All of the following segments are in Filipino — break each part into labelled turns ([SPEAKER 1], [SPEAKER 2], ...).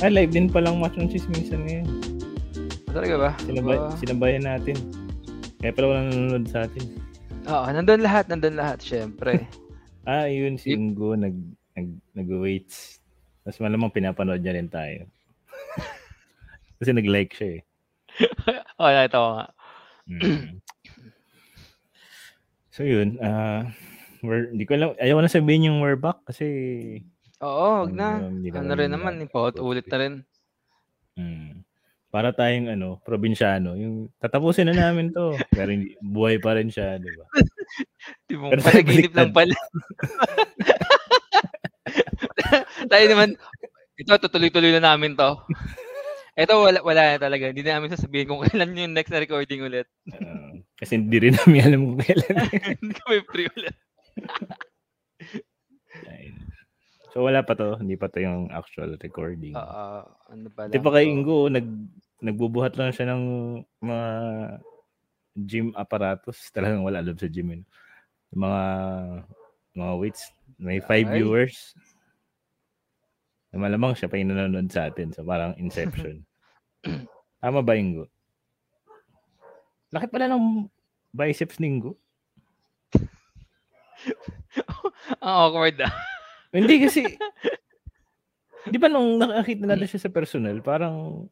[SPEAKER 1] Ah, live din palang match ng chismisa na yun.
[SPEAKER 2] Ah, Talaga ba?
[SPEAKER 1] Sinabay,
[SPEAKER 2] Ah,
[SPEAKER 1] sinabayan natin. Kaya pala wala nanonood sa atin.
[SPEAKER 2] Oo, nandun lahat, nandun lahat, syempre.
[SPEAKER 1] Ah, yun, si Ingo, nag, nag, nag-waits. Tapos malamang pinapanood niya rin tayo. Kasi nag-like siya eh.
[SPEAKER 2] Oo, oh, nakita ko nga.
[SPEAKER 1] Mm. so yun, ah, we're, hindi ko alam, ayaw ko na sabihin yung we're back kasi...
[SPEAKER 2] Oo, wag na.
[SPEAKER 1] um, hindi
[SPEAKER 2] Ano rin naman, eh. ipaut ulit na rin.
[SPEAKER 1] Mm. Para tayong ano, probinsyano. Yung tatapusin na namin to. Pero hindi, buhay pa rin siya, di ba?
[SPEAKER 2] Di mo,
[SPEAKER 1] Pero
[SPEAKER 2] panaginip lang pala. Tayo naman, ito, tutuloy-tuloy na namin to. Ito, wala, wala na talaga. Hindi na namin sasabihin kung kailan yung next na recording ulit.
[SPEAKER 1] Ah, kasi hindi rin namin alam kung kailan.
[SPEAKER 2] Hindi kami free ulit.
[SPEAKER 1] Ayun. so wala pa to, hindi pa to yung actual recording.
[SPEAKER 2] Oo, ano pala.
[SPEAKER 1] Hmm. Di ba kay Ingo, nag, nagbubuhat lang siya ng mga gym apparatos. Talagang wala alam sa gym yun. Yung Mga, mga weights. May five
[SPEAKER 2] Ay.
[SPEAKER 1] viewers. Na Malamang siya pa yung nanonood sa atin. So parang inception. Tama ba, Ingo? Laki pala ng biceps ni Ingo.
[SPEAKER 2] Ang awkward ah.
[SPEAKER 1] Hindi kasi, di ba nung nakakita natin siya sa personal, parang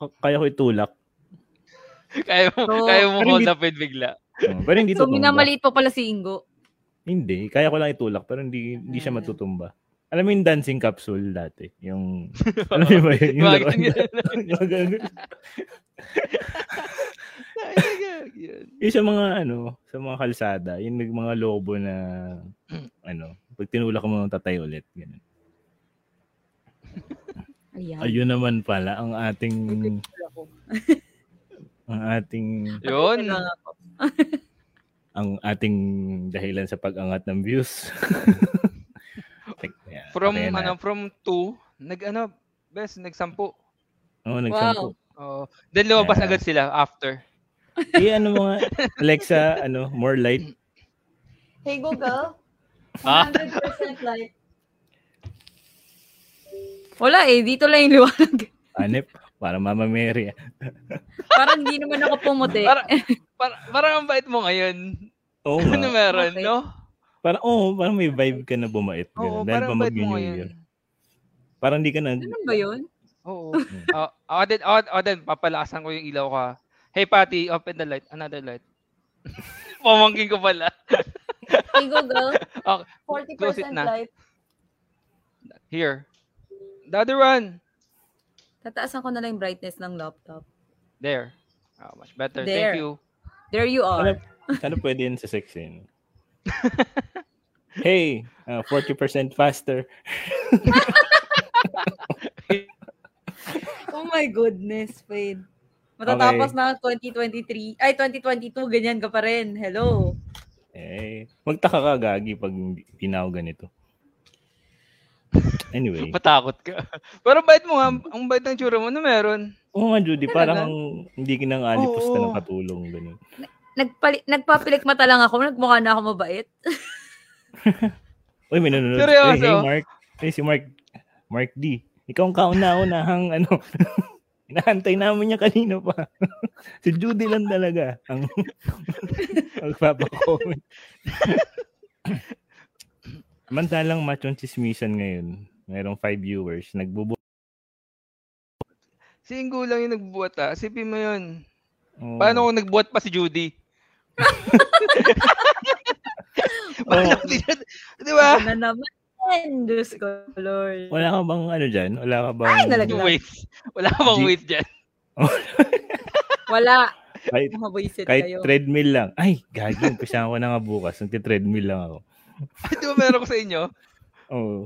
[SPEAKER 1] k- kaya ko itulak.
[SPEAKER 2] Kaya mo,
[SPEAKER 3] So,
[SPEAKER 2] kaya mo
[SPEAKER 1] pero
[SPEAKER 2] hold
[SPEAKER 1] hindi-
[SPEAKER 2] up yun bigla.
[SPEAKER 1] Oh, pero hindi
[SPEAKER 3] So,
[SPEAKER 1] tumba.
[SPEAKER 3] minamaliit pa pala si Ingo.
[SPEAKER 1] Hindi, kaya ko lang itulak pero hindi hindi siya
[SPEAKER 3] Ah.
[SPEAKER 1] matutumba. Alam mo yung dancing capsule dati? Yung, alam mo ba yun? Yung
[SPEAKER 2] Mga
[SPEAKER 1] laruan
[SPEAKER 2] ganyan.
[SPEAKER 1] na-
[SPEAKER 2] Ay, ganyan, ganyan.
[SPEAKER 1] yung sa mga ano, sa mga kalsada, yung nag- mga lobo na, ano, pag tinulak mo tatay ulit. Ganun.
[SPEAKER 3] Ayan.
[SPEAKER 1] Ayun naman pala, ang ating, ang ating,
[SPEAKER 2] Yun.
[SPEAKER 3] Kailangan ko.
[SPEAKER 1] ang ating dahilan sa pag-angat ng views. Like, yeah,
[SPEAKER 2] From,
[SPEAKER 1] okay na.
[SPEAKER 2] ano, from 2, nag, ano, best, nag 10. Oo.
[SPEAKER 1] Oo, nagsampu.
[SPEAKER 2] Then lumabas
[SPEAKER 1] Yeah.
[SPEAKER 2] agad sila after.
[SPEAKER 1] Eh, ano mga, Alexa, ano, more light.
[SPEAKER 4] Hey Google,
[SPEAKER 2] Ah.
[SPEAKER 4] 100% light.
[SPEAKER 3] Wala eh, dito lang yung liwanag.
[SPEAKER 1] Anip, para Mama Mary.
[SPEAKER 3] Parang hindi naman ako pumuti.
[SPEAKER 2] Para, para, parang ang bait mo ngayon.
[SPEAKER 1] Oo
[SPEAKER 2] Ano
[SPEAKER 1] nga.
[SPEAKER 2] meron,
[SPEAKER 3] Okay.
[SPEAKER 2] no?
[SPEAKER 1] parang, oh, parang may vibe ka na bumait.
[SPEAKER 2] Oo,
[SPEAKER 1] ganun. Dahil
[SPEAKER 2] parang
[SPEAKER 1] pa
[SPEAKER 2] ang bait mo
[SPEAKER 1] mag-New
[SPEAKER 2] ngayon.
[SPEAKER 1] Year. Parang di ka nag...
[SPEAKER 5] Ano
[SPEAKER 3] Ganun ba yun?
[SPEAKER 2] Oo. Oh, oh, then, oh, oh, then, papalakasan ko yung ilaw ka. Hey, Patty, open the light. Another light. Pamangkin ko pala.
[SPEAKER 4] Hey Google,
[SPEAKER 2] Okay,
[SPEAKER 4] 40%
[SPEAKER 2] close it na.
[SPEAKER 4] light.
[SPEAKER 2] Here. The other one.
[SPEAKER 3] Tataasan ko na lang yung brightness ng laptop.
[SPEAKER 2] There. Oh, much better.
[SPEAKER 3] There.
[SPEAKER 2] Thank you.
[SPEAKER 3] There you
[SPEAKER 1] Sana,
[SPEAKER 3] are.
[SPEAKER 1] sana ano, pwede yun sa sex yun. hey, uh, 40% faster.
[SPEAKER 3] Oh my goodness, Fade.
[SPEAKER 1] Matatapos
[SPEAKER 3] Matatapos na 2023. Ay, 2022, ganyan ka pa rin. Hello.
[SPEAKER 1] Eh, magtaka ka gagi pag tinaw ganito. Anyway.
[SPEAKER 2] Matakot ka. Pero bait mo nga. Ang bait ng tsura mo. Ano meron?
[SPEAKER 1] Oo nga, Judy,
[SPEAKER 3] Talaga?
[SPEAKER 1] parang hindi kinangalipos ka
[SPEAKER 2] Oo.
[SPEAKER 1] ng katulong. Ganun.
[SPEAKER 3] Nagpali- nagpapilik mata lang ako. Nagmukha na ako mabait.
[SPEAKER 1] Uy, may nanonood.
[SPEAKER 2] Seryoso?
[SPEAKER 1] Hey, hey, Mark. Hey, si Mark. Mark D. Ikaw ang kauna-unahang ano. Inaantay namin niya kanina pa. si Judy lang talaga ang magpapakomment. Mantalang machong chismisan ngayon. Merong five viewers. Nagbubu...
[SPEAKER 2] Si Ingo lang yung nagbuhat ah. Sipin mo yun.
[SPEAKER 1] Oh.
[SPEAKER 2] Paano kung nagbuhat pa si Judy? Paano
[SPEAKER 1] Oo.
[SPEAKER 2] kung si Judy? Di ba?
[SPEAKER 3] Ano na naman. Diyos ko, Lord.
[SPEAKER 1] Wala ka bang ano dyan? Wala ka bang...
[SPEAKER 3] Ay, nalaglag.
[SPEAKER 2] Yung weights. Wala ka bang
[SPEAKER 1] Di-
[SPEAKER 2] weights dyan?
[SPEAKER 3] Wala.
[SPEAKER 1] Kahit,
[SPEAKER 3] Mahaboyset
[SPEAKER 1] kahit
[SPEAKER 3] kayo.
[SPEAKER 1] treadmill lang. Ay, gagi. Umpisa ko na nga bukas. Nagti-treadmill lang ako.
[SPEAKER 2] Di ba meron ko sa inyo?
[SPEAKER 1] Oo.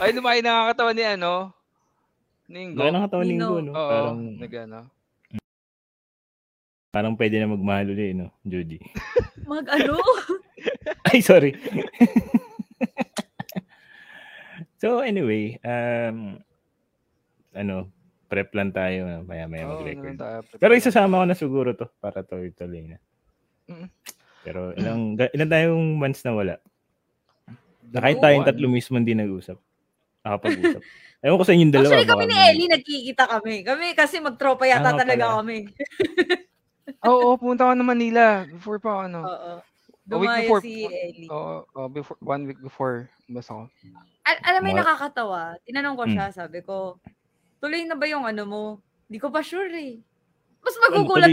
[SPEAKER 2] Ay, lumaki nakakatawa ni ano? Ni Ingo.
[SPEAKER 1] Laki ng katawan
[SPEAKER 3] Nino.
[SPEAKER 1] linggo, no?
[SPEAKER 2] Oo. ano?
[SPEAKER 1] Parang,
[SPEAKER 2] Nagano.
[SPEAKER 1] parang pwede na magmahal ulit, eh, no, Judy?
[SPEAKER 3] Mag ano?
[SPEAKER 1] Ay, sorry. so, anyway, um, ano, prep lang tayo, no? maya maya
[SPEAKER 2] Oo, ganun
[SPEAKER 1] mag-record.
[SPEAKER 2] tayo.
[SPEAKER 1] Pero isasama ko na siguro to para tuloy-tuloy na.
[SPEAKER 2] Mm.
[SPEAKER 1] Pero ilang, ga- ilan tayong months na wala? Nakita tayong tatlo mismo hindi nag-usap. nakapag-usap. Ewan ko sa inyong dalawa.
[SPEAKER 5] Actually,
[SPEAKER 1] baka
[SPEAKER 5] kami ni
[SPEAKER 1] may-
[SPEAKER 5] Ellie nagkikita kami. Kami kasi magtropa yata
[SPEAKER 1] Ah,
[SPEAKER 5] talaga
[SPEAKER 1] pala.
[SPEAKER 5] kami.
[SPEAKER 2] Oo, oh, pumunta ako ng Manila before pa
[SPEAKER 1] Oh,
[SPEAKER 2] ano.
[SPEAKER 5] Oo.
[SPEAKER 2] A week
[SPEAKER 5] Dumayo
[SPEAKER 2] before.
[SPEAKER 5] si Ellie.
[SPEAKER 2] Oo, oo, before, one week before. Basta ako.
[SPEAKER 5] Al- alam mo yung
[SPEAKER 1] Mga-
[SPEAKER 5] nakakatawa. Tinanong ko
[SPEAKER 1] Hmm.
[SPEAKER 5] siya, sabi ko, tuloy na ba yung ano mo? Hindi ko pa sure eh. Mas magugulat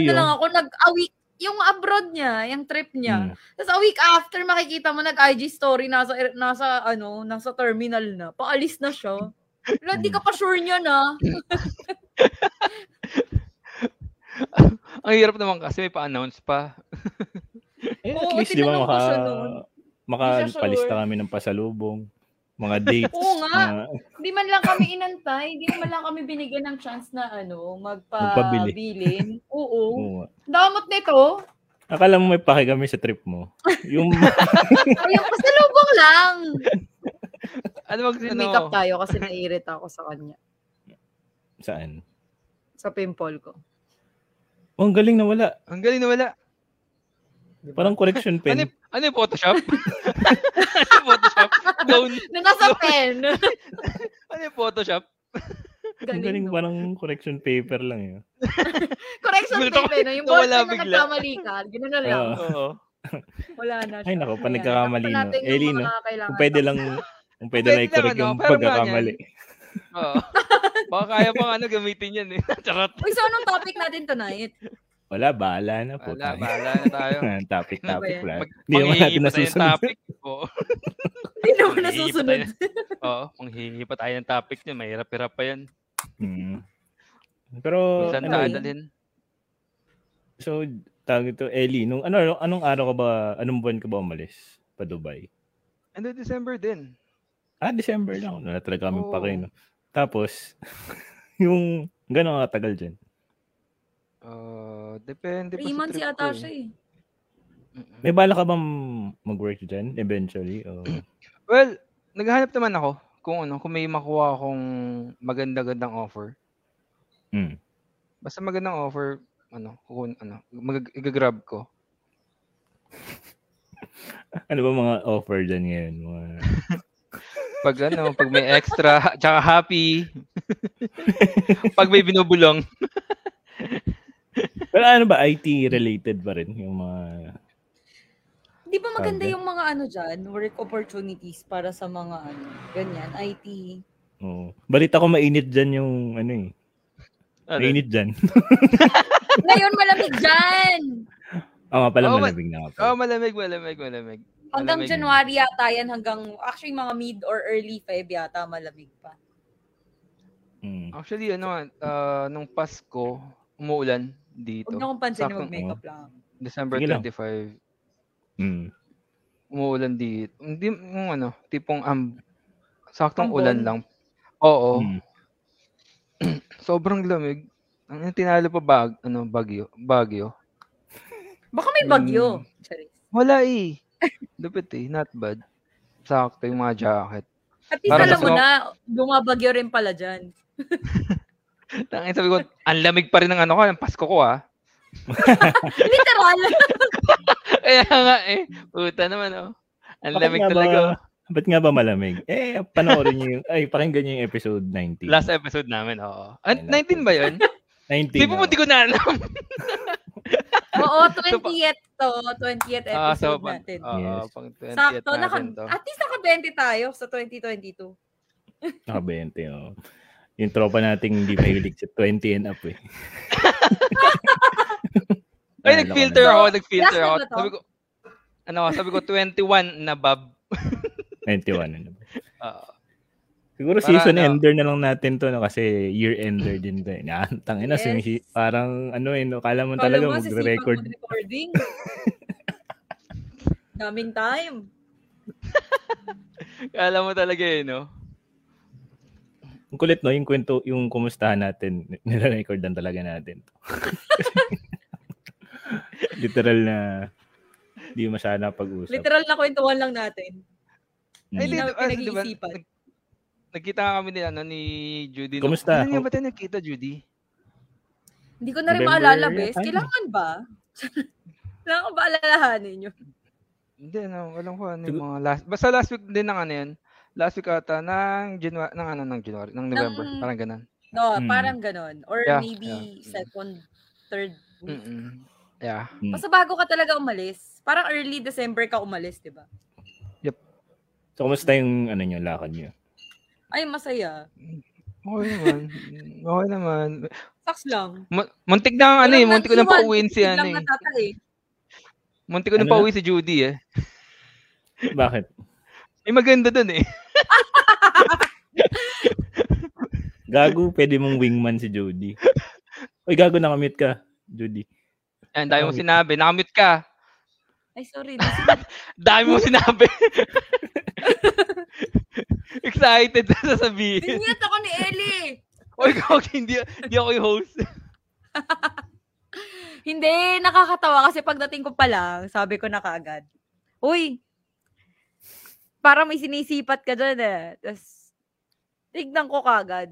[SPEAKER 1] Ano, tuloy yun.
[SPEAKER 5] na lang ako. Nag-awik yung abroad niya, yung trip niya.
[SPEAKER 1] Mm.
[SPEAKER 5] Tapos a week after, makikita mo nag-IG story, nasa, air- nasa, ano, nasa terminal na. Paalis na siya. Wala,
[SPEAKER 1] Hmm.
[SPEAKER 5] di ka pa sure ah. niya na.
[SPEAKER 2] Ang hirap naman kasi may pa-announce pa.
[SPEAKER 1] Eh, at
[SPEAKER 5] Oo,
[SPEAKER 1] least, di ba,
[SPEAKER 5] tinanong ko
[SPEAKER 1] maka,
[SPEAKER 5] siya noon.
[SPEAKER 6] Hindi siya
[SPEAKER 1] makapalista
[SPEAKER 6] sure.
[SPEAKER 1] kami ng pasalubong, mga dates.
[SPEAKER 5] Oo nga.
[SPEAKER 1] mga-
[SPEAKER 5] Hindi man lang kami inantay. Hindi man lang kami binigyan ng chance na, ano,
[SPEAKER 1] Magpabili.
[SPEAKER 5] magpabilin. Oo.
[SPEAKER 1] oo nga.
[SPEAKER 5] Damot nito.
[SPEAKER 1] Akala mo may pake kami sa trip mo. Yung
[SPEAKER 5] Ay, yung pasalubong lang.
[SPEAKER 2] Ano mag ano?
[SPEAKER 5] Make-up tayo kasi naiirita ako sa kanya.
[SPEAKER 1] saan?
[SPEAKER 5] Sa pimple ko.
[SPEAKER 1] Oh, ang galing na wala.
[SPEAKER 2] Ang galing na wala.
[SPEAKER 1] Parang
[SPEAKER 2] Ano,
[SPEAKER 1] correction pen.
[SPEAKER 2] y- ano yung Photoshop? ano yung Photoshop? Clone.
[SPEAKER 5] Na nasa pen.
[SPEAKER 2] Ano yung Photoshop?
[SPEAKER 1] ang galing
[SPEAKER 5] Galing. no?
[SPEAKER 1] parang correction paper lang eh. yun.
[SPEAKER 5] Correction
[SPEAKER 2] Gulat ako.
[SPEAKER 5] paper. No? Yung
[SPEAKER 2] Nawala
[SPEAKER 5] ballpen na
[SPEAKER 2] bigla.
[SPEAKER 5] nagkamali ka. Ganun na lang.
[SPEAKER 1] Oo.
[SPEAKER 2] Oo.
[SPEAKER 5] Wala na siya.
[SPEAKER 1] Ay, naku,
[SPEAKER 5] Ayan.
[SPEAKER 1] panagkakamali,
[SPEAKER 5] Tapos
[SPEAKER 1] no?
[SPEAKER 5] natin yung
[SPEAKER 1] Ellie,
[SPEAKER 5] mga
[SPEAKER 1] no?
[SPEAKER 5] kailangan
[SPEAKER 1] Kung pwede
[SPEAKER 5] pa.
[SPEAKER 1] lang, kung pa'y
[SPEAKER 2] Pwede
[SPEAKER 1] na
[SPEAKER 2] lang,
[SPEAKER 1] i-correct
[SPEAKER 2] ano,
[SPEAKER 1] yung
[SPEAKER 2] parang
[SPEAKER 1] pagkakamali.
[SPEAKER 2] Oo. Baka kaya pang ano gamitin yan eh. Charot.
[SPEAKER 5] Uy, so anong topic natin tonight?
[SPEAKER 1] Wala, bahala na po.
[SPEAKER 2] Wala, bahala na tayo.
[SPEAKER 1] topic,
[SPEAKER 5] Ano ba
[SPEAKER 1] topic.
[SPEAKER 5] yan?
[SPEAKER 1] Wala.
[SPEAKER 2] Mag-
[SPEAKER 1] Hindi naman natin
[SPEAKER 2] manghihingi pa tayo ng
[SPEAKER 1] nasusunod.
[SPEAKER 2] topic. Oo.
[SPEAKER 5] Hindi naman
[SPEAKER 2] Manghihingi pa
[SPEAKER 5] nasusunod.
[SPEAKER 2] tayo. Oo, manghihingi pa tayo ng topic niya. Mahirap-hirap pa yan.
[SPEAKER 1] Mm. Pero,
[SPEAKER 2] Kung saan
[SPEAKER 1] ano,
[SPEAKER 2] tayo
[SPEAKER 5] anyway.
[SPEAKER 2] dalhin.
[SPEAKER 1] so, tawag ito, Ellie, nung, ano, anong araw ka ba, anong buwan ka ba umalis? Pa Dubai?
[SPEAKER 2] Ano, December din.
[SPEAKER 1] Ah, December lang. Wala talaga kami
[SPEAKER 2] Oo.
[SPEAKER 1] pa kayo, no? Tapos, yung, gano'ng katagal dyan?
[SPEAKER 2] Uh, depende
[SPEAKER 5] Three months
[SPEAKER 2] trip
[SPEAKER 5] yata
[SPEAKER 2] ko
[SPEAKER 5] siya
[SPEAKER 2] eh.
[SPEAKER 5] eh.
[SPEAKER 2] Mm-mm.
[SPEAKER 1] May bala ka bang mag-work dyan eventually? O,
[SPEAKER 2] Well, naghahanap naman ako kung ano, kung may makuha akong maganda-gandang offer.
[SPEAKER 1] Mm.
[SPEAKER 2] Basta magandang offer, ano, kung ano, mag- grab ko.
[SPEAKER 1] ano ba mga offer dyan ngayon? Mga...
[SPEAKER 2] Pag ano, pag may extra, tsaka happy. pag may binubulong.
[SPEAKER 1] Pero ano ba, IT-related ba rin? Yung mga...
[SPEAKER 5] Di ba maganda
[SPEAKER 1] Sabi.
[SPEAKER 5] yung mga ano dyan, work opportunities para sa mga ano, ganyan, IT.
[SPEAKER 1] oo. Balita ko mainit dyan yung ano eh.
[SPEAKER 2] Ano?
[SPEAKER 1] Mainit dyan.
[SPEAKER 5] Ngayon malamig dyan!
[SPEAKER 1] Oo nga pala,
[SPEAKER 2] Oo,
[SPEAKER 1] malamig na nga pala.
[SPEAKER 2] Oh, malamig, malamig, malamig.
[SPEAKER 5] Hanggang
[SPEAKER 2] Malamig.
[SPEAKER 5] January yata yan, hanggang actually mga mid or early Feb yata malamig pa.
[SPEAKER 1] Mm.
[SPEAKER 2] Actually, ano nga, ah, nung Pasko, umuulan dito.
[SPEAKER 5] Huwag niyo akong pansin
[SPEAKER 2] Saktong-
[SPEAKER 5] na mag-makeup lang.
[SPEAKER 2] December
[SPEAKER 1] Sige lang.
[SPEAKER 2] 25,
[SPEAKER 1] Mm.
[SPEAKER 2] umuulan dito. Hindi, yung ano, tipong am, saktong
[SPEAKER 5] Ambon.
[SPEAKER 2] ulan lang. Oo.
[SPEAKER 1] Mm.
[SPEAKER 2] Sobrang lamig. Ang tinalo pa bag, ano, bagyo. Bagyo.
[SPEAKER 5] Baka may
[SPEAKER 2] Hmm.
[SPEAKER 5] bagyo. Charis.
[SPEAKER 2] Wala eh. Lupit eh. Not bad. Sakto yung mga jacket.
[SPEAKER 5] At least
[SPEAKER 1] Parang
[SPEAKER 5] alam mo
[SPEAKER 2] kasi-
[SPEAKER 5] na, bumabagyo rin pala dyan.
[SPEAKER 2] Tangin sabi ko, ang lamig pa rin ng ano ko, ng Pasko ko ah.
[SPEAKER 5] Literal.
[SPEAKER 2] Kaya nga eh. Puta naman oh. Ang
[SPEAKER 1] Bakit
[SPEAKER 2] lamig
[SPEAKER 1] nga ba-
[SPEAKER 2] talaga. oh.
[SPEAKER 1] Ba't nga ba malamig? Eh, panoorin niyo yung... Ay, pakinggan niyo yung episode 19.
[SPEAKER 2] Last episode namin, oo. Ah, 19
[SPEAKER 1] Ayun,
[SPEAKER 2] ba yun?
[SPEAKER 1] 19.
[SPEAKER 2] Di ba
[SPEAKER 1] na.
[SPEAKER 2] mo di ko na alam?
[SPEAKER 5] Oo, 20th to. 20th
[SPEAKER 2] Ah,
[SPEAKER 5] episode
[SPEAKER 2] pang-
[SPEAKER 5] natin.
[SPEAKER 2] oo,
[SPEAKER 1] Yes.
[SPEAKER 2] pang 20th
[SPEAKER 5] Sakto. Naka, ah.
[SPEAKER 2] natin to.
[SPEAKER 5] at least naka-20 tayo sa 2022.
[SPEAKER 1] Naka 20, oh. Yung tropa nating hindi mahilig sa 20 and up eh.
[SPEAKER 2] Ay,
[SPEAKER 1] Naalala ko
[SPEAKER 2] nag-filter
[SPEAKER 1] na.
[SPEAKER 2] ako,
[SPEAKER 5] last
[SPEAKER 2] nag-filter
[SPEAKER 5] na
[SPEAKER 2] ako.
[SPEAKER 5] ba to?
[SPEAKER 2] Sabi ko, ano, sabi ko 21 na Ah. bab.
[SPEAKER 1] 21 ano ba?
[SPEAKER 2] Oo.
[SPEAKER 1] Siguro
[SPEAKER 2] Para
[SPEAKER 1] season
[SPEAKER 2] ano-
[SPEAKER 1] ender na lang natin to no, kasi year ender din to. eh. Na, tangin na,
[SPEAKER 5] Yes.
[SPEAKER 1] si- parang ano eh, no, kala mo
[SPEAKER 5] Kala
[SPEAKER 1] talaga
[SPEAKER 5] mo, sisipan
[SPEAKER 1] magre-record.
[SPEAKER 5] mag recording. Daming time.
[SPEAKER 2] alam mo talaga eh, no?
[SPEAKER 1] Ang kulit no, yung kwento, yung kumustahan natin, nilarecordan talaga natin to. Literal na di masyado pag-usap.
[SPEAKER 5] Literal na kwentuhan lang natin.
[SPEAKER 2] Ay, di-
[SPEAKER 1] Mm.
[SPEAKER 5] Hindi namin
[SPEAKER 2] ah, di ba,
[SPEAKER 5] pinag-iisipan.
[SPEAKER 2] nag- Nagkita nga kami ni, ano, ni Judy. no?
[SPEAKER 1] Kumusta?
[SPEAKER 2] Ano nga ba tayo nagkita, Judy?
[SPEAKER 5] Hindi ko na rin
[SPEAKER 1] November
[SPEAKER 5] maalala, bes.
[SPEAKER 1] yata yun.
[SPEAKER 5] Kailangan ba? Kailangan ko ba alalahanin yun?
[SPEAKER 2] Hindi, ano, alam ko ano yung
[SPEAKER 1] Sigur-
[SPEAKER 2] mga last, basta last week din ng ano yun, last week ata ng January, ng ano, ng January, ng November.
[SPEAKER 5] Ng-
[SPEAKER 2] Parang ganun.
[SPEAKER 5] No, ah,
[SPEAKER 1] Mm.
[SPEAKER 5] parang ganon. Or
[SPEAKER 2] Yeah,
[SPEAKER 5] maybe
[SPEAKER 2] yeah.
[SPEAKER 5] second, third week.
[SPEAKER 2] Mm-mm. Yeah.
[SPEAKER 1] Mm.
[SPEAKER 5] Basta bago ka talaga umalis. Parang early December ka umalis, di ba?
[SPEAKER 1] So, kumusta yung ano nyo, lakad nyo?
[SPEAKER 5] Ay, masaya.
[SPEAKER 2] Okay naman. okay naman.
[SPEAKER 5] Saks lang.
[SPEAKER 2] Mu- muntik na ano eh, muntik ko na
[SPEAKER 5] Walang
[SPEAKER 2] pauwiin si
[SPEAKER 5] nagsiwan,
[SPEAKER 2] ano eh.
[SPEAKER 5] biglang natata eh.
[SPEAKER 2] Muntik ko na
[SPEAKER 1] Ano na?
[SPEAKER 2] pauwiin si Judy eh.
[SPEAKER 1] Bakit?
[SPEAKER 2] May maganda dun eh.
[SPEAKER 1] Gago, pwede mong wingman si Jody. Uy, gago, nakamute ka, Jody.
[SPEAKER 2] Ayan, dami mong sinabi. Nakamute ka.
[SPEAKER 5] Ay, sorry. Nasa
[SPEAKER 2] Dami mong sinabi. Excited na sasabihin.
[SPEAKER 5] Pinyat ako ni Ellie.
[SPEAKER 2] Oy, kung hindi, hindi ako yung host.
[SPEAKER 5] Hindi, nakakatawa kasi pagdating ko pa lang, sabi ko na kaagad. Uy, parang may sinisipat ka dyan eh. Tapos, tignan ko kaagad.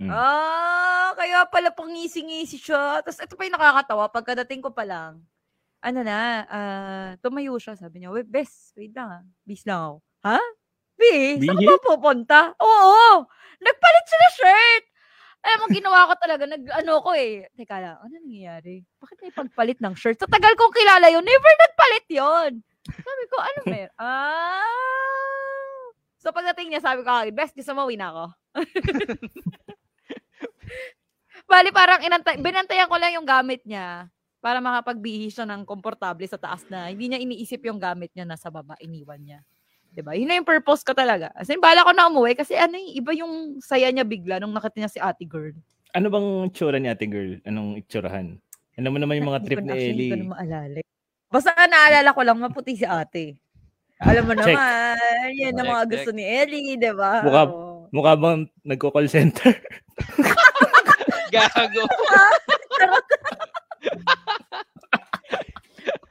[SPEAKER 1] Mm.
[SPEAKER 5] Ah, kaya pala pangisi-ngisi siya. Tapos ito pa yung nakakatawa, pagkadating ko pa lang, ano na, ah, tumayo siya. Sabi niya, wait, bes, wait lang ah. Bis lang ako. Ha? Bis? Saan ka
[SPEAKER 1] Bis?
[SPEAKER 5] ba pupunta? Oo! Nagpalit siya ng shirt! Alam mo, ginawa ko talaga, nag, ano ko eh. Teka lang, ano nangyayari? Bakit may pagpalit ng shirt? Sa tagal kong kilala yun, never nagpalit yon Sabi ko, ano mer? Ah! So pagdating niya, sabi ko, "Ah, best, gusto mo, win ako. Bali, parang inantay, binantayan ko lang yung gamit niya para makapagbihi siya ng komportable sa taas na hindi niya iniisip yung gamit niya nasa baba, iniwan niya. 'Di ba? Yun na yung purpose ko talaga. As in, bala ko na umuwi kasi ano yung iba yung saya niya bigla nung nakita niya si ate girl.
[SPEAKER 1] Ano bang tsura ni ate girl? Anong itsurahan? Alam mo naman yung mga
[SPEAKER 5] Hindi
[SPEAKER 1] trip
[SPEAKER 5] ko na-
[SPEAKER 1] ni
[SPEAKER 5] actually, Hindi ko
[SPEAKER 1] Ellie.
[SPEAKER 5] na maalala. eh. Basta naalala ko lang, maputi si ate. Alam mo
[SPEAKER 1] Check.
[SPEAKER 5] naman, yan ang
[SPEAKER 2] Check,
[SPEAKER 5] mga
[SPEAKER 2] check.
[SPEAKER 5] gusto ni Ellie, di ba?
[SPEAKER 1] Mukha-
[SPEAKER 5] Oo.
[SPEAKER 1] Mukha bang nagko-call center?
[SPEAKER 2] Gago.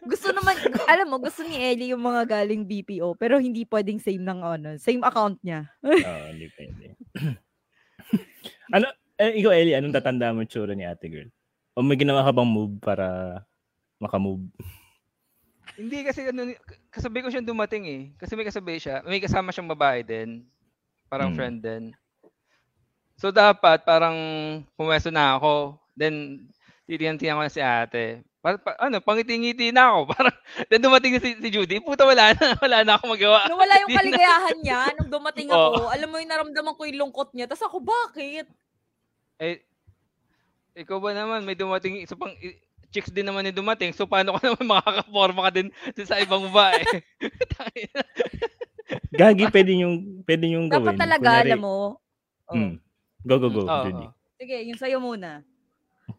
[SPEAKER 5] Gusto naman, alam mo, gusto ni Ellie yung mga galing BPO, pero hindi pwedeng same ng ano, same account niya.
[SPEAKER 1] Oo, hindi pwede. ano, eh, ikaw Ellie, anong tatanda mo tsura ni ate girl? O may ginawa ka bang move para makamove?
[SPEAKER 2] Hindi kasi ano, kasabi ko siya dumating eh. Kasi may kasabi siya, may kasama siyang babae din. Parang
[SPEAKER 1] Hmm.
[SPEAKER 2] friend din. So dapat parang pumeso na ako. Then titiyan-tiyan ko na si ate. Para, pa, ano, pangiti-ngiti na ako. Parang, then dumating na si, si Judy. Puta, wala na. Wala na ako magawa.
[SPEAKER 5] Nung wala yung
[SPEAKER 2] Hindi na.
[SPEAKER 5] kaligayahan niya, nung dumating ako, alam mo yung naramdaman ko yung lungkot niya, tas ako, bakit?
[SPEAKER 2] Eh, ikaw ba naman, may dumating, so pang, i- chicks din naman yung dumating. So paano ka naman makakaporma ka din sa ibang babae?
[SPEAKER 1] Gagi, pwede yung, pwede yung gawin.
[SPEAKER 5] Dapat talaga,
[SPEAKER 1] Kunwari-
[SPEAKER 5] alam mo. Oh.
[SPEAKER 1] Mm. Go, go, go,
[SPEAKER 2] Oo.
[SPEAKER 1] Judy.
[SPEAKER 5] Sige, yung sa'yo muna.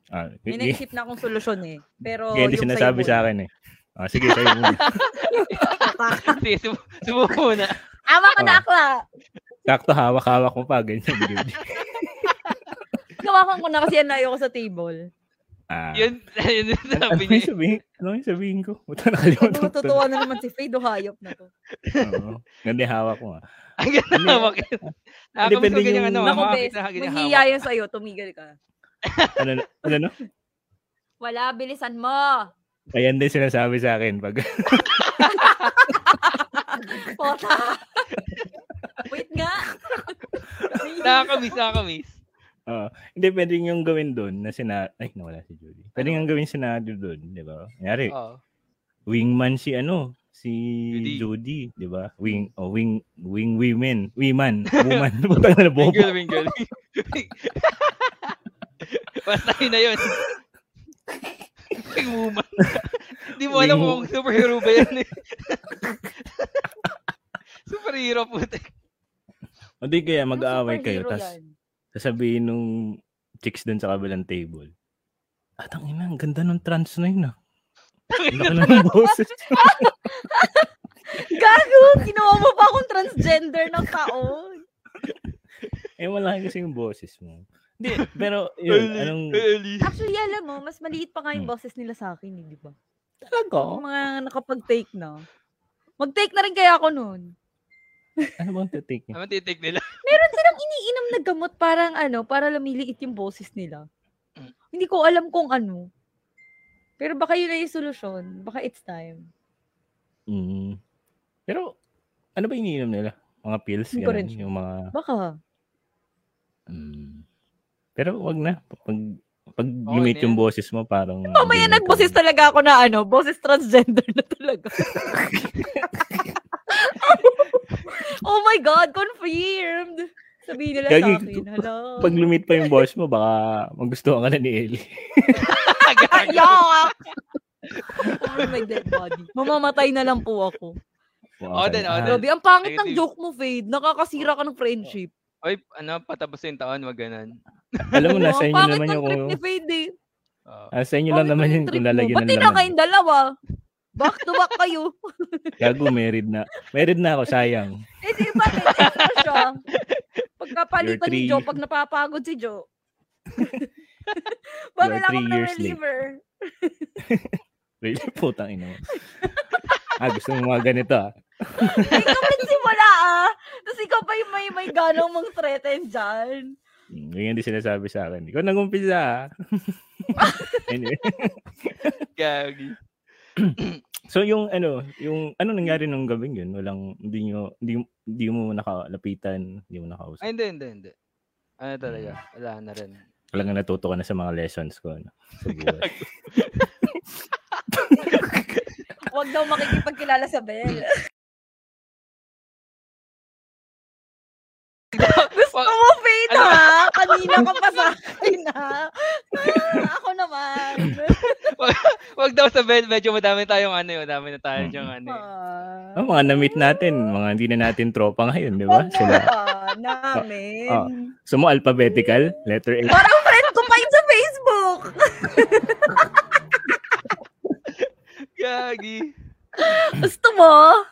[SPEAKER 1] Ah, y-
[SPEAKER 5] May
[SPEAKER 1] y-
[SPEAKER 5] naisip na akong solusyon eh. Pero
[SPEAKER 1] ganyan din
[SPEAKER 5] yung
[SPEAKER 1] sinasabi sa akin eh. Ah, sige, sa'yo muna.
[SPEAKER 2] Sige, sub- subuko na.
[SPEAKER 5] Ama ka na
[SPEAKER 1] Oh.
[SPEAKER 5] akla!
[SPEAKER 1] Sakto hawak-hawak mo pa, ganyan Judy.
[SPEAKER 5] Gawakan ko na kasi yan ayoko sa table.
[SPEAKER 1] Ah.
[SPEAKER 2] Yun, yun yung
[SPEAKER 1] An-
[SPEAKER 2] sabi
[SPEAKER 1] ano yung
[SPEAKER 2] niya.
[SPEAKER 1] sabihin? Ano yung sabihin ko? Buta
[SPEAKER 5] Pag
[SPEAKER 1] nakalimutan ko.
[SPEAKER 5] matutuwa na naman si Faye, hayop na to.
[SPEAKER 1] Oo. Ganda yung hawak mo ah.
[SPEAKER 2] Ang ginahawak yun. Nakakamiss
[SPEAKER 1] Depende
[SPEAKER 2] ko ganyan
[SPEAKER 1] yung-
[SPEAKER 2] ano.
[SPEAKER 1] Naku,
[SPEAKER 5] Ako,
[SPEAKER 2] Ako,
[SPEAKER 5] bes,
[SPEAKER 2] ginahawak.
[SPEAKER 5] mahihiya yan sa'yo, tumigil ka.
[SPEAKER 1] Ano, na- ano, no?
[SPEAKER 5] Wala, bilisan mo!
[SPEAKER 1] Ayan din sinasabi sa akin. Pag,
[SPEAKER 5] Pota! Wait nga!
[SPEAKER 2] Nakakamiss, nakakamiss.
[SPEAKER 1] hindi, pwede yung gawin doon na sina... Ay, nawala si Judy. Pwede nga gawin senaryo doon, di ba? Kanyari,
[SPEAKER 2] Oo.
[SPEAKER 1] wingman si ano, si
[SPEAKER 2] Ah. Judy.
[SPEAKER 1] Judy, di ba? Wing, oh, wing, wing women, women, woman. Butang na bobo.
[SPEAKER 2] Wingle, wingle. Basta yun na yun. Wing woman. Hindi mo alam
[SPEAKER 1] Wing
[SPEAKER 2] kung superhero ba yan eh. superhero po.
[SPEAKER 1] O di kaya mag-aaway
[SPEAKER 5] Superhero
[SPEAKER 1] kayo, tas
[SPEAKER 5] yan.
[SPEAKER 1] sasabihin nung chicks doon sa kabilang table. At ang ina, ang ganda ng trans na yun ah. Ang laki na ng boses.
[SPEAKER 5] Gago! Ginawa mo pa akong transgender ng taon.
[SPEAKER 1] eh, malaki kasi yung boses mo. Hindi, pero yun, anong...
[SPEAKER 5] Actually, alam mo, mas maliit pa nga yung
[SPEAKER 1] Hmm.
[SPEAKER 5] boses nila sa akin, eh, di ba? Yung
[SPEAKER 1] Talaga?
[SPEAKER 5] mga nakapag-take na. Mag-take na rin kaya ako noon.
[SPEAKER 1] Ano bang titik niya?
[SPEAKER 2] Ano titik nila?
[SPEAKER 5] Meron silang iniinom na gamot parang ano, para lumiliit yung boses nila.
[SPEAKER 1] Mm.
[SPEAKER 5] Hindi ko alam kung ano. Pero baka yun na yung solusyon. Baka it's time.
[SPEAKER 1] Mm. Pero, ano ba iniinom nila? Mga pills,
[SPEAKER 5] Hindi ko
[SPEAKER 1] ganun,
[SPEAKER 5] rin sure.
[SPEAKER 1] yung mga...
[SPEAKER 5] Baka.
[SPEAKER 1] Mm. Pero wag na. Pag, pag
[SPEAKER 2] na
[SPEAKER 1] lumit yung
[SPEAKER 2] yan.
[SPEAKER 1] boses mo, parang...
[SPEAKER 5] Mamaya
[SPEAKER 1] hindi na
[SPEAKER 5] nagboses
[SPEAKER 1] talaga.
[SPEAKER 5] talaga ako na ano, boses transgender na talaga. oh my God, confirmed. Sabihin nila sa
[SPEAKER 1] Gagi,
[SPEAKER 5] akin, hello.
[SPEAKER 1] Pag lumit pa yung boses mo, baka magustuhan ka na ni Ellie.
[SPEAKER 5] Yuck! Or my dead body. Mamamatay na lang po ako.
[SPEAKER 1] Wow,
[SPEAKER 2] Oo din, oo
[SPEAKER 1] ah,
[SPEAKER 2] din.
[SPEAKER 5] Grabe, ang pangit ng
[SPEAKER 2] Negative.
[SPEAKER 5] joke mo, Fade. Nakakasira ka ng friendship.
[SPEAKER 2] Oy, ano, patapos na yung taon, wag ganun.
[SPEAKER 1] Alam mo,
[SPEAKER 5] Ano,
[SPEAKER 1] nasa
[SPEAKER 5] ang
[SPEAKER 1] inyo
[SPEAKER 5] pangit
[SPEAKER 1] naman
[SPEAKER 5] ng
[SPEAKER 1] yung...
[SPEAKER 5] trip ni Fade eh.
[SPEAKER 2] Oo.
[SPEAKER 1] Ah, sa inyo lang
[SPEAKER 5] Pangit
[SPEAKER 1] naman
[SPEAKER 5] ng
[SPEAKER 1] yun
[SPEAKER 5] trip
[SPEAKER 1] kung
[SPEAKER 5] mo.
[SPEAKER 1] lalagyan
[SPEAKER 5] Ba't
[SPEAKER 1] ng
[SPEAKER 5] di na
[SPEAKER 1] laman.
[SPEAKER 5] kayong dalawa? Back to back kayo.
[SPEAKER 1] Gago, married na. Married na ako, sayang.
[SPEAKER 5] Eh, di ba? May extra siya. Pagkapalitan
[SPEAKER 1] You're
[SPEAKER 5] ni
[SPEAKER 1] three-
[SPEAKER 5] Joe, pag napapagod si Joe. Baka
[SPEAKER 1] You're
[SPEAKER 5] lang
[SPEAKER 1] three
[SPEAKER 5] ako ng
[SPEAKER 1] years late.
[SPEAKER 5] reliever.
[SPEAKER 1] Really, putang ina mo. ah, gusto mo mga ganito ah.
[SPEAKER 5] Ikaw nagsimula ah. Tapos ikaw pa yung may, may ganong mang threaten dyan.
[SPEAKER 1] Hmm, Ganyan din sinasabi sa akin. Ikaw nag-umpisa ah. anyway.
[SPEAKER 2] Gagi.
[SPEAKER 1] So yung ano, yung ano nangyari nung gabing yun? Walang, hindi nyo, hindi, hindi mo nakalapitan, hindi mo nakausap.
[SPEAKER 2] Ay, hindi, hindi, hindi. Ano talaga?
[SPEAKER 1] Hmm.
[SPEAKER 2] Wala na rin.
[SPEAKER 1] Talagang natuto ka na sa mga lessons ko. Ano, sa buhay.
[SPEAKER 5] Huwag daw makikipagkilala sa Bel. Gusto mo, Faith,
[SPEAKER 2] Ano?
[SPEAKER 5] ha? Kanina ka pa sa akin, ha? Ah, ako naman.
[SPEAKER 2] Wag daw sa bed, medyo madami tayong ano, eh, madami na tayo
[SPEAKER 1] Mm.
[SPEAKER 2] diyang ano. eh.
[SPEAKER 1] Ah,
[SPEAKER 5] Ah.
[SPEAKER 1] mga na-meet natin, mga hindi na natin tropa ngayon, di ba?
[SPEAKER 5] Huwag
[SPEAKER 1] Diba? Sila.
[SPEAKER 5] na ba namin.
[SPEAKER 1] Ah, So mo alphabetical, letter A.
[SPEAKER 5] Parang friend ko pa yun sa Facebook.
[SPEAKER 2] Gagi.
[SPEAKER 5] Gusto mo?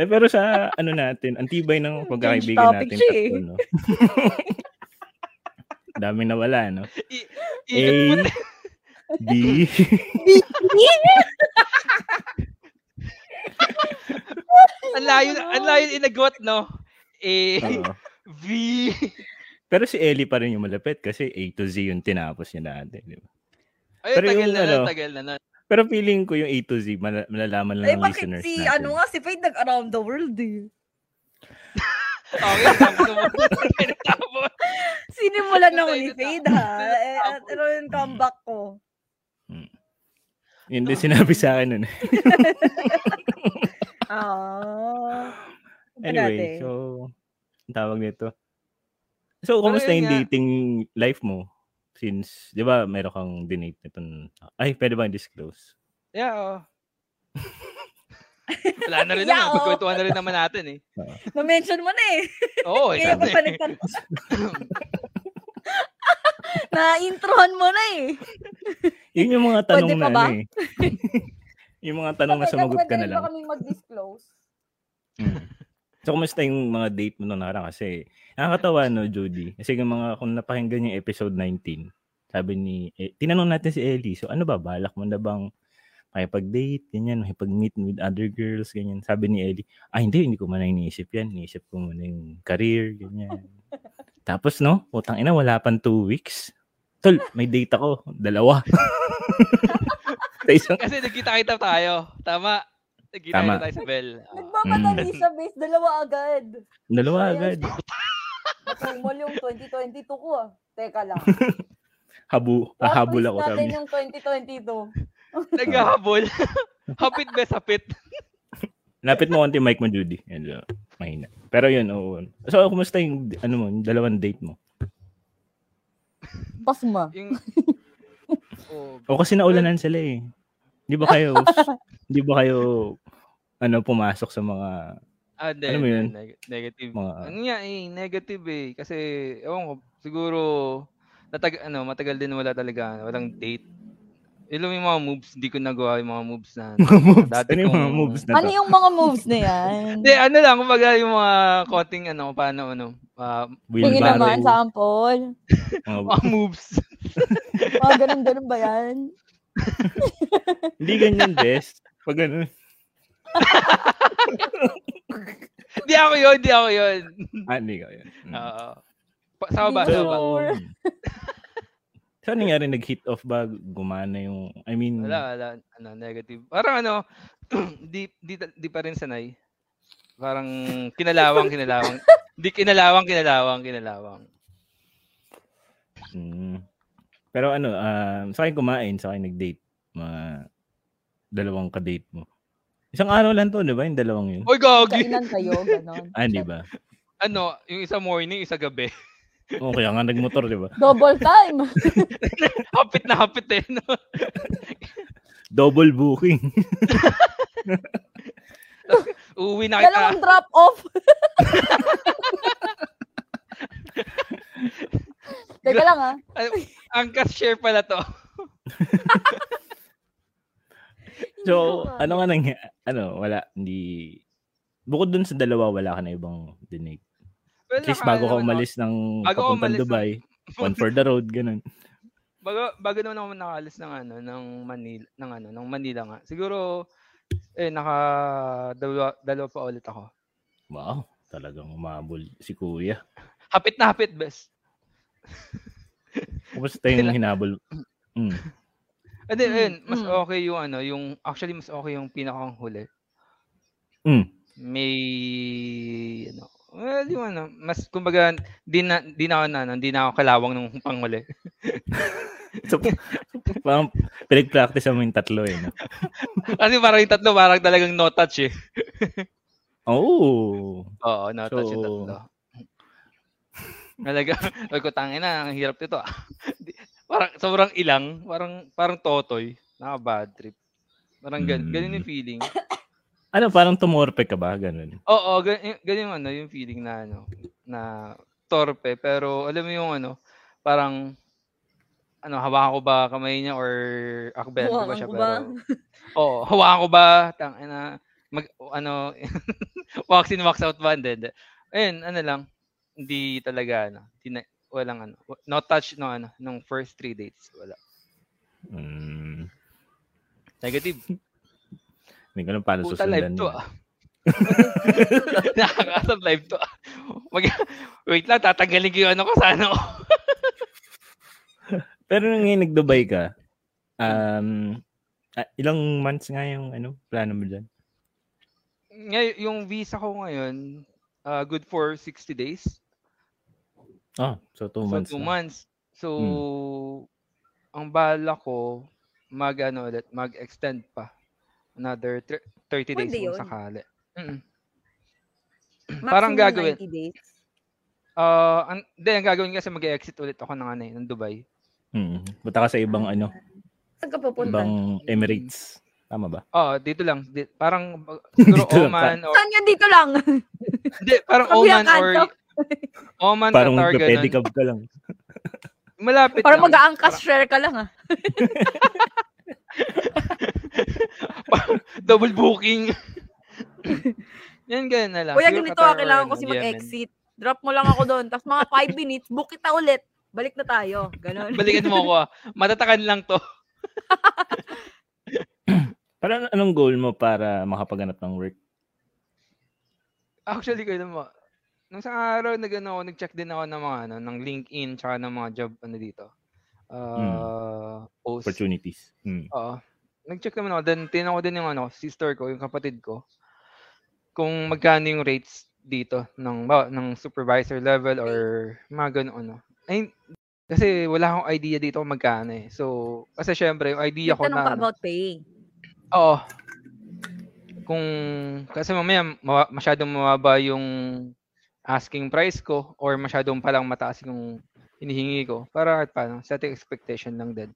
[SPEAKER 1] Eh, Pero sa ano natin, ang tibay ng pagkakaibigan
[SPEAKER 5] topic
[SPEAKER 1] natin.
[SPEAKER 5] siya eh.
[SPEAKER 1] Tatlo, no? Daming nawala, no? A,
[SPEAKER 2] Ikot mo na.
[SPEAKER 1] B,
[SPEAKER 2] Ang layo, ang layo inagot, no? A,
[SPEAKER 1] oo.
[SPEAKER 2] V.
[SPEAKER 1] Pero si Ellie pa rin yung malapit kasi A to Z yung tinapos niya natin. Di ba?
[SPEAKER 2] Ay,
[SPEAKER 1] Pero
[SPEAKER 2] tagal
[SPEAKER 1] yung
[SPEAKER 2] na nun,
[SPEAKER 1] ano,
[SPEAKER 2] tagal na nun.
[SPEAKER 1] Pero feeling ko yung A to Z, mala- malalaman lang
[SPEAKER 5] Eh,
[SPEAKER 1] ng
[SPEAKER 5] bakit
[SPEAKER 1] listeners
[SPEAKER 5] si,
[SPEAKER 1] natin.
[SPEAKER 5] ano nga, si Faith nag-around the world, eh.
[SPEAKER 2] Okay, tapos mo. Tapos.
[SPEAKER 5] Sinimulan ako
[SPEAKER 2] Patay
[SPEAKER 5] ni
[SPEAKER 2] na
[SPEAKER 5] Faith,
[SPEAKER 2] tao.
[SPEAKER 5] ha?
[SPEAKER 2] Patay na
[SPEAKER 5] Eh,
[SPEAKER 2] tao.
[SPEAKER 5] at ano yung comeback ko?
[SPEAKER 1] Yun din sinabi sa akin nun.
[SPEAKER 5] Ah. Ano
[SPEAKER 1] anyway,
[SPEAKER 5] natin?
[SPEAKER 1] so, ang tawag nito. So, kumusta
[SPEAKER 2] yun
[SPEAKER 1] yung
[SPEAKER 2] nga.
[SPEAKER 1] dating life mo? Since, di ba, meron kang dinate nitong... Ay, pwede ba disclose?
[SPEAKER 2] Yeah, oh. Wala na rin
[SPEAKER 5] Yeah,
[SPEAKER 2] naman.
[SPEAKER 5] oh.
[SPEAKER 2] Pagkwentuhan na rin naman natin eh.
[SPEAKER 5] Na-mention mo na eh.
[SPEAKER 2] Oo, eh,
[SPEAKER 5] Kaya ko
[SPEAKER 2] syempre.
[SPEAKER 5] pa nagtanong. Na-introhan mo na eh.
[SPEAKER 1] Yun yung mga tanong
[SPEAKER 5] Pwede
[SPEAKER 1] na
[SPEAKER 5] pa ba?
[SPEAKER 1] ano eh. yung mga tanong na sumagot ka
[SPEAKER 7] Pwede
[SPEAKER 1] na lang.
[SPEAKER 7] rin ba kaming mag-disclose?
[SPEAKER 1] So, kumusta yung mga date mo nung nakaraan? Kasi, nakakatawa, no, Jody? Kasi yung mga, kung napakinggan yung episode 19, sabi ni, eh, tinanong natin si Ellie, so ano ba, balak mo na bang makipag-date, ganyan, makipag-meet with other girls, ganyan. Sabi ni Ellie, ay hindi, hindi ko man iniisip yan. Iniisip ko muna yung career, ganyan. Tapos, no, putang ina, wala pang two weeks. Tol, may date ako, dalawa. Sa isang,
[SPEAKER 2] Kasi nagkita-kita tayo. Tama. Nagkita-kita
[SPEAKER 1] Tama.
[SPEAKER 2] tayo sa Bell. Oo.
[SPEAKER 1] Mm.
[SPEAKER 7] Nagmamadali siya, bes. Dalawa agad.
[SPEAKER 1] dalawa agad.
[SPEAKER 7] Natumol yung 2022 ko ah. Teka lang.
[SPEAKER 1] Habu,
[SPEAKER 7] Plot
[SPEAKER 1] hahabol
[SPEAKER 7] twist
[SPEAKER 1] ako, sabi
[SPEAKER 7] natin
[SPEAKER 1] niya.
[SPEAKER 7] yung 2022.
[SPEAKER 2] Naghahabol. hapit bes, hapit.
[SPEAKER 1] Lapit mo konti yung mic mo, Judy. Yan, uh, mahina. Pero yun, oo. So, kumusta yung, ano mo, yung dalawang date mo?
[SPEAKER 7] Pasma.
[SPEAKER 2] Yung... Oh,
[SPEAKER 1] O kasi naulanan sila eh. Di ba kayo, di ba kayo, ano, pumasok sa mga,
[SPEAKER 2] ah, hindi,
[SPEAKER 1] Alam mo
[SPEAKER 2] hindi,
[SPEAKER 1] yun?
[SPEAKER 2] neg- negative.
[SPEAKER 1] mga,
[SPEAKER 2] Ano nga eh, negative eh. Kasi, ewan ko, siguro, natag ano, matagal din wala talaga, ano, walang date. Alam mo yung mga moves, hindi ko nagawa yung mga moves na.
[SPEAKER 1] mga moves.
[SPEAKER 2] Dati
[SPEAKER 1] Ano ah. yung mga
[SPEAKER 2] kong-
[SPEAKER 1] moves na
[SPEAKER 7] Ano
[SPEAKER 1] to?
[SPEAKER 7] yung mga moves na yan?
[SPEAKER 2] Hindi, ano lang, kumbaga yung mga konting, ano, paano, ano, ah,
[SPEAKER 7] Tingin
[SPEAKER 1] Wheelbarrow,
[SPEAKER 7] naman, sample.
[SPEAKER 1] mga-
[SPEAKER 2] mga moves.
[SPEAKER 7] Mga ganun-ganun ba yan?
[SPEAKER 1] Hindi ganyan, best. Pag ano,
[SPEAKER 2] Hindi ako yun, hindi ako yun.
[SPEAKER 1] ah, hindi ka yan. Mm.
[SPEAKER 2] Oo. Pa- sama ba,
[SPEAKER 7] Hindi ko
[SPEAKER 2] sama ano ba?
[SPEAKER 7] sure.
[SPEAKER 1] so, ano nangyari? Nag-hit off ba? Gumana yung, I mean,
[SPEAKER 2] Wala, wala, ano, negative. Parang ano, di, di, di pa rin sanay. Parang kinalawang, kinalawang. Hindi, kinalawang, kinalawang, kinalawang.
[SPEAKER 1] Mm. Pero ano, um, sa akin kumain, sa akin nag-date. Mga dalawang ka-date mo. Isang araw lang to, di ba? Yung dalawang yun.
[SPEAKER 2] Uy, gogi!
[SPEAKER 4] Kainan kayo, ganon.
[SPEAKER 1] Ah, di ba?
[SPEAKER 2] Ano, yung isa morning, isa gabi.
[SPEAKER 1] Oo, kaya nga nagmotor, di ba?
[SPEAKER 4] Double time.
[SPEAKER 2] hapit na hapit eh. No?
[SPEAKER 1] Double booking.
[SPEAKER 2] Uuwi na kita.
[SPEAKER 4] Dalawang
[SPEAKER 1] ah.
[SPEAKER 4] drop off. Teka lang ah.
[SPEAKER 2] Ang cash share pala to.
[SPEAKER 1] So, ano nga nang, ano, wala, hindi, bukod dun sa dalawa, wala ka na ibang dinate.
[SPEAKER 2] Well,
[SPEAKER 1] At least
[SPEAKER 2] nakaano
[SPEAKER 1] bago ka
[SPEAKER 2] naman
[SPEAKER 1] umalis ng
[SPEAKER 2] Bago ako
[SPEAKER 1] papuntang
[SPEAKER 2] umalis ng-
[SPEAKER 1] Dubai,
[SPEAKER 2] ako-
[SPEAKER 1] one for the road, ganun.
[SPEAKER 2] bago, bago naman ako nakaalis ng ano, ng Manila, ng ano, ng Manila nga. Siguro, eh, naka dalawa, dalawa pa ulit ako.
[SPEAKER 1] Wow, talagang umabol si kuya.
[SPEAKER 2] Hapit na hapit, best.
[SPEAKER 1] Kumusta yung
[SPEAKER 2] Sila-
[SPEAKER 1] hinabol? Mm.
[SPEAKER 2] Hindi,
[SPEAKER 3] Mm,
[SPEAKER 2] ayun, mas
[SPEAKER 3] mm.
[SPEAKER 2] okay yung ano, yung, actually, mas okay yung pinakang huli.
[SPEAKER 1] Mm.
[SPEAKER 2] May, ano, well, yung ano, mas, kumbaga, di na, di na ako, na, ano, di na ako kalawang nung panghuli.
[SPEAKER 1] So, parang pinag-practice mo yung tatlo eh. No?
[SPEAKER 2] Kasi parang yung tatlo, parang talagang no touch eh.
[SPEAKER 1] Oh,
[SPEAKER 2] Oo, no touch yung
[SPEAKER 1] So-
[SPEAKER 2] tatlo. Talaga, ay ko tangin na, ang hirap nito ah. Di- parang sobrang ilang, parang parang totoy, naka bad trip. Parang gan,
[SPEAKER 1] Mm.
[SPEAKER 2] ganun yung feeling.
[SPEAKER 1] ano, parang tumorpe ka ba? Ganun.
[SPEAKER 2] Oo, gan, yung- ganun yung ano, yung feeling na ano, na torpe, pero alam mo yung ano, parang ano, hawakan ko ba kamay niya or akbayan ko ba
[SPEAKER 4] Hawakan
[SPEAKER 2] siya
[SPEAKER 4] ko
[SPEAKER 2] pero
[SPEAKER 4] ba?
[SPEAKER 2] Oo, hawakan ko ba tangin na mag ano wax in wax out ba hindi. hindi. Ayun, ano lang, hindi talaga ano, tina, walang ano, wa- no touch no ano, nung first three dates, wala.
[SPEAKER 1] Mm,
[SPEAKER 2] Negative.
[SPEAKER 1] hindi ko alam paano
[SPEAKER 2] Puta live
[SPEAKER 1] susundan.
[SPEAKER 2] to
[SPEAKER 1] yun.
[SPEAKER 2] ah. Nakakasap live to ah. Mag, wait lang, tatanggalin ko yung ano ko sa ano. ko.
[SPEAKER 1] Pero nung ngayon nag-Dubai ka, um, ah, ilang months nga yung ano, plano mo dyan?
[SPEAKER 2] Ngay- yung visa ko ngayon, ah, good for 60 days.
[SPEAKER 1] Ah, so two
[SPEAKER 2] so,
[SPEAKER 1] months.
[SPEAKER 2] two
[SPEAKER 1] na. Hmm.
[SPEAKER 2] months. So, ang bala ko, mag ano ulit, mag-extend pa. Another thir- 30 days
[SPEAKER 4] Pwede
[SPEAKER 2] kung
[SPEAKER 4] yun.
[SPEAKER 2] sakali. Mm-mm.
[SPEAKER 4] Maximum
[SPEAKER 2] Parang gagawin.
[SPEAKER 4] 90 days.
[SPEAKER 2] Ah, an- Hindi, ang gagawin kasi mag-exit ulit ako ng, ano, eh, ng Dubai.
[SPEAKER 1] Mm, Punta ka sa ibang ano,
[SPEAKER 4] Saan ka papunta?
[SPEAKER 1] ibang Emirates. Tama ba?
[SPEAKER 2] Oh, dito lang. Di- parang uh, siguro
[SPEAKER 1] Dito lang,
[SPEAKER 2] Oman or
[SPEAKER 3] Saan yun dito lang?
[SPEAKER 2] Hindi, parang
[SPEAKER 4] Kabilang
[SPEAKER 2] Oman or
[SPEAKER 4] kanto.
[SPEAKER 2] Oman
[SPEAKER 1] Parang
[SPEAKER 2] Qatar ganun.
[SPEAKER 1] nagpe-pedicab ka lang.
[SPEAKER 2] Malapit
[SPEAKER 3] Para
[SPEAKER 2] lang.
[SPEAKER 3] mag-aangkas share ka lang ah.
[SPEAKER 2] Double booking. Yan, ganun na lang.
[SPEAKER 3] Kuya,
[SPEAKER 2] Siguro
[SPEAKER 3] ganito
[SPEAKER 2] Qatar
[SPEAKER 3] ah,
[SPEAKER 2] or
[SPEAKER 3] kailangan ko
[SPEAKER 2] ano,
[SPEAKER 3] si
[SPEAKER 2] Yemen.
[SPEAKER 3] mag-exit. Drop mo lang ako doon. Tapos mga 5 minutes, book kita ulit. Balik na tayo. Ganon.
[SPEAKER 2] eh. Balikan mo ko. Matatakan lang to.
[SPEAKER 1] Parang anong goal mo para makapaganap ng work?
[SPEAKER 2] Actually, ko mo. Nung isang araw, nag, ano, ako, nag-check din ako ng mga, ano, ng LinkedIn, tsaka ng mga job, ano dito.
[SPEAKER 1] Hmm.
[SPEAKER 2] Uh, Post.
[SPEAKER 1] Opportunities. Mm.
[SPEAKER 2] Oo. Nag-check naman ako. Then, tinan ko din yung ano, sister ko, yung kapatid ko. Kung magkano yung rates dito ng ba, ng supervisor level or mga ganun ano. Ay, kasi wala akong idea dito kung magkano eh. So, kasi syempre, yung idea ko
[SPEAKER 3] Tanong ka
[SPEAKER 2] na... ano,
[SPEAKER 3] about paying.
[SPEAKER 2] Oo. Kung... Kasi mamaya, ma- masyadong mababa yung asking price ko or masyadong palang mataas yung hinihingi ko. Para at paano, set yung expectation lang din.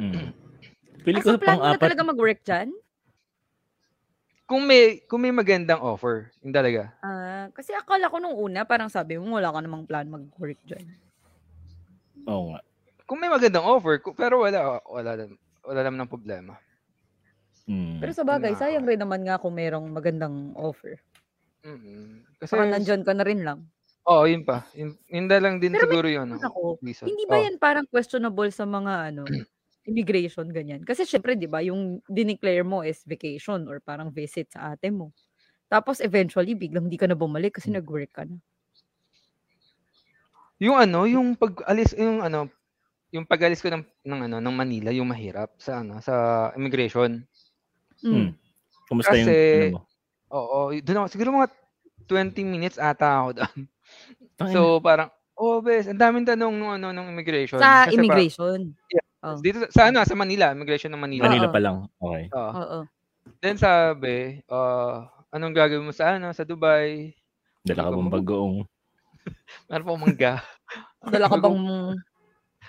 [SPEAKER 1] Mm. Pili
[SPEAKER 3] Ah,
[SPEAKER 1] ko
[SPEAKER 3] so,
[SPEAKER 1] sa
[SPEAKER 3] plan mo na
[SPEAKER 1] pang-apat.
[SPEAKER 3] talaga mag-work dyan?
[SPEAKER 2] Kung may, kung may magandang offer, yung talaga.
[SPEAKER 3] Ah, kasi akala ko nung una, parang sabi mo, wala ka namang plan mag-work dyan.
[SPEAKER 1] Oo nga.
[SPEAKER 2] kung may magandang offer, ku- pero wala, wala, nam- wala naman ng problema.
[SPEAKER 1] Mm.
[SPEAKER 3] Pero sa bagay,
[SPEAKER 2] Nah.
[SPEAKER 3] sayang rin naman nga kung merong magandang offer.
[SPEAKER 2] Mm-mm. Kasi,
[SPEAKER 3] Saka nandyan ka na rin lang.
[SPEAKER 2] oo, yun pa. Yun, yun na lang din
[SPEAKER 3] Pero may
[SPEAKER 2] siguro yun.
[SPEAKER 3] Ano
[SPEAKER 2] Ano,
[SPEAKER 3] ako,
[SPEAKER 2] reason.
[SPEAKER 3] hindi ba
[SPEAKER 2] Oo.
[SPEAKER 3] yan parang questionable sa mga ano, immigration, ganyan? Kasi syempre, di ba, yung dineclare mo is vacation or parang visit sa ate mo. Tapos eventually, biglang di ka na bumalik
[SPEAKER 2] Hmm.
[SPEAKER 3] kasi nag-work ka na.
[SPEAKER 2] Yung ano, yung pag-alis, yung ano, yung pag-alis ko ng, ng ano, ng Manila, yung mahirap sa ano, sa immigration.
[SPEAKER 1] Mm.
[SPEAKER 5] Hmm.
[SPEAKER 1] Kumusta yung
[SPEAKER 2] Kasi-
[SPEAKER 1] ano mo?
[SPEAKER 2] Oo, doon ako. Siguro mga 20 minutes ata ako doon.
[SPEAKER 1] Tangina.
[SPEAKER 2] So, parang, oh, bes, ang daming tanong nung, ano, nung immigration.
[SPEAKER 5] Sa
[SPEAKER 2] Kasi
[SPEAKER 5] immigration.
[SPEAKER 2] parang-
[SPEAKER 5] oh.
[SPEAKER 2] dito, sa ano, sa Manila, immigration ng Manila.
[SPEAKER 1] Manila
[SPEAKER 5] Oo.
[SPEAKER 1] pa lang. Okay.
[SPEAKER 2] Oo.
[SPEAKER 3] Oh.
[SPEAKER 5] Oo.
[SPEAKER 2] Then sabi, ah, anong gagawin mo sa ano, sa Dubai?
[SPEAKER 1] Dala ka bang bagoong?
[SPEAKER 2] Meron pong Ano mangga.
[SPEAKER 5] Dala ka bang...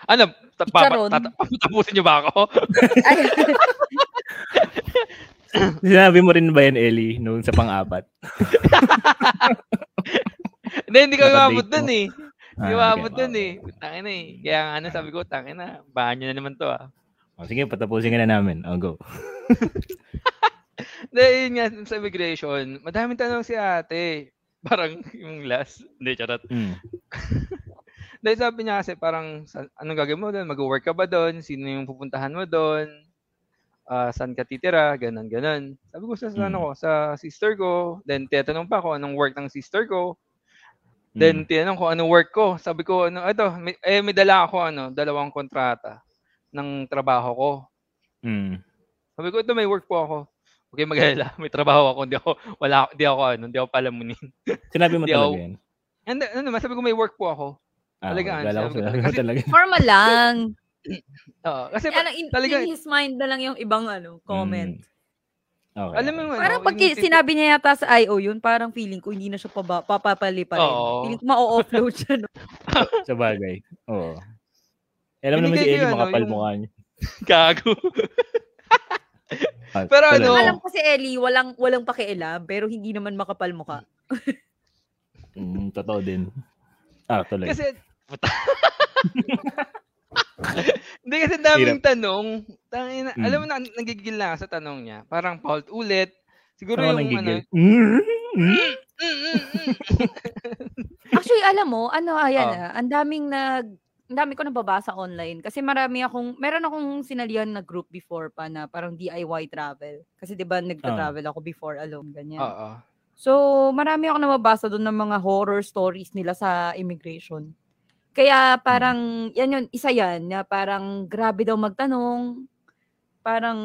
[SPEAKER 2] Ano, ta- papa-
[SPEAKER 5] Charon.
[SPEAKER 2] tata- papatapusin niyo ba ako?
[SPEAKER 5] Ay,
[SPEAKER 1] Sinabi mo rin ba yan, Ellie, noon sa pang-apat?
[SPEAKER 2] Hindi, hindi ko
[SPEAKER 1] Nakadate
[SPEAKER 2] umabot
[SPEAKER 1] mo.
[SPEAKER 2] dun eh. Hindi ko
[SPEAKER 1] Ah,
[SPEAKER 2] umabot
[SPEAKER 1] okay.
[SPEAKER 2] dun eh. Tangin eh. Kaya nga ano, sabi ko, tangin na, bahan nyo na naman to ah.
[SPEAKER 1] Oh, sige, patapusin ka na namin. Oh, go.
[SPEAKER 2] Hindi, yun nga, sa immigration, madaming tanong si ate. Parang yung last. Hindi, charot.
[SPEAKER 1] Mm.
[SPEAKER 2] Dahil sabi niya kasi parang, sa- anong gagawin mo doon? Mag-work ka ba doon? Sino yung pupuntahan mo doon? Ah, saan ka titira? Ganon, ganon. Sabi ko sa, sa ano
[SPEAKER 1] Mm.
[SPEAKER 2] ko, sa sister ko. Then, tinatanong pa ako anong work ng sister ko. Then, tinanong ko anong work ko. Sabi ko, ano, ito, may, eh, may dala ako, ano, dalawang kontrata ng trabaho ko.
[SPEAKER 1] Mm.
[SPEAKER 2] Sabi ko, ito, may work po ako. Okay, mag-alala. May trabaho ako. Hindi ako, wala, ako- hindi ako, ano, hindi ako palamunin.
[SPEAKER 1] Sinabi mo
[SPEAKER 2] Hindi
[SPEAKER 1] talaga
[SPEAKER 2] ako-
[SPEAKER 1] yan.
[SPEAKER 2] And, ano, naman, sabi ko, may work po ako.
[SPEAKER 1] Ah,
[SPEAKER 2] Talaga,
[SPEAKER 1] okay. Kala ko
[SPEAKER 2] sinabi ko
[SPEAKER 1] sinabi mo
[SPEAKER 2] talaga.
[SPEAKER 1] talaga.
[SPEAKER 5] formal lang.
[SPEAKER 2] Oo, kasi,
[SPEAKER 5] Ano?
[SPEAKER 8] Kaya lang, in,
[SPEAKER 2] talaga- Hmm.
[SPEAKER 8] in his mind na lang yung ibang ano, comment.
[SPEAKER 1] Mm. Okay.
[SPEAKER 2] alam mo yung, ano,
[SPEAKER 5] Parang pag
[SPEAKER 2] yung
[SPEAKER 5] ki- sinabi niya yata sa IO yun, parang feeling ko hindi na siya paba, papapalipa rin.
[SPEAKER 2] Oo.
[SPEAKER 5] Feeling ko ma-offload siya. No?
[SPEAKER 1] Sa bagay. Oo. Eh, Alam
[SPEAKER 2] Hindi
[SPEAKER 1] naman
[SPEAKER 2] kayo
[SPEAKER 1] si Ellie,
[SPEAKER 2] ano,
[SPEAKER 1] makapal
[SPEAKER 2] yung-
[SPEAKER 1] mukha niya.
[SPEAKER 2] Gago.
[SPEAKER 1] Ah,
[SPEAKER 2] Pero
[SPEAKER 1] talaga.
[SPEAKER 2] ano-
[SPEAKER 5] Alam ko si Ellie, walang, walang pakialam, pero hindi naman makapal mukha.
[SPEAKER 1] Mm, totoo din. Ah, tuloy.
[SPEAKER 2] Kasi, puta. Hindi kasi daming tanong. Tangina,
[SPEAKER 1] Mm.
[SPEAKER 2] Alam mo na, nagigil na ako sa tanong niya. Parang paulit ulit. Siguro
[SPEAKER 1] Saan ako
[SPEAKER 2] yung
[SPEAKER 1] nanggigil?
[SPEAKER 2] ano.
[SPEAKER 1] Mm.
[SPEAKER 2] Mm, mm, mm.
[SPEAKER 5] Actually, alam mo, ano, ayan
[SPEAKER 2] Oh.
[SPEAKER 5] ah, ang daming nag, ang dami ko nababasa online kasi marami akong, meron akong sinalihan na group before pa na parang DIY travel. Kasi di
[SPEAKER 2] Oh.
[SPEAKER 5] ba nagta-travel ako before alone, ganyan.
[SPEAKER 2] Oo.
[SPEAKER 5] So, marami ako nababasa doon ng mga horror stories nila sa immigration. Kaya
[SPEAKER 2] Hmm.
[SPEAKER 5] parang, yan yun, isa yan, na parang grabe daw magtanong. Parang,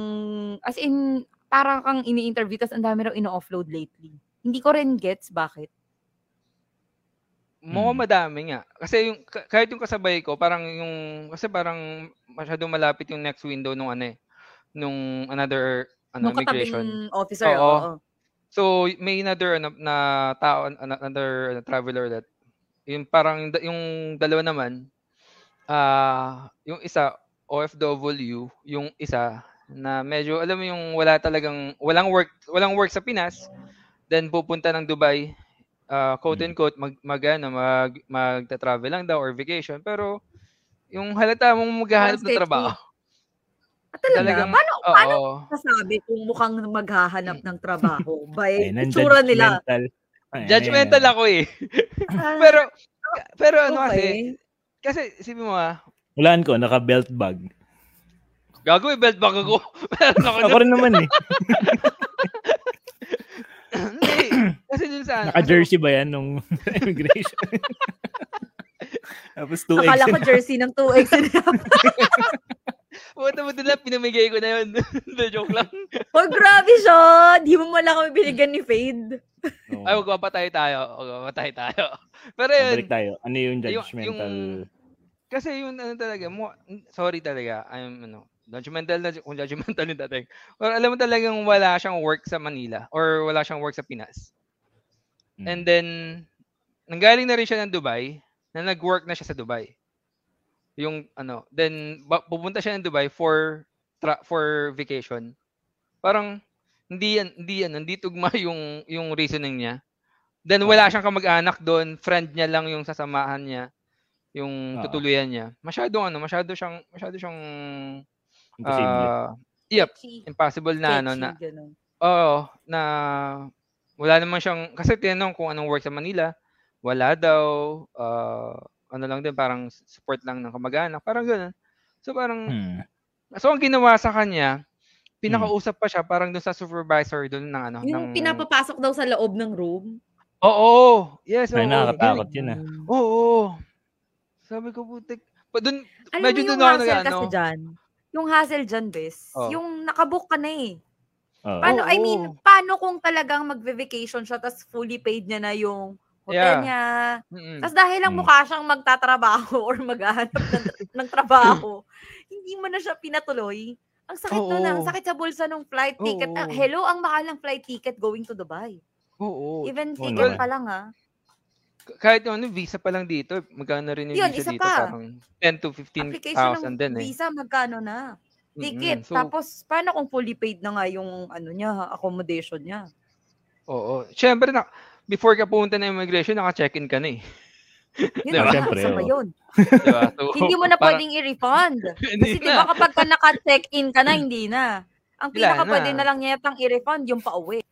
[SPEAKER 5] as in, parang kang ini-interview, tas ang dami raw ino-offload lately. Hindi ko rin gets bakit.
[SPEAKER 2] Mukhang madami nga. Kasi yung, ka- kahit yung kasabay ko, parang yung, kasi parang masyadong malapit yung next window nung ano eh. Nung another ano,
[SPEAKER 5] Nung
[SPEAKER 2] immigration.
[SPEAKER 5] katabing officer,
[SPEAKER 2] Oo.
[SPEAKER 5] oo.
[SPEAKER 2] So, may another ano, na tao, ano, another ano, traveler that, yung parang, da- yung dalawa naman, ah yung isa, OFW, yung isa, na medyo, alam mo yung wala talagang, walang work, walang work sa Pinas, then pupunta ng Dubai, ah quote
[SPEAKER 1] Mm.
[SPEAKER 2] unquote, mag, mag, ano, mag, magta-travel lang daw or vacation, pero, yung halata mong maghahanap ng
[SPEAKER 5] safety.
[SPEAKER 2] trabaho.
[SPEAKER 5] At Ah, talaga,
[SPEAKER 2] Talagang-
[SPEAKER 5] paano, paano
[SPEAKER 2] Oo.
[SPEAKER 5] masasabi kung mukhang maghahanap ng trabaho by
[SPEAKER 1] Ayan, ang
[SPEAKER 5] itsura nila?
[SPEAKER 1] judgmental. Ayan,
[SPEAKER 2] Judgmental
[SPEAKER 1] ayan.
[SPEAKER 2] ako eh.
[SPEAKER 5] Ah,
[SPEAKER 2] Pero, pero ano kasi,
[SPEAKER 5] okay.
[SPEAKER 2] Kasi, isipin mo ah,
[SPEAKER 1] Hulaan ko, naka-belt bag.
[SPEAKER 2] gago eh, belt bag ako. Meron ako
[SPEAKER 1] Ako
[SPEAKER 2] nun.
[SPEAKER 1] rin naman eh.
[SPEAKER 2] Hindi. Kasi dun sa ano.
[SPEAKER 1] Naka-jersey ba yan nung immigration? Tapos 2
[SPEAKER 5] Akala ko
[SPEAKER 1] eggs.
[SPEAKER 5] jersey ng 2X.
[SPEAKER 2] Puta mo dun lang, pinamigay ko na yun. Hindi, joke lang.
[SPEAKER 5] oh, grabe siya! Di mo wala kami binigyan ni Fade.
[SPEAKER 1] Oo.
[SPEAKER 2] Ay, huwag mapatay tayo. Huwag mapatay tayo. Pero yun,
[SPEAKER 1] Balik tayo. Ano yung judgmental?
[SPEAKER 2] yung- kasi yun ano talaga, mo, sorry talaga, I'm ano, judgmental na, kung judgmental yung dating. Pero alam mo talagang wala siyang work sa Manila or wala siyang work sa Pinas.
[SPEAKER 1] Mm.
[SPEAKER 2] And then, nanggaling na rin siya ng Dubai, na nag-work na siya sa Dubai. Yung ano, then ba- pupunta siya ng Dubai for tra- for vacation. Parang hindi yan, hindi yan, hindi tugma yung yung reasoning niya. Then wala siyang kamag-anak doon, friend niya lang yung sasamahan niya, yung
[SPEAKER 1] Oo.
[SPEAKER 2] tutuluyan niya. Masyadong ano, masyado siyang masyado siyang
[SPEAKER 1] Imposible.
[SPEAKER 2] ah, yep, impossible na ano na
[SPEAKER 5] Ganun.
[SPEAKER 2] Oo, na wala naman siyang, kasi tinanong kung anong work sa Manila, wala daw, ah, ano lang din, parang support lang ng kamag-anak, parang gano'n. So parang,
[SPEAKER 1] Hmm.
[SPEAKER 2] so ang ginawa sa kanya, pinakausap pa siya parang doon sa supervisor doon ng ano.
[SPEAKER 8] Yung
[SPEAKER 2] ng,
[SPEAKER 8] pinapapasok daw sa loob ng room.
[SPEAKER 2] Oo, yes, oo.
[SPEAKER 1] Ay, nakakatakot
[SPEAKER 2] ganun.
[SPEAKER 1] yun ah.
[SPEAKER 2] Oo, oo. Sabi ko, putik. Pa, dun,
[SPEAKER 5] Alam
[SPEAKER 2] Medyo
[SPEAKER 5] mo yung
[SPEAKER 2] dun ako
[SPEAKER 5] hassle
[SPEAKER 2] nag-ano.
[SPEAKER 5] kasi dyan. Yung hassle dyan, bes.
[SPEAKER 2] ano. Oh.
[SPEAKER 5] Yung nakabook ka na eh.
[SPEAKER 1] Oo.
[SPEAKER 5] Paano, I
[SPEAKER 2] Oo.
[SPEAKER 5] mean, paano kung talagang mag-vacation siya tapos fully paid niya na yung hotel
[SPEAKER 2] Yeah.
[SPEAKER 5] niya.
[SPEAKER 2] Mm-mm.
[SPEAKER 5] Tapos dahil lang
[SPEAKER 2] Hmm.
[SPEAKER 1] Mm.
[SPEAKER 5] mukha siyang magtatrabaho or maghahanap ng, ng trabaho, hindi mo na siya pinatuloy. Ang sakit nun,
[SPEAKER 2] Oo.
[SPEAKER 5] ah. ang sakit sa bulsa ng flight ticket. Ah,
[SPEAKER 2] Oo.
[SPEAKER 5] hello, ang mahal ng flight ticket going to Dubai.
[SPEAKER 2] Oo.
[SPEAKER 5] Even
[SPEAKER 1] Oo
[SPEAKER 5] ticket
[SPEAKER 1] naman.
[SPEAKER 5] pa lang ah. ha.
[SPEAKER 2] Kahit yung ano, visa pa lang dito, magkano rin yung
[SPEAKER 5] Yun,
[SPEAKER 2] visa
[SPEAKER 5] isa
[SPEAKER 2] dito?
[SPEAKER 5] pa.
[SPEAKER 2] Parang 10 to
[SPEAKER 5] Application
[SPEAKER 2] 15,000
[SPEAKER 5] ng
[SPEAKER 2] din eh.
[SPEAKER 5] visa, magkano na?
[SPEAKER 2] Mm-mm.
[SPEAKER 5] Ticket.
[SPEAKER 2] So,
[SPEAKER 5] Tapos, paano kung fully paid na nga yung ano niya, accommodation niya?
[SPEAKER 2] Oo. Siyempre, na, before ka pumunta ng immigration, naka-check-in ka na eh.
[SPEAKER 5] Yun,
[SPEAKER 2] Diba?
[SPEAKER 5] diba?
[SPEAKER 1] Siyempre,
[SPEAKER 5] Siyempre,
[SPEAKER 1] oo.
[SPEAKER 5] yun.
[SPEAKER 2] Diba? So,
[SPEAKER 5] hindi mo na
[SPEAKER 2] parang-
[SPEAKER 5] pwedeng i-refund.
[SPEAKER 2] Hindi
[SPEAKER 5] Kasi di
[SPEAKER 2] na. Mm.
[SPEAKER 5] ba kapag ka naka-check-in ka na, hindi na. Ang
[SPEAKER 2] Wala
[SPEAKER 5] pinaka
[SPEAKER 2] na.
[SPEAKER 5] pwede na lang niya yatang i-refund yung pa-uwi.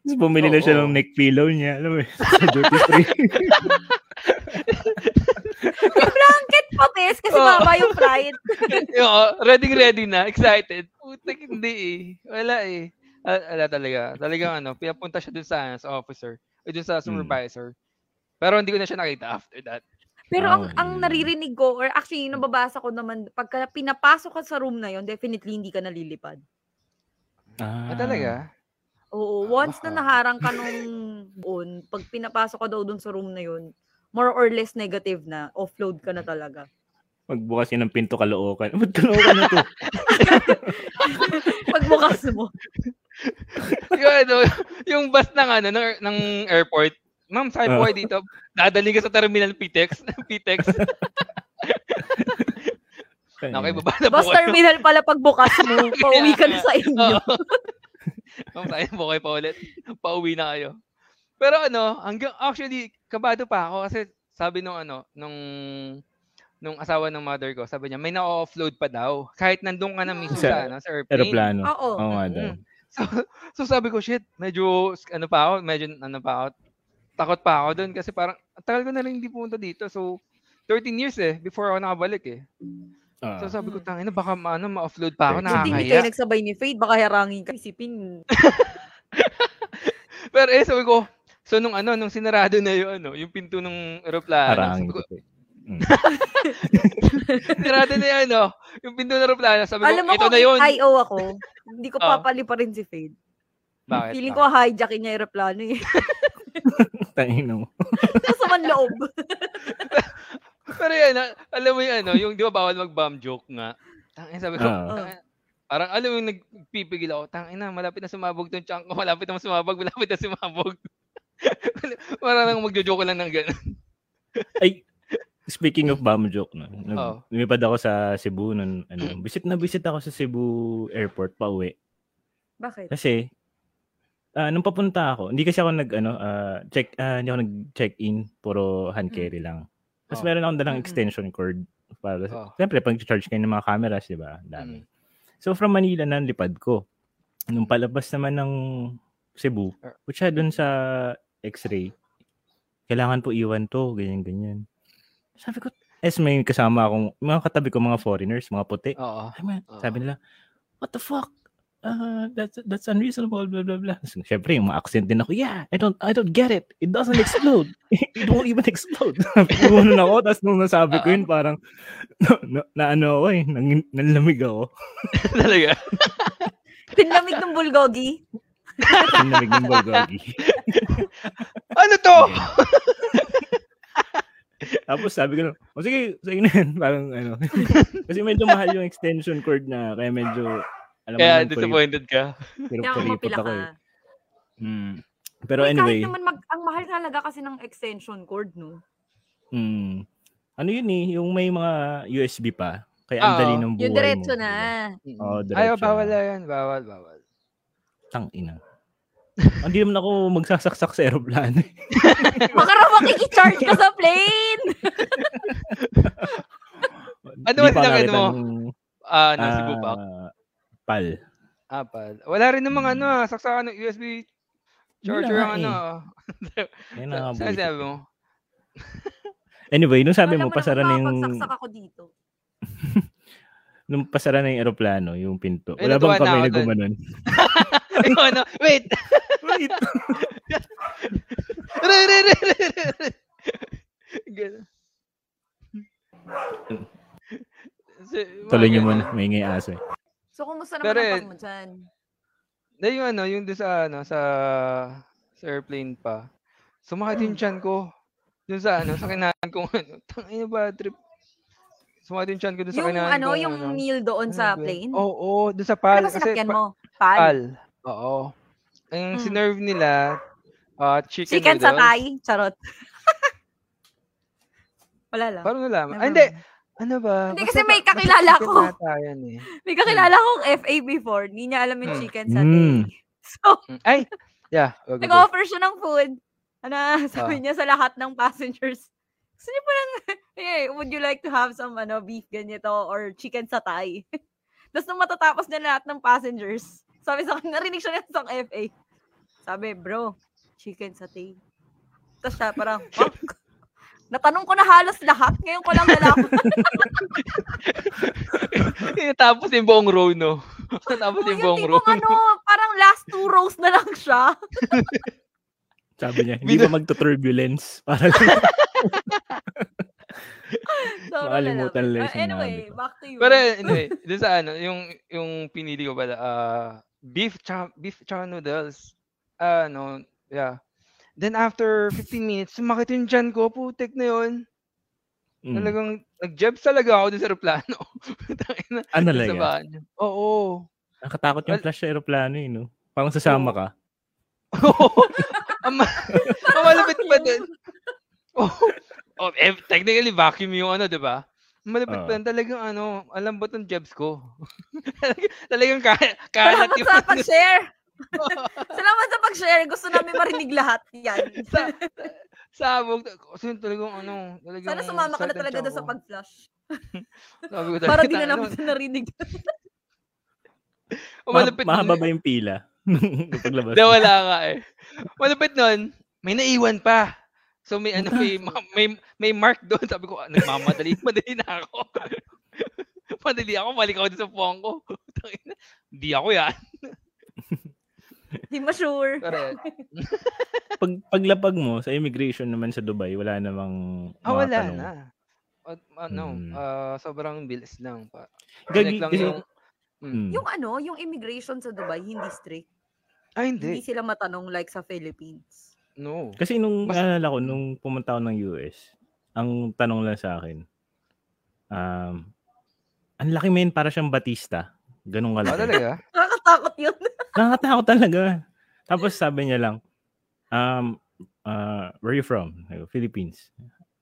[SPEAKER 1] Tapos bumili na siya
[SPEAKER 2] Oo.
[SPEAKER 1] ng neck pillow niya. Alam mo, yun, sa duty free.
[SPEAKER 5] Blanket pa, bes, kasi
[SPEAKER 2] Oo.
[SPEAKER 5] baba yung flight.
[SPEAKER 2] Oo, ready ready na, excited. Putik hindi eh. Wala eh. Ah, Wala talaga. Talagang ano, pinapunta siya dun sa, ano, sa officer, o dun sa supervisor. Pero hindi ko na siya nakita after that.
[SPEAKER 5] Pero
[SPEAKER 1] Oo,
[SPEAKER 5] ang, ang
[SPEAKER 1] yun.
[SPEAKER 5] naririnig ko, or actually, yung nababasa ko naman, pagka pinapasok ka sa room na yon definitely hindi ka nalilipad.
[SPEAKER 2] Ah, talaga?
[SPEAKER 5] Oo, once na naharang ka nung on, pag pinapasok ka daw dun sa room na yon more or less negative na, offload ka na talaga.
[SPEAKER 1] Magbukas yun ng pinto kalookan. Ba't kalookan na to?
[SPEAKER 5] Pagbukas mo.
[SPEAKER 2] yung, ano, yung bus ng, ano, ng, ng airport, Ma'am, sabi po
[SPEAKER 1] Oo.
[SPEAKER 2] kayo dito, dadali ka sa terminal E PTEX. PTEX. Okay, baba na po
[SPEAKER 5] Bus
[SPEAKER 2] kayo.
[SPEAKER 5] terminal pala pagbukas mo, pauwi ka na sa inyo.
[SPEAKER 2] Oo. Ma'am, sayang po kayo pa ulit. Pauwi na kayo. Pero ano, hanggang actually kabado pa ako kasi sabi nung ano, nung nung asawa ng mother ko, sabi niya may na-offload pa daw kahit nandun ka na mismo
[SPEAKER 1] Sa
[SPEAKER 2] sa, ano, sa airplane.
[SPEAKER 1] Aeroplano.
[SPEAKER 5] Oo.
[SPEAKER 1] Oo nga daw.
[SPEAKER 2] Mm. So, so sabi ko, shit, medyo ano pa ako, medyo ano pa ako, takot pa ako doon kasi parang ang tagal ko na rin hindi pumunta dito. So 13 years eh before ako nakabalik eh.
[SPEAKER 1] Ah.
[SPEAKER 2] So sabi ko,
[SPEAKER 5] Mm.
[SPEAKER 2] tangina baka ma- ano, ma-offload pa ako
[SPEAKER 1] Hindi
[SPEAKER 9] Hindi hindi kayo
[SPEAKER 2] nakakahiya.
[SPEAKER 9] nagsabay ni Fade, baka harangin ka. Isipin,
[SPEAKER 2] Pero eh, sabi ko, so nung ano, nung sinarado na yung ano, yung pinto ng eroplano,
[SPEAKER 1] Harangin
[SPEAKER 2] sabi
[SPEAKER 1] ko.
[SPEAKER 2] ko, sinarado na yung ano, yung pinto ng eroplano, sabi
[SPEAKER 5] Alam mo
[SPEAKER 2] ko, ito
[SPEAKER 5] kung
[SPEAKER 2] na yun.
[SPEAKER 5] IO ako, hindi ko
[SPEAKER 2] Oh.
[SPEAKER 5] papali pa rin si Fade.
[SPEAKER 2] Bakit?
[SPEAKER 5] Feeling ko
[SPEAKER 2] Bakit?
[SPEAKER 5] hijackin niya yung aeroplano eh.
[SPEAKER 1] Tangin mo.
[SPEAKER 5] Nasa man loob.
[SPEAKER 2] Pero yan, ah, alam mo yung ano, yung di ba bawal mag-bomb joke nga. Tangin, sabi ko,
[SPEAKER 1] Ah.
[SPEAKER 2] tangin, parang alam mo yung nagpipigil ako, tangin na, malapit na sumabog tong chunk ko, malapit na sumabog, malapit na sumabog. parang nang magjo-joke lang ng gano'n.
[SPEAKER 1] Speaking of bomb joke, no, nag-
[SPEAKER 2] Oo.
[SPEAKER 1] lumipad ako sa Cebu. Nun, ano, visit na visit ako sa Cebu Airport pa uwi.
[SPEAKER 5] Bakit?
[SPEAKER 1] Kasi, ah, nung papunta ako, hindi kasi ako nag, ano, ah, check, ah, hindi ako nag-check-in. Puro hand carry lang.
[SPEAKER 2] Mm.
[SPEAKER 1] Tapos
[SPEAKER 2] Oh.
[SPEAKER 1] meron akong dalang
[SPEAKER 5] Mm-mm.
[SPEAKER 1] extension cord. Para,
[SPEAKER 2] Oh. Mm.
[SPEAKER 1] Siyempre, pag-charge kayo ng mga cameras, di ba? Ang Dami. So, from Manila na, lipad ko. Nung palabas naman ng Cebu,
[SPEAKER 2] Er.
[SPEAKER 1] which had dun sa x-ray, kailangan po iwan to, ganyan-ganyan. Sabi ko, es may kasama akong, mga katabi ko mga foreigners, mga puti.
[SPEAKER 2] Oo.
[SPEAKER 1] Sabi nga-
[SPEAKER 2] Oo.
[SPEAKER 1] Sabi nila, what the fuck? Uh, that's that's unreasonable blah blah blah. So, syempre yung mga accent din ako. Yeah, I don't I don't get it. It doesn't explode. it won't even explode. Puno na ako tapos nung nasabi ko yun parang na, na, ano ako eh, nang, nanlamig ako.
[SPEAKER 2] Talaga.
[SPEAKER 5] Pinlamig ng bulgogi.
[SPEAKER 1] Nanlamig ng bulgogi.
[SPEAKER 2] Ano to?
[SPEAKER 1] Tapos sabi ko, oh, sige, sa na yan. Parang ano. kasi medyo mahal yung extension cord na kaya medyo alam mo
[SPEAKER 2] Kaya
[SPEAKER 1] yung
[SPEAKER 2] disappointed ka.
[SPEAKER 9] kaya ako
[SPEAKER 1] pirip-piripot
[SPEAKER 9] mapila
[SPEAKER 1] ako
[SPEAKER 9] ka.
[SPEAKER 1] eh. Mm. Pero
[SPEAKER 5] Uy,
[SPEAKER 1] anyway.
[SPEAKER 5] Kahit naman mag, ang mahal talaga kasi ng extension cord, no?
[SPEAKER 1] Mm. Ano yun eh, yung may mga USB pa. Kaya ang
[SPEAKER 2] Oo,
[SPEAKER 1] dali ng buhay
[SPEAKER 9] Yung diretso
[SPEAKER 1] mo. diba?
[SPEAKER 9] na.
[SPEAKER 1] Oo,
[SPEAKER 2] Ayaw,
[SPEAKER 1] diretso
[SPEAKER 2] bawal
[SPEAKER 1] na.
[SPEAKER 2] na yan. Bawal, bawal.
[SPEAKER 1] Tang ina. Hindi naman ako magsasaksak sa aeroplano. eh.
[SPEAKER 5] Baka raw makikicharge ka sa plane!
[SPEAKER 2] Ano
[SPEAKER 1] Di
[SPEAKER 2] ang
[SPEAKER 1] pa
[SPEAKER 2] tinangay
[SPEAKER 1] nakita
[SPEAKER 2] mo?
[SPEAKER 1] ng,
[SPEAKER 2] Ah,
[SPEAKER 1] ah,
[SPEAKER 2] nasa Cebu pa.
[SPEAKER 1] Pal.
[SPEAKER 2] Apat. Wala rin namang ano, ah, saksakan ng USB charger
[SPEAKER 1] Wala
[SPEAKER 2] ang
[SPEAKER 1] eh.
[SPEAKER 2] ano. ah. Sa- Saan
[SPEAKER 1] Yan ang nakabuti.
[SPEAKER 2] sinabi mo?
[SPEAKER 1] Anyway, nung sabi
[SPEAKER 5] Alam
[SPEAKER 1] mo,
[SPEAKER 5] naman
[SPEAKER 1] pasara na yung,
[SPEAKER 5] makapagsaksak ako dito.
[SPEAKER 1] nung pasara na yung aeroplano, yung pinto.
[SPEAKER 2] Eh,
[SPEAKER 1] Wala
[SPEAKER 2] natuwa
[SPEAKER 1] bang
[SPEAKER 2] na
[SPEAKER 1] kami
[SPEAKER 2] ako
[SPEAKER 1] na
[SPEAKER 2] dun.
[SPEAKER 1] gumanon?
[SPEAKER 2] Yung ano, wait!
[SPEAKER 1] Wait.
[SPEAKER 2] Re, re, re, re, re, re. Ganun. Si- mga
[SPEAKER 1] Tuloy niyo
[SPEAKER 2] ganun.
[SPEAKER 1] muna, may ingay aso eh.
[SPEAKER 5] So, kumusta
[SPEAKER 2] Pero
[SPEAKER 5] naman ang
[SPEAKER 2] eh,
[SPEAKER 5] pang mo dyan?
[SPEAKER 2] Na yung ano, yung doon sa ano, sa, sa airplane pa. Sumakit yung chan ko. Doon sa ano, sa kinahan kong ano. Tangina ba, trip. Sumakit yung chan ko doon sa
[SPEAKER 5] Yung
[SPEAKER 2] kinahan
[SPEAKER 5] ano,
[SPEAKER 2] kong
[SPEAKER 5] yung
[SPEAKER 2] ano.
[SPEAKER 5] meal doon
[SPEAKER 2] Ano
[SPEAKER 5] sa
[SPEAKER 2] ba yun?
[SPEAKER 5] plane?
[SPEAKER 2] Oo, oh, doon sa
[SPEAKER 5] Ano
[SPEAKER 2] PAL.
[SPEAKER 5] ba sinakyan mo?
[SPEAKER 2] PAL.
[SPEAKER 5] Pal.
[SPEAKER 2] Oo. Ang
[SPEAKER 5] Mm.
[SPEAKER 2] sinerve nila, ah, chicken,
[SPEAKER 5] Chicken
[SPEAKER 2] noodles.
[SPEAKER 5] satay. Charot. Wala lang.
[SPEAKER 2] Parang nalaman.
[SPEAKER 5] Never
[SPEAKER 2] Ah, hindi.
[SPEAKER 5] mind.
[SPEAKER 2] Ano ba?
[SPEAKER 5] Hindi,
[SPEAKER 2] Basta
[SPEAKER 5] kasi may
[SPEAKER 2] pa- basta
[SPEAKER 5] kakilala
[SPEAKER 2] chicken
[SPEAKER 5] ko.
[SPEAKER 2] ata yan eh.
[SPEAKER 5] May kakilala kong FA before. Hindi niya alam yung
[SPEAKER 2] Mm.
[SPEAKER 5] chicken satay.
[SPEAKER 1] Mm.
[SPEAKER 5] So,
[SPEAKER 2] Mm. Ay, yeah. wag- wag-
[SPEAKER 5] nag-offer siya ng food. Ano, sabi
[SPEAKER 1] Ah.
[SPEAKER 5] niya sa lahat ng passengers. Gusto niyo parang, hey, would you like to have some ano, beef ganito or chicken satay? Tapos nung matatapos na lahat ng passengers, sabi sa akin, narinig siya ng isang FA. Sabi, bro, chicken satay. Tapos siya parang, "Fuck." Natanong ko na halos lahat. Ngayon ko lang nalaman.
[SPEAKER 2] Tapos yung buong row, no? Tapos yung
[SPEAKER 5] yung
[SPEAKER 2] buong row.
[SPEAKER 5] tipong ano, parang last two rows na lang siya.
[SPEAKER 1] Sabi niya, hindi ba magta-turbulence? Para lang.
[SPEAKER 5] So,
[SPEAKER 1] Makalimutan lang
[SPEAKER 5] nalaman.
[SPEAKER 1] yung
[SPEAKER 5] Anyway,
[SPEAKER 1] sinabi ko.
[SPEAKER 5] back to you.
[SPEAKER 2] Pero anyway, dun sa ano, yung, yung pinili ko pala, ah, beef, cha, beef cha noodles. Ah, no, yeah. Then after 15 minutes, sumakit yung dyan ko, putik na yun.
[SPEAKER 1] Mm.
[SPEAKER 2] Talagang, nag-jebs talaga ako dun sa aeroplano. Tangina,
[SPEAKER 1] Ano
[SPEAKER 2] dun
[SPEAKER 1] talaga?
[SPEAKER 2] sa bahan. Oo.
[SPEAKER 1] Nakatakot yung flash sa aeroplano eh, no? Parang sasama ka.
[SPEAKER 2] Oo. Ang ma- ang malapit pa din. Oh, oh, eh, technically vacuum yung ano, 'di ba? Ang Malapit
[SPEAKER 1] Oo.
[SPEAKER 2] pa din talagang ano, alam ba tong jobs ko? Talagang- talagang kaya kaya
[SPEAKER 5] Salamat sa pag-share. Salamat sa pag-share. Gusto namin marinig lahat. Yan.
[SPEAKER 2] sa sabog kasi yun talagang ano, talagang
[SPEAKER 5] Sana sumama ka na
[SPEAKER 2] certain
[SPEAKER 5] talaga doon sa
[SPEAKER 2] tsaka
[SPEAKER 5] pag-flush.
[SPEAKER 2] ako. Sabi ko talaga,
[SPEAKER 5] Para di na
[SPEAKER 2] "Tangina,
[SPEAKER 5] namin siya narinig.
[SPEAKER 2] oh,
[SPEAKER 1] Ma-
[SPEAKER 2] malapit
[SPEAKER 1] mahaba
[SPEAKER 2] nun-
[SPEAKER 1] ba yung pila? Nung paglabas.
[SPEAKER 2] Hindi, wala ka eh. Malapit nun, may naiwan pa. So may ano may ma- may may mark doon. Sabi ko, ah, nagmamadali, madali na ako. madali ako, mali ako doon sa phone ko. Tangina, Hindi ako yan.
[SPEAKER 5] Di mo sure.
[SPEAKER 2] Correct.
[SPEAKER 1] Pag, paglapag mo sa immigration naman sa Dubai, wala namang
[SPEAKER 2] Ah,
[SPEAKER 1] mga
[SPEAKER 2] wala
[SPEAKER 1] tanong.
[SPEAKER 2] na. At, ano,
[SPEAKER 1] Hmm.
[SPEAKER 2] ah, sobrang bilis lang pa.
[SPEAKER 1] Gagi,
[SPEAKER 2] Connect lang
[SPEAKER 1] kasi,
[SPEAKER 2] yung... Mm.
[SPEAKER 1] mm,
[SPEAKER 5] Yung ano, yung immigration sa Dubai, hindi strict.
[SPEAKER 2] Ah,
[SPEAKER 5] Hindi
[SPEAKER 2] hindi.
[SPEAKER 5] sila matanong like sa Philippines.
[SPEAKER 2] No.
[SPEAKER 1] kasi nung
[SPEAKER 2] Mas-
[SPEAKER 1] naalala ko, nung pumunta ako ng US, ang tanong lang sa akin, um, ang laki men, para siyang Batista. Ganun
[SPEAKER 2] Ah,
[SPEAKER 1] kalaki.
[SPEAKER 2] talaga?
[SPEAKER 5] Nakakatakot yun.
[SPEAKER 1] Nakakatakot talaga. Tapos sabi niya lang, um, uh, where you from? I go, Philippines.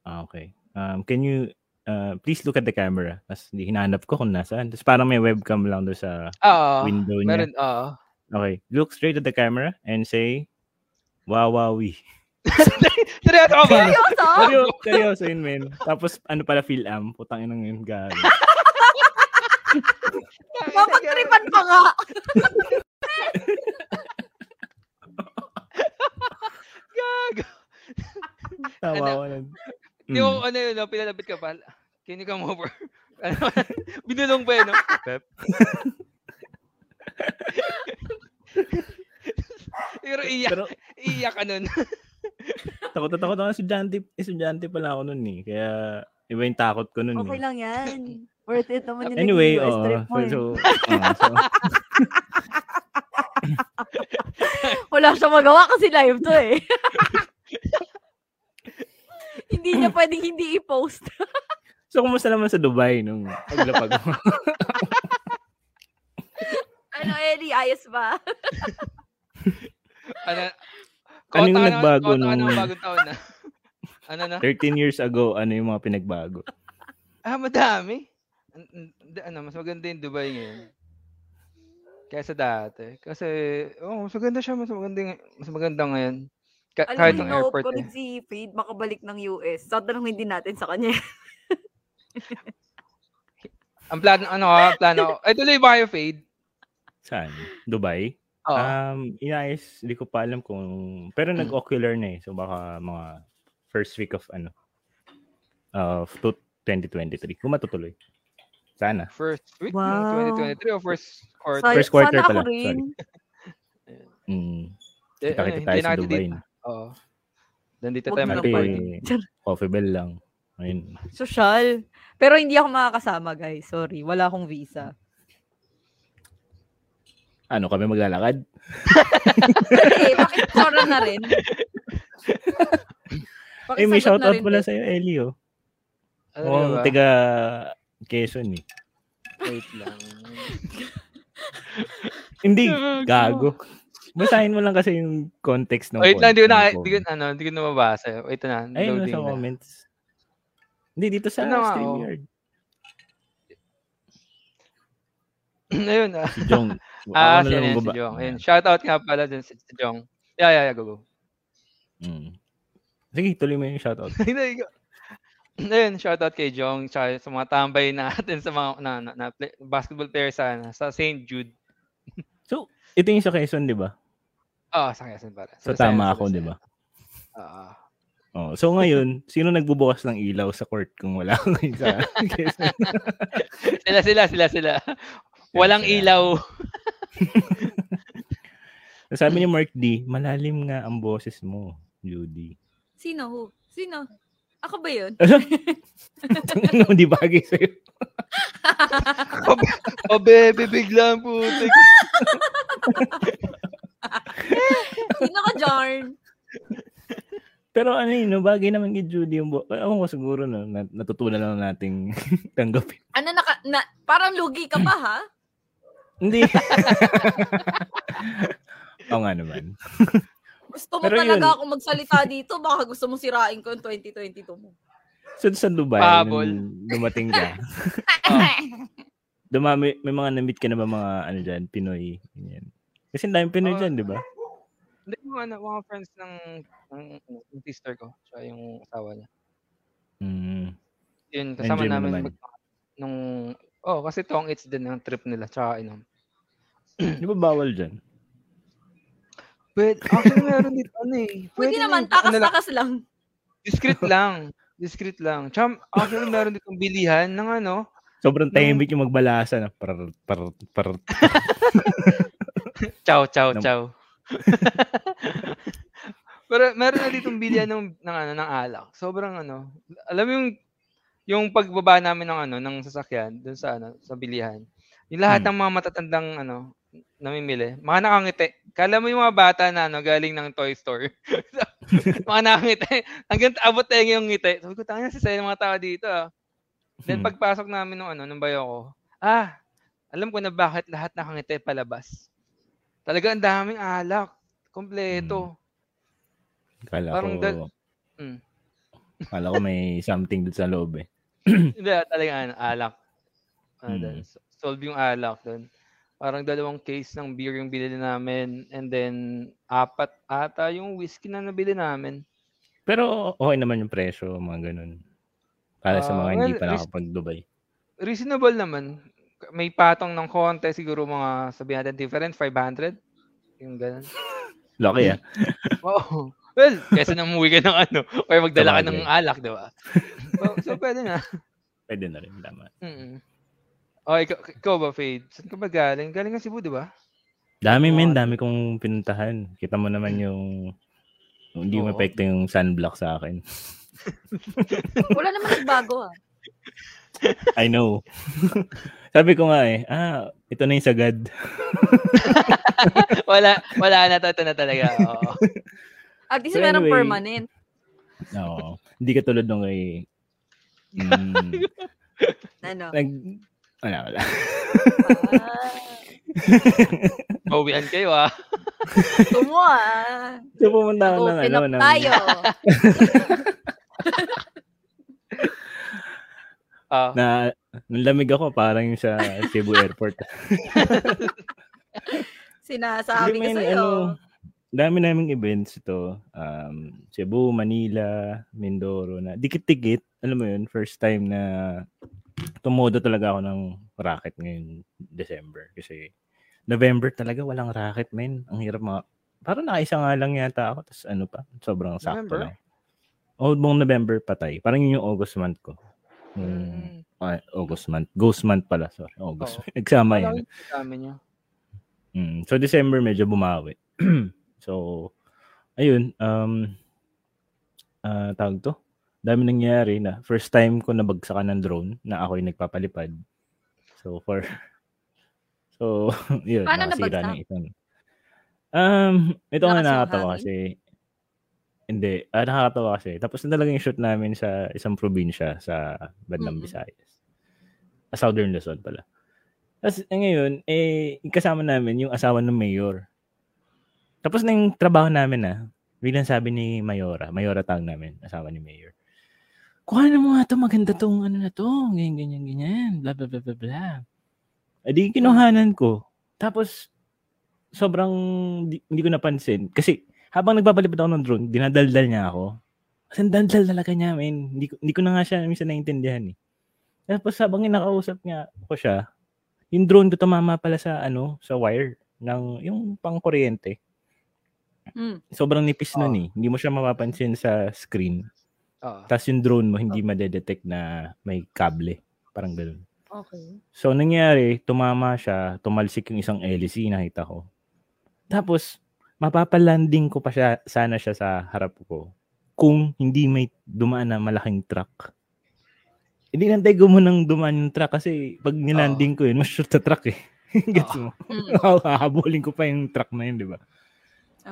[SPEAKER 1] Ah, okay. Um, can you uh, please look at the camera? Tapos di- hinahanap ko kung nasaan. Tapos parang may webcam lang doon sa
[SPEAKER 2] Ah,
[SPEAKER 1] window niya.
[SPEAKER 2] meron. Ah.
[SPEAKER 1] Okay. Look straight at the camera and say, wawawi.
[SPEAKER 2] Seryoso ka ba? Ah!
[SPEAKER 5] Seryoso?
[SPEAKER 1] Seryoso, seryoso yun, men. Tapos ano pala, Phil Am. Putang inang yun, gago.
[SPEAKER 5] Mapagtripan pa nga.
[SPEAKER 2] Gago.
[SPEAKER 1] Tawa Mm. ko lang.
[SPEAKER 2] Hindi mo, ano yun, no? pinalapit ka pa. Can you come over? Ano, Binulong pa yun, no? Pep. Pero iyak,
[SPEAKER 1] Pero
[SPEAKER 2] iyak ano ka nun.
[SPEAKER 1] takot na takot ako. Estudyante, estudyante pala ako nun eh. Kaya iba yung takot ko nun. eh.
[SPEAKER 4] Okay lang yan. Worth it naman yung
[SPEAKER 1] Anyway,
[SPEAKER 4] naging US
[SPEAKER 1] oo.
[SPEAKER 4] trip mo eh.
[SPEAKER 1] so, so, oo, so,
[SPEAKER 3] Wala siyang magawa kasi live to eh.
[SPEAKER 5] hindi niya pwedeng hindi i-post.
[SPEAKER 1] so, kumusta naman sa Dubai nung paglapag mo?
[SPEAKER 5] Ano, Eddie, ayos ba?
[SPEAKER 2] Ano,
[SPEAKER 1] Ano
[SPEAKER 2] kota ka
[SPEAKER 1] yung
[SPEAKER 2] na-
[SPEAKER 1] nagbago
[SPEAKER 2] kota ka na
[SPEAKER 1] nung-
[SPEAKER 2] bagong taon na. Ano na?
[SPEAKER 1] 13 years ago, ano yung mga pinagbago?
[SPEAKER 2] Ah, madami. An- an- di- Ano, mas maganda yung Dubai ngayon. Kaysa dati. Kasi, oh, mas maganda siya. Mas maganda, yung- mas maganda ngayon. Ka- kahit
[SPEAKER 5] Alam
[SPEAKER 2] ang
[SPEAKER 5] mo,
[SPEAKER 2] airport
[SPEAKER 5] ko rin
[SPEAKER 2] eh.
[SPEAKER 5] si Fade makabalik ng US. Tatanungin din natin sa kanya.
[SPEAKER 2] Ang plano, ano ha, plano. Ay, tuloy ba kayo, Fade?
[SPEAKER 1] Saan? Dubai?
[SPEAKER 2] Oo. Hmm.
[SPEAKER 1] Um, inayos, hindi ko pa alam kung... Pero nag-ocular na eh. So, baka mga first week of ano, of two- 2023. Kung matutuloy. Sana.
[SPEAKER 2] First week
[SPEAKER 5] Wow.
[SPEAKER 2] ng 2023 or first quarter?
[SPEAKER 5] Say-
[SPEAKER 1] First quarter
[SPEAKER 5] sana ako
[SPEAKER 1] pala, sorry.
[SPEAKER 5] rin.
[SPEAKER 1] Mm.
[SPEAKER 2] Eh, ano,
[SPEAKER 1] Kita-kita
[SPEAKER 2] hindi
[SPEAKER 1] tayo sa
[SPEAKER 2] natin Ano
[SPEAKER 1] Dubai.
[SPEAKER 2] dito.
[SPEAKER 1] no?
[SPEAKER 2] Oo. Nandito
[SPEAKER 5] Huwag
[SPEAKER 2] tayo
[SPEAKER 5] na
[SPEAKER 1] Kape,
[SPEAKER 2] mag-record.
[SPEAKER 5] Char.
[SPEAKER 1] coffee bell lang. Ayun.
[SPEAKER 5] Social. Pero hindi ako makakasama, guys. Sorry. Wala akong visa.
[SPEAKER 1] Ano kami maglalakad?
[SPEAKER 5] Eh, pakitsura na rin.
[SPEAKER 1] Eh, may
[SPEAKER 5] Pakisagot na
[SPEAKER 1] shoutout
[SPEAKER 5] rin.
[SPEAKER 1] pala sa'yo, Ellie, oh.
[SPEAKER 2] Ano
[SPEAKER 1] Oh,
[SPEAKER 2] ba?
[SPEAKER 1] tiga Quezon, eh.
[SPEAKER 2] Wait lang.
[SPEAKER 1] Hindi, gago. Ano Basahin mo lang kasi yung context ng
[SPEAKER 2] Wait lang, di ko na,
[SPEAKER 1] ng
[SPEAKER 2] di ko, ano, di ko na mabasa. Wait na,
[SPEAKER 1] Ayun,
[SPEAKER 2] loading
[SPEAKER 1] nasa
[SPEAKER 2] na.
[SPEAKER 1] comments. Hindi, dito sa
[SPEAKER 2] Ano nga,
[SPEAKER 1] StreamYard.
[SPEAKER 2] Ayun, ah.
[SPEAKER 1] Si Jong.
[SPEAKER 2] Ah,
[SPEAKER 1] Ako na
[SPEAKER 2] si,
[SPEAKER 1] lang
[SPEAKER 2] ano, si
[SPEAKER 1] baba.
[SPEAKER 2] Jong. Ayun, shoutout nga pala dun si si Jong. Yeah, yeah, yeah, go, go.
[SPEAKER 1] Mm. Sige, tuloy mo yung shoutout.
[SPEAKER 2] Hindi ko- Ayun, shoutout kay Jong tsaka sa mga tambay natin sa mga na, na, na- play- basketball player sa, sa St. Jude.
[SPEAKER 1] Ito yung sa Quezon, di ba?
[SPEAKER 2] Ah, sa Quezon para.
[SPEAKER 1] So, tama ako, di ba?
[SPEAKER 2] Oo.
[SPEAKER 1] Oh, so ngayon, sino nagbubukas ng ilaw sa court kung wala ako ngayon sa Quezon?
[SPEAKER 2] sila, sila, sila, sila. Walang
[SPEAKER 1] sila.
[SPEAKER 2] ilaw.
[SPEAKER 1] Sabi ni Mark D, malalim nga ang boses mo, Judy.
[SPEAKER 5] Sino? Who? Sino? Ako ba yun?
[SPEAKER 1] Ano, di bagay sa'yo.
[SPEAKER 2] O bebe, Oh, biglang putik.
[SPEAKER 5] Sino ka, Jarn?
[SPEAKER 1] Pero ano yun, no, bagay naman kay Judy yung bo- Ewan ko siguro, no, nat- natutunan lang nating tanggapin.
[SPEAKER 5] Ano naka, na, parang lugi ka pa, ha?
[SPEAKER 1] Hindi. Oo nga naman.
[SPEAKER 5] Gusto mo
[SPEAKER 1] Pero
[SPEAKER 5] talaga
[SPEAKER 1] yun.
[SPEAKER 5] ako magsalita dito, baka gusto mo sirain ko yung 2022 mo.
[SPEAKER 1] So, sa Dubai,
[SPEAKER 2] Pahabol.
[SPEAKER 1] nung dumating ka, dumami, may mga na-meet ka na ba mga, ano dyan, Pinoy? Ganyan. Kasi ang daming Pinoy
[SPEAKER 2] Oo.
[SPEAKER 1] dyan, di ba?
[SPEAKER 2] Hindi yung ano, mga friends ng, ng, ng sister ko, tsaka yung asawa niya.
[SPEAKER 1] Mm.
[SPEAKER 2] Yun, kasama
[SPEAKER 1] Enjoy mo
[SPEAKER 2] namin
[SPEAKER 1] naman.
[SPEAKER 2] mag, nung, oh, kasi tong it's din ang trip nila, tsaka inom.
[SPEAKER 1] Di ba bawal dyan?
[SPEAKER 2] But, actually, meron dito, ano eh.
[SPEAKER 5] Pwede naman,
[SPEAKER 2] na- ano lang,
[SPEAKER 5] takas-takas lang.
[SPEAKER 2] Discreet lang. Discreet lang. Cham, actually, meron ditong bilihan ng ano.
[SPEAKER 1] Sobrang
[SPEAKER 2] Nung-
[SPEAKER 1] tahimik yung magbalasa na par par par.
[SPEAKER 2] Chow, chow,
[SPEAKER 1] Nam-
[SPEAKER 2] chow. Pero meron na ditong bilihan ng, ng, ano, ng alak. Sobrang ano. Alam mo yung, yung pagbaba namin ng ano, ng sasakyan, dun sa ano, sa bilihan. Yung lahat
[SPEAKER 1] Hmm.
[SPEAKER 2] ng mga matatandang ano, namimili. Mga nakangiti. Kala mo yung mga bata na ano, galing ng toy store. mga nakangiti. Hanggang abot tayo yung ngiti. Sabi ko, tanga si ng mga tao dito ah. Then
[SPEAKER 1] Hmm.
[SPEAKER 2] pagpasok namin nung ano, nung bayo ko, ah, alam ko na bakit lahat nakangiti palabas. Talaga ang daming alak. Kompleto.
[SPEAKER 1] Kala
[SPEAKER 2] parang
[SPEAKER 1] ko,
[SPEAKER 2] dal- Mm.
[SPEAKER 1] kala ko may something dun sa loob eh.
[SPEAKER 2] Hindi, talaga ano, alak. Ano
[SPEAKER 1] Mm.
[SPEAKER 2] dun, so- Solve yung alak doon. Parang dalawang case ng beer yung binili namin and then apat ata yung whiskey na nabili namin.
[SPEAKER 1] Pero okay naman yung presyo, mga ganun. Para sa
[SPEAKER 2] Ah,
[SPEAKER 1] mga hindi
[SPEAKER 2] well,
[SPEAKER 1] pa
[SPEAKER 2] is-
[SPEAKER 1] nakapag-Dubai.
[SPEAKER 2] Reasonable naman. May patong ng konti siguro mga sabihin natin different 500. Yung ganun.
[SPEAKER 1] Lucky
[SPEAKER 2] Hmm.
[SPEAKER 1] ah.
[SPEAKER 2] Oo. Well, kesa nang umuwi ka ng ano, kaya magdala ka ng
[SPEAKER 1] Sabagay.
[SPEAKER 2] alak, di ba? so, so, pwede na.
[SPEAKER 1] Pwede na rin. Tama.
[SPEAKER 2] Mm-mm. Oh, ikaw, ikaw ba, Fade? Saan ka ba galing? Galing ka Cebu, di ba?
[SPEAKER 1] Dami
[SPEAKER 2] Oo,
[SPEAKER 1] men,
[SPEAKER 2] ano.
[SPEAKER 1] dami kong pinuntahan. Kita mo naman yung yung hindi
[SPEAKER 2] Oo.
[SPEAKER 1] mo epekto yung sunblock sa akin.
[SPEAKER 5] Wala naman nagbago, ah. ha?
[SPEAKER 1] I know. Sabi ko nga eh, ah, ito na yung sagad.
[SPEAKER 2] wala, wala na, to, ito na talaga. Oo.
[SPEAKER 5] At least
[SPEAKER 1] So
[SPEAKER 5] merong
[SPEAKER 1] anyway,
[SPEAKER 5] permanent.
[SPEAKER 1] Oo. hindi ka tulad nung kay... Mm,
[SPEAKER 5] Ano?
[SPEAKER 1] nag... Wala, wala.
[SPEAKER 5] Ah,
[SPEAKER 2] Bawian kayo, ah.
[SPEAKER 5] gusto mo, ah.
[SPEAKER 1] So pumunta ako ng
[SPEAKER 5] Open
[SPEAKER 1] ano,
[SPEAKER 5] up
[SPEAKER 1] ng-
[SPEAKER 5] tayo.
[SPEAKER 2] Ah,
[SPEAKER 1] na nalamig ako parang yung sa Cebu Airport.
[SPEAKER 5] Sinasabi ko
[SPEAKER 1] Hindi, man,
[SPEAKER 5] sa'yo.
[SPEAKER 1] ano, dami naming events ito. Um, Cebu, Manila, Mindoro na. Dikit-dikit. Alam mo yun, first time na tumodo talaga ako ng racket ngayon December. Kasi November talaga walang racket, men. Ang hirap mga... Parang nakaisa nga lang yata ako. Tapos ano pa, sobrang sakto
[SPEAKER 2] November?
[SPEAKER 1] lang. O, buong November patay. Parang yun yung August month ko. Yung,
[SPEAKER 2] mm.
[SPEAKER 1] ah, August month. Ghost month pala, sorry. August.
[SPEAKER 2] Oo.
[SPEAKER 1] Nagsama
[SPEAKER 2] Alam ko
[SPEAKER 1] yun.
[SPEAKER 2] yung dami niyo.
[SPEAKER 1] Mm, so December medyo bumawi. so ayun, um ah tawag to. Dami nangyayari na first time ko nabagsakan ng drone na ako yung nagpapalipad. So for So, yun.
[SPEAKER 3] Paano nabagsak?
[SPEAKER 1] nakasira na yung isa. Um, ito nga
[SPEAKER 5] Nakasuhan?
[SPEAKER 1] nakakatawa kasi. Hindi. Ah, nakakatawa kasi. Tapos na talaga yung shoot namin sa isang probinsya sa Bandang
[SPEAKER 5] Mm.
[SPEAKER 1] Visayas. Ah, Southern Luzon pala. Tapos eh, ngayon, eh, kasama namin yung asawa ng mayor. Tapos na yung trabaho namin na, biglang sabi ni Mayora, Mayora tawag namin, asawa ni Mayor. Kuha na mo nga to, maganda tong ano na to, ganyan, ganyan, ganyan, bla, bla, bla, bla, bla. Eh di kinuhanan ko. Tapos, sobrang di- hindi ko napansin. Kasi, habang nagbabalibad ako ng drone, dinadaldal niya ako. Kasi ang daldal talaga niya, man. Hindi ko, hindi ko na nga siya minsan naiintindihan eh. Tapos habang nakausap niya ko siya, yung drone ko tumama pala sa ano, sa wire ng yung pangkuryente.
[SPEAKER 5] Hmm.
[SPEAKER 1] Sobrang nipis nun
[SPEAKER 2] Oo.
[SPEAKER 1] eh. Hindi mo siya mapapansin sa screen.
[SPEAKER 2] Oo.
[SPEAKER 1] Tapos yung drone mo hindi madedetect na may kable. Parang ganun.
[SPEAKER 3] Okay.
[SPEAKER 1] So, nangyari, tumama siya, tumalsik yung isang LC, nakita ko. Tapos, mapapalanding ko pa siya, sana siya sa harap ko kung hindi may dumaan na malaking truck. Hindi nantay ko mo nang dumaan yung truck kasi pag nilanding ko yun, mas short sa truck eh. Gets mo?
[SPEAKER 5] Mm.
[SPEAKER 1] Hahabulin ko pa yung truck na yun, di ba?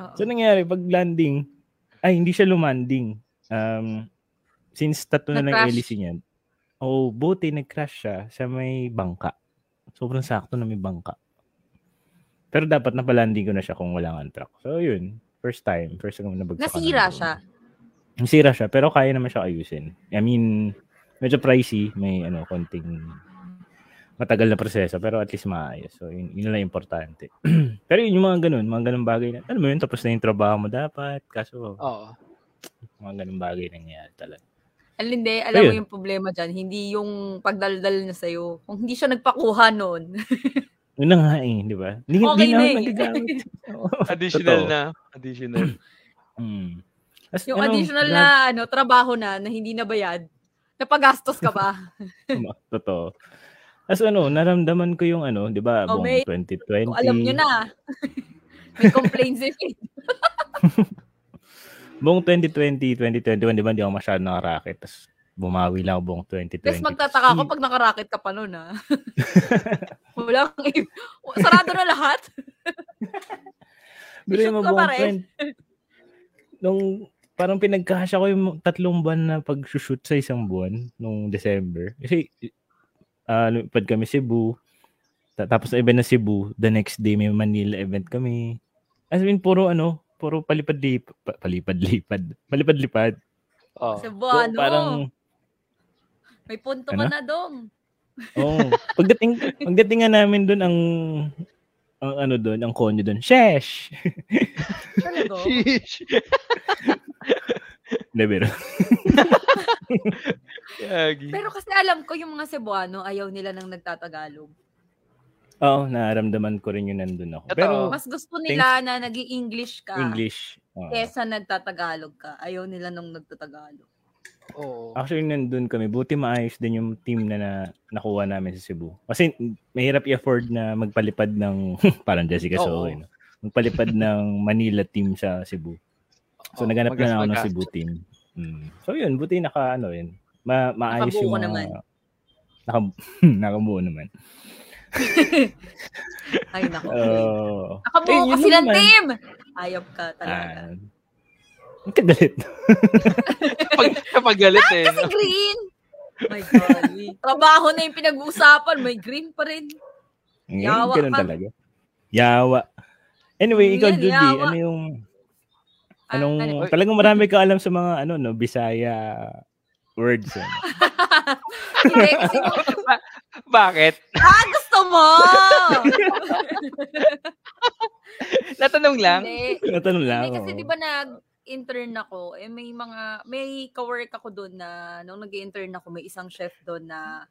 [SPEAKER 5] Oo.
[SPEAKER 1] So nangyari, pag landing, ay hindi siya lumanding. Um, since tatlo na lang
[SPEAKER 5] Nag-crash.
[SPEAKER 1] LEC niyan. Oh, buti nag-crash siya sa may bangka. Sobrang sakto na may bangka. Pero dapat napalanding ko na siya kung wala nga ang truck. So yun, first time, first time na bagsak.
[SPEAKER 5] Nasira siya.
[SPEAKER 1] Nasira siya, pero kaya naman siya ayusin. I mean, medyo pricey, may ano, konting matagal na proseso, pero at least maayos. So, yun, yun lang importante. pero yun, yung mga ganun, mga ganun bagay na, alam mo yun, tapos na yung trabaho mo dapat, kaso,
[SPEAKER 2] Oo.
[SPEAKER 1] mga ganun bagay nangyayari talaga.
[SPEAKER 5] Alinde, alam mo
[SPEAKER 1] Ayun.
[SPEAKER 5] yung problema dyan, hindi yung pagdaldal niya sa'yo. Kung hindi siya nagpakuha nun,
[SPEAKER 1] Yun na nga eh, di ba? Hindi,
[SPEAKER 5] Okay
[SPEAKER 1] hindi na
[SPEAKER 5] na
[SPEAKER 1] ako
[SPEAKER 5] eh.
[SPEAKER 1] nagagamit. Oo.
[SPEAKER 2] Additional
[SPEAKER 1] Totoo.
[SPEAKER 2] na. Additional.
[SPEAKER 1] Mm. As,
[SPEAKER 5] yung
[SPEAKER 1] ano,
[SPEAKER 5] additional
[SPEAKER 1] grabe.
[SPEAKER 5] na ano trabaho na na hindi nabayad, napagastos ka ba?
[SPEAKER 1] Tama, Totoo. As ano, naramdaman ko yung ano, di ba,
[SPEAKER 5] Oh,
[SPEAKER 1] buong
[SPEAKER 5] may-
[SPEAKER 1] 2020.
[SPEAKER 5] Kung alam nyo na. May complaints if it.
[SPEAKER 1] Buong 2020, 2021, di ba, hindi ako masyado nakaraket. Tapos bumawi lang ako buong 2020.
[SPEAKER 5] Tapos magtataka ako pag nakaraket ka pa nun, ha? Wala kang i- Sarado na lahat.
[SPEAKER 1] Pero
[SPEAKER 5] Shoot
[SPEAKER 1] yung
[SPEAKER 5] ka pa
[SPEAKER 1] buong
[SPEAKER 5] rin.
[SPEAKER 1] 20 nung parang pinagkasya ko yung tatlong buwan na pag-shoot sa isang buwan nung December. Kasi ah lumipad kami Cebu. Ta- Tapos na event na Cebu, the next day may Manila event kami. As in, puro ano, puro palipad-lipad. pa- Palipad-lipad. Palipad-lipad.
[SPEAKER 2] Oo.
[SPEAKER 5] Sa
[SPEAKER 1] So,
[SPEAKER 5] buwan,
[SPEAKER 1] Oh, parang,
[SPEAKER 5] ano? May punto ka
[SPEAKER 1] Ano?
[SPEAKER 5] na, Dong.
[SPEAKER 1] Oo. Pagdating pagdating nga namin doon ang ang ano doon, ang konyo doon. Shesh.
[SPEAKER 5] Talaga?
[SPEAKER 2] Sheesh.
[SPEAKER 1] Never.
[SPEAKER 2] Yagi.
[SPEAKER 5] Pero kasi alam ko yung mga Cebuano, ayaw nila ng nagtatagalog.
[SPEAKER 1] Oo, nararamdaman ko rin yun nandun ako.
[SPEAKER 2] Totoo. ah,
[SPEAKER 1] Pero
[SPEAKER 5] Mas gusto nila na nag english ka
[SPEAKER 1] Oh, English. oo.
[SPEAKER 5] kesa nagtatagalog ka. Ayaw nila nung nagtatagalog.
[SPEAKER 2] Oo.
[SPEAKER 1] Actually, nandun kami. Buti maayos din yung team na, na nakuha namin sa Cebu. Kasi mahirap i-afford na magpalipad ng, parang Jessica
[SPEAKER 2] Oo.
[SPEAKER 1] Soho, eh, no? magpalipad ng Manila team sa Cebu. So,
[SPEAKER 2] Oo,
[SPEAKER 1] naganap na lang ako ng
[SPEAKER 2] magas-magas.
[SPEAKER 1] Cebu team. Mm. So, yun. Buti naka, ano yun. Ma maayos
[SPEAKER 5] Nakabuo
[SPEAKER 1] yung
[SPEAKER 5] ka
[SPEAKER 1] mga...
[SPEAKER 5] naman.
[SPEAKER 1] Naka, nakabuo naman.
[SPEAKER 5] Ay, nako.
[SPEAKER 1] Oo.
[SPEAKER 5] Nakabuo
[SPEAKER 1] Ayun, Oh. Eh, yun
[SPEAKER 5] kasi
[SPEAKER 1] lang
[SPEAKER 5] ng
[SPEAKER 1] naman.
[SPEAKER 5] team! Ayaw ka talaga.
[SPEAKER 1] Ah. Ang kagalit.
[SPEAKER 2] Kapag, kapag galit eh.
[SPEAKER 5] Kasi green! My God. Trabaho na yung pinag-uusapan. May green pa rin.
[SPEAKER 1] Ang
[SPEAKER 5] Yawa
[SPEAKER 1] ganun
[SPEAKER 5] ka. Mm,
[SPEAKER 1] talaga. Yawa. Anyway, ikaw,
[SPEAKER 5] Yan,
[SPEAKER 1] Judy,
[SPEAKER 5] yawa.
[SPEAKER 1] ano yung...
[SPEAKER 5] Ah,
[SPEAKER 1] Anong,
[SPEAKER 5] ano?
[SPEAKER 2] ano?
[SPEAKER 1] talagang marami ka alam sa mga, ano, no, Bisaya words. eh.
[SPEAKER 5] Hindi, kasi kung
[SPEAKER 2] Bakit?
[SPEAKER 5] ah, gusto mo!
[SPEAKER 2] Natanong lang.
[SPEAKER 5] Hindi.
[SPEAKER 1] Natanong lang.
[SPEAKER 5] Hindi, kasi diba,
[SPEAKER 1] oo.
[SPEAKER 5] di ba nag-intern ako, eh, may mga, may kawork ako doon na, nung nag-intern ako, may isang chef doon na,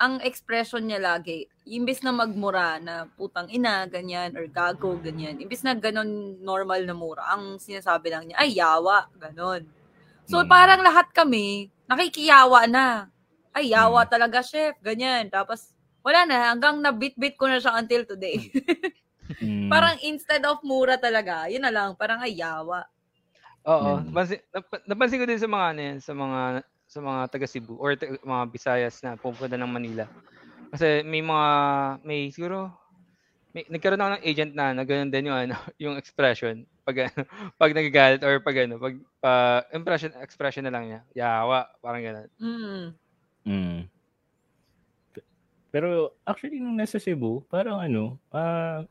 [SPEAKER 5] ang expression niya lagi, imbis na magmura na putang ina, ganyan, or gago, ganyan, imbis na ganon normal na mura, ang sinasabi lang niya, ay, yawa, ganon. So,
[SPEAKER 1] Mm.
[SPEAKER 5] parang lahat kami, nakikiyawa na. Ay, yawa
[SPEAKER 1] Mm.
[SPEAKER 5] talaga, chef, ganyan. Tapos, wala na, hanggang nabit-bit ko na siya until today.
[SPEAKER 1] Mm.
[SPEAKER 5] Parang instead of mura talaga, yun na lang, parang ayawa.
[SPEAKER 2] Oo.
[SPEAKER 1] Hmm.
[SPEAKER 2] Napansin, nap- napansin ko din sa mga ano yan, sa mga sa mga taga Cebu or ta- mga Visayas na pupunta ng Manila. Kasi may mga may siguro may, nagkaroon ako ng agent na ano, ganun din yung ano, yung expression pag ano, pag nagagalit or pag ano, pag pa- impression expression na lang niya. Yawa, parang ganun.
[SPEAKER 5] Mm.
[SPEAKER 1] Mm. P- Pero actually nung nasa Cebu, parang ano, ah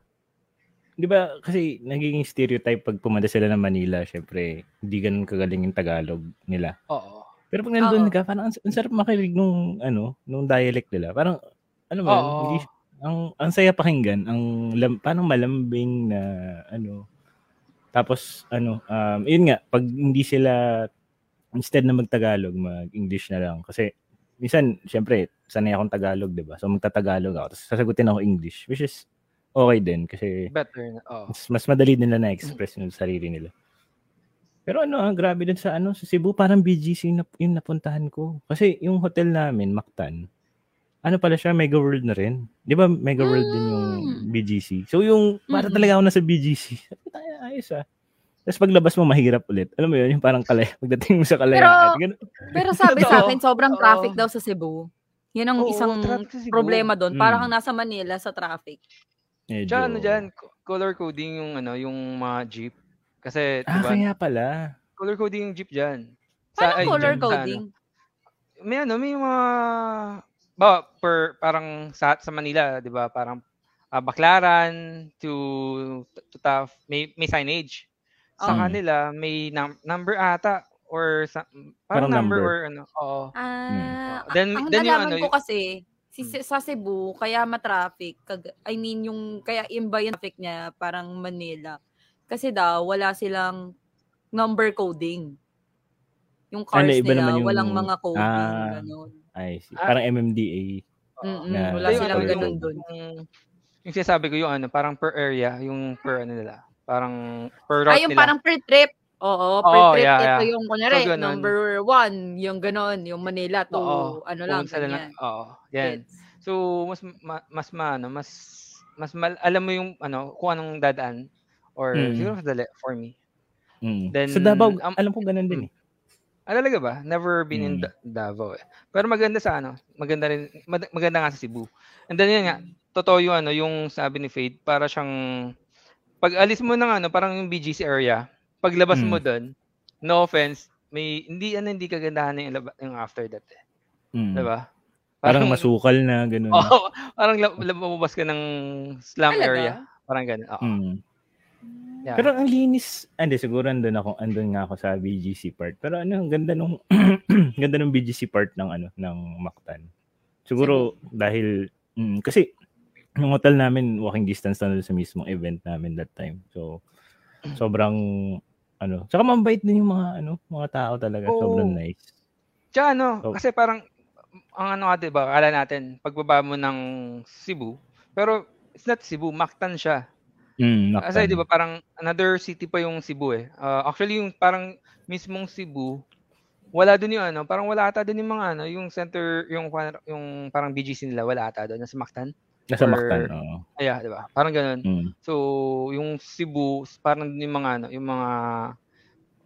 [SPEAKER 1] 'di ba kasi nagiging stereotype pag pumunta sila ng Manila, syempre hindi ganun kagaling yung Tagalog nila.
[SPEAKER 2] Oo.
[SPEAKER 1] Pero pag nandoon
[SPEAKER 5] Oo.
[SPEAKER 1] ka, parang ang, ang sarap makinig nung ano, nung dialect nila. Parang ano man,
[SPEAKER 2] Oo.
[SPEAKER 1] hindi ang ang saya pakinggan, ang lam, parang malambing na ano. Tapos ano, um, yun nga, pag hindi sila instead na magtagalog, mag-English na lang kasi minsan syempre sanay akong Tagalog, 'di ba? So magtatagalog ako, tapos sasagutin ako English, which is okay din kasi
[SPEAKER 2] Better na. Oo.
[SPEAKER 1] mas, mas madali nila na-express
[SPEAKER 2] Mm-hmm.
[SPEAKER 1] yung sarili nila. Pero ano, ang grabe din sa ano, sa Cebu, parang BGC na, yung napuntahan ko. Kasi yung hotel namin, Mactan, ano pala siya, Mega World na rin. Di ba Mega World din yung
[SPEAKER 2] Mm.
[SPEAKER 1] BGC? So yung, para
[SPEAKER 5] Mm.
[SPEAKER 1] talaga ako nasa BGC. Sabi ko, "Tayo, Ayos ah. Tapos paglabas mo, mahirap ulit. Alam mo yun, yung parang kalaya, pagdating mo sa kalayaan. Pero,
[SPEAKER 5] Pero
[SPEAKER 2] sabi sa akin,
[SPEAKER 5] sobrang
[SPEAKER 2] traffic
[SPEAKER 5] daw sa Cebu. Yan ang
[SPEAKER 2] Oo, traffic sa Cebu.
[SPEAKER 5] doon.
[SPEAKER 1] Mm. Parang kang
[SPEAKER 5] nasa Manila sa traffic.
[SPEAKER 2] Diyan, ano dyan, co- color coding yung ano, yung mga jeep. Kasi,
[SPEAKER 1] Ah,
[SPEAKER 2] diba,
[SPEAKER 1] kaya pala.
[SPEAKER 2] color coding yung jeep dyan.
[SPEAKER 5] Paano
[SPEAKER 2] ay, dyan
[SPEAKER 5] color
[SPEAKER 2] sa ano.
[SPEAKER 5] coding?
[SPEAKER 2] may ano, may mga ba per parang sa sa Manila, 'di ba? Parang ah, Baclaran to to Taf, may may signage. Sa
[SPEAKER 5] Mm.
[SPEAKER 1] Oh.
[SPEAKER 2] kanila may num- number ata or sa, parang,
[SPEAKER 1] Parang
[SPEAKER 2] number,
[SPEAKER 1] number.
[SPEAKER 2] or ano. Oo.
[SPEAKER 5] Ah,
[SPEAKER 2] Oo. Then-
[SPEAKER 5] ang
[SPEAKER 2] then yung
[SPEAKER 5] nalaman
[SPEAKER 2] ano, Mm.
[SPEAKER 5] ko
[SPEAKER 2] yung-
[SPEAKER 5] kasi, si, si- sa Cebu, kaya matraffic, kag, I mean, yung, kaya imba yung traffic niya, parang Manila. Kasi daw, wala silang number coding. Yung
[SPEAKER 1] Ah,
[SPEAKER 5] cars
[SPEAKER 1] iba
[SPEAKER 5] nila,
[SPEAKER 1] naman yung-
[SPEAKER 5] walang mga coding,
[SPEAKER 1] Ah.
[SPEAKER 5] ganun.
[SPEAKER 1] Ay, see.
[SPEAKER 2] Ah.
[SPEAKER 1] parang MMDA.
[SPEAKER 5] Mm-mm,
[SPEAKER 1] Na-
[SPEAKER 5] wala
[SPEAKER 1] Ayun,
[SPEAKER 5] silang
[SPEAKER 1] ano,
[SPEAKER 5] ganun
[SPEAKER 1] yung-
[SPEAKER 5] doon.
[SPEAKER 2] Yung, yung sinasabi ko yung ano, parang per area, yung per ano nila. Parang per route
[SPEAKER 5] Ah, yung
[SPEAKER 2] nila.
[SPEAKER 5] parang per trip. Oo, per
[SPEAKER 2] Oo,
[SPEAKER 5] trip.
[SPEAKER 2] yeah,
[SPEAKER 5] ito
[SPEAKER 2] yeah.
[SPEAKER 5] yung, kunwari,
[SPEAKER 2] So, ganun.
[SPEAKER 5] number one, yung ganun, yung Manila to,
[SPEAKER 2] Oo,
[SPEAKER 5] ano lang,
[SPEAKER 2] Pupunta na-
[SPEAKER 5] ganyan.
[SPEAKER 2] Oo. Yan.
[SPEAKER 5] Gets.
[SPEAKER 2] So mas ma, mas maano, mas mas mal, alam mo yung ano kung anong dadaan or
[SPEAKER 1] Mm.
[SPEAKER 2] siguro mas dali for me.
[SPEAKER 1] Mm.
[SPEAKER 2] Then,
[SPEAKER 1] sa Davao,
[SPEAKER 2] um,
[SPEAKER 1] alam ko ganun din eh.
[SPEAKER 2] Ah, talaga ba? Never been in
[SPEAKER 1] Mm.
[SPEAKER 2] Da- Davao eh. Pero maganda sa ano, maganda rin mag- maganda nga sa Cebu. And then yun nga, totoo yung ano, yung sabi ni Fade, para siyang pag alis mo ng ano, parang yung BGC area, paglabas
[SPEAKER 1] Mm.
[SPEAKER 2] mo doon, no offense, may hindi ano hindi kagandahan na yung, laba- yung after that eh.
[SPEAKER 1] Mm.
[SPEAKER 2] 'Di ba?
[SPEAKER 1] Parang masukal na ganun.
[SPEAKER 2] Oo, parang lab- lumabas ka ng slum
[SPEAKER 5] Talaga?
[SPEAKER 2] area. Parang ganun. Oo.
[SPEAKER 1] Mm.
[SPEAKER 2] Ah. Yeah.
[SPEAKER 1] Pero ang linis, ande siguro andun ako, andun nga ako sa BGC part. Pero ano, ang ganda nung ganda nung BGC part ng ano ng Mactan. Siguro dahil mm, kasi yung hotel namin walking distance na doon sa mismong event namin that time. So
[SPEAKER 2] Mm.
[SPEAKER 1] sobrang ano, saka mabait din yung mga ano, mga tao talaga,
[SPEAKER 2] Oo.
[SPEAKER 1] sobrang nice.
[SPEAKER 2] Tsaka ano,
[SPEAKER 1] Oh.
[SPEAKER 2] kasi parang ang ano nga 'di ba, akala natin pagbaba mo ng Cebu, pero it's not Cebu, Mactan siya.
[SPEAKER 1] Mm,
[SPEAKER 2] Kasi 'di ba parang another city pa yung Cebu eh. Ah, actually yung parang mismong Cebu wala doon yung ano, parang wala ata doon yung mga ano, yung center, yung par- yung parang BGC nila, wala ata doon, nasa Mactan.
[SPEAKER 1] Nasa
[SPEAKER 2] or-
[SPEAKER 1] Mactan, oo.
[SPEAKER 2] Ay, yeah, 'di ba? Parang ganun.
[SPEAKER 1] Mm.
[SPEAKER 2] So, yung Cebu, parang doon yung mga ano, yung mga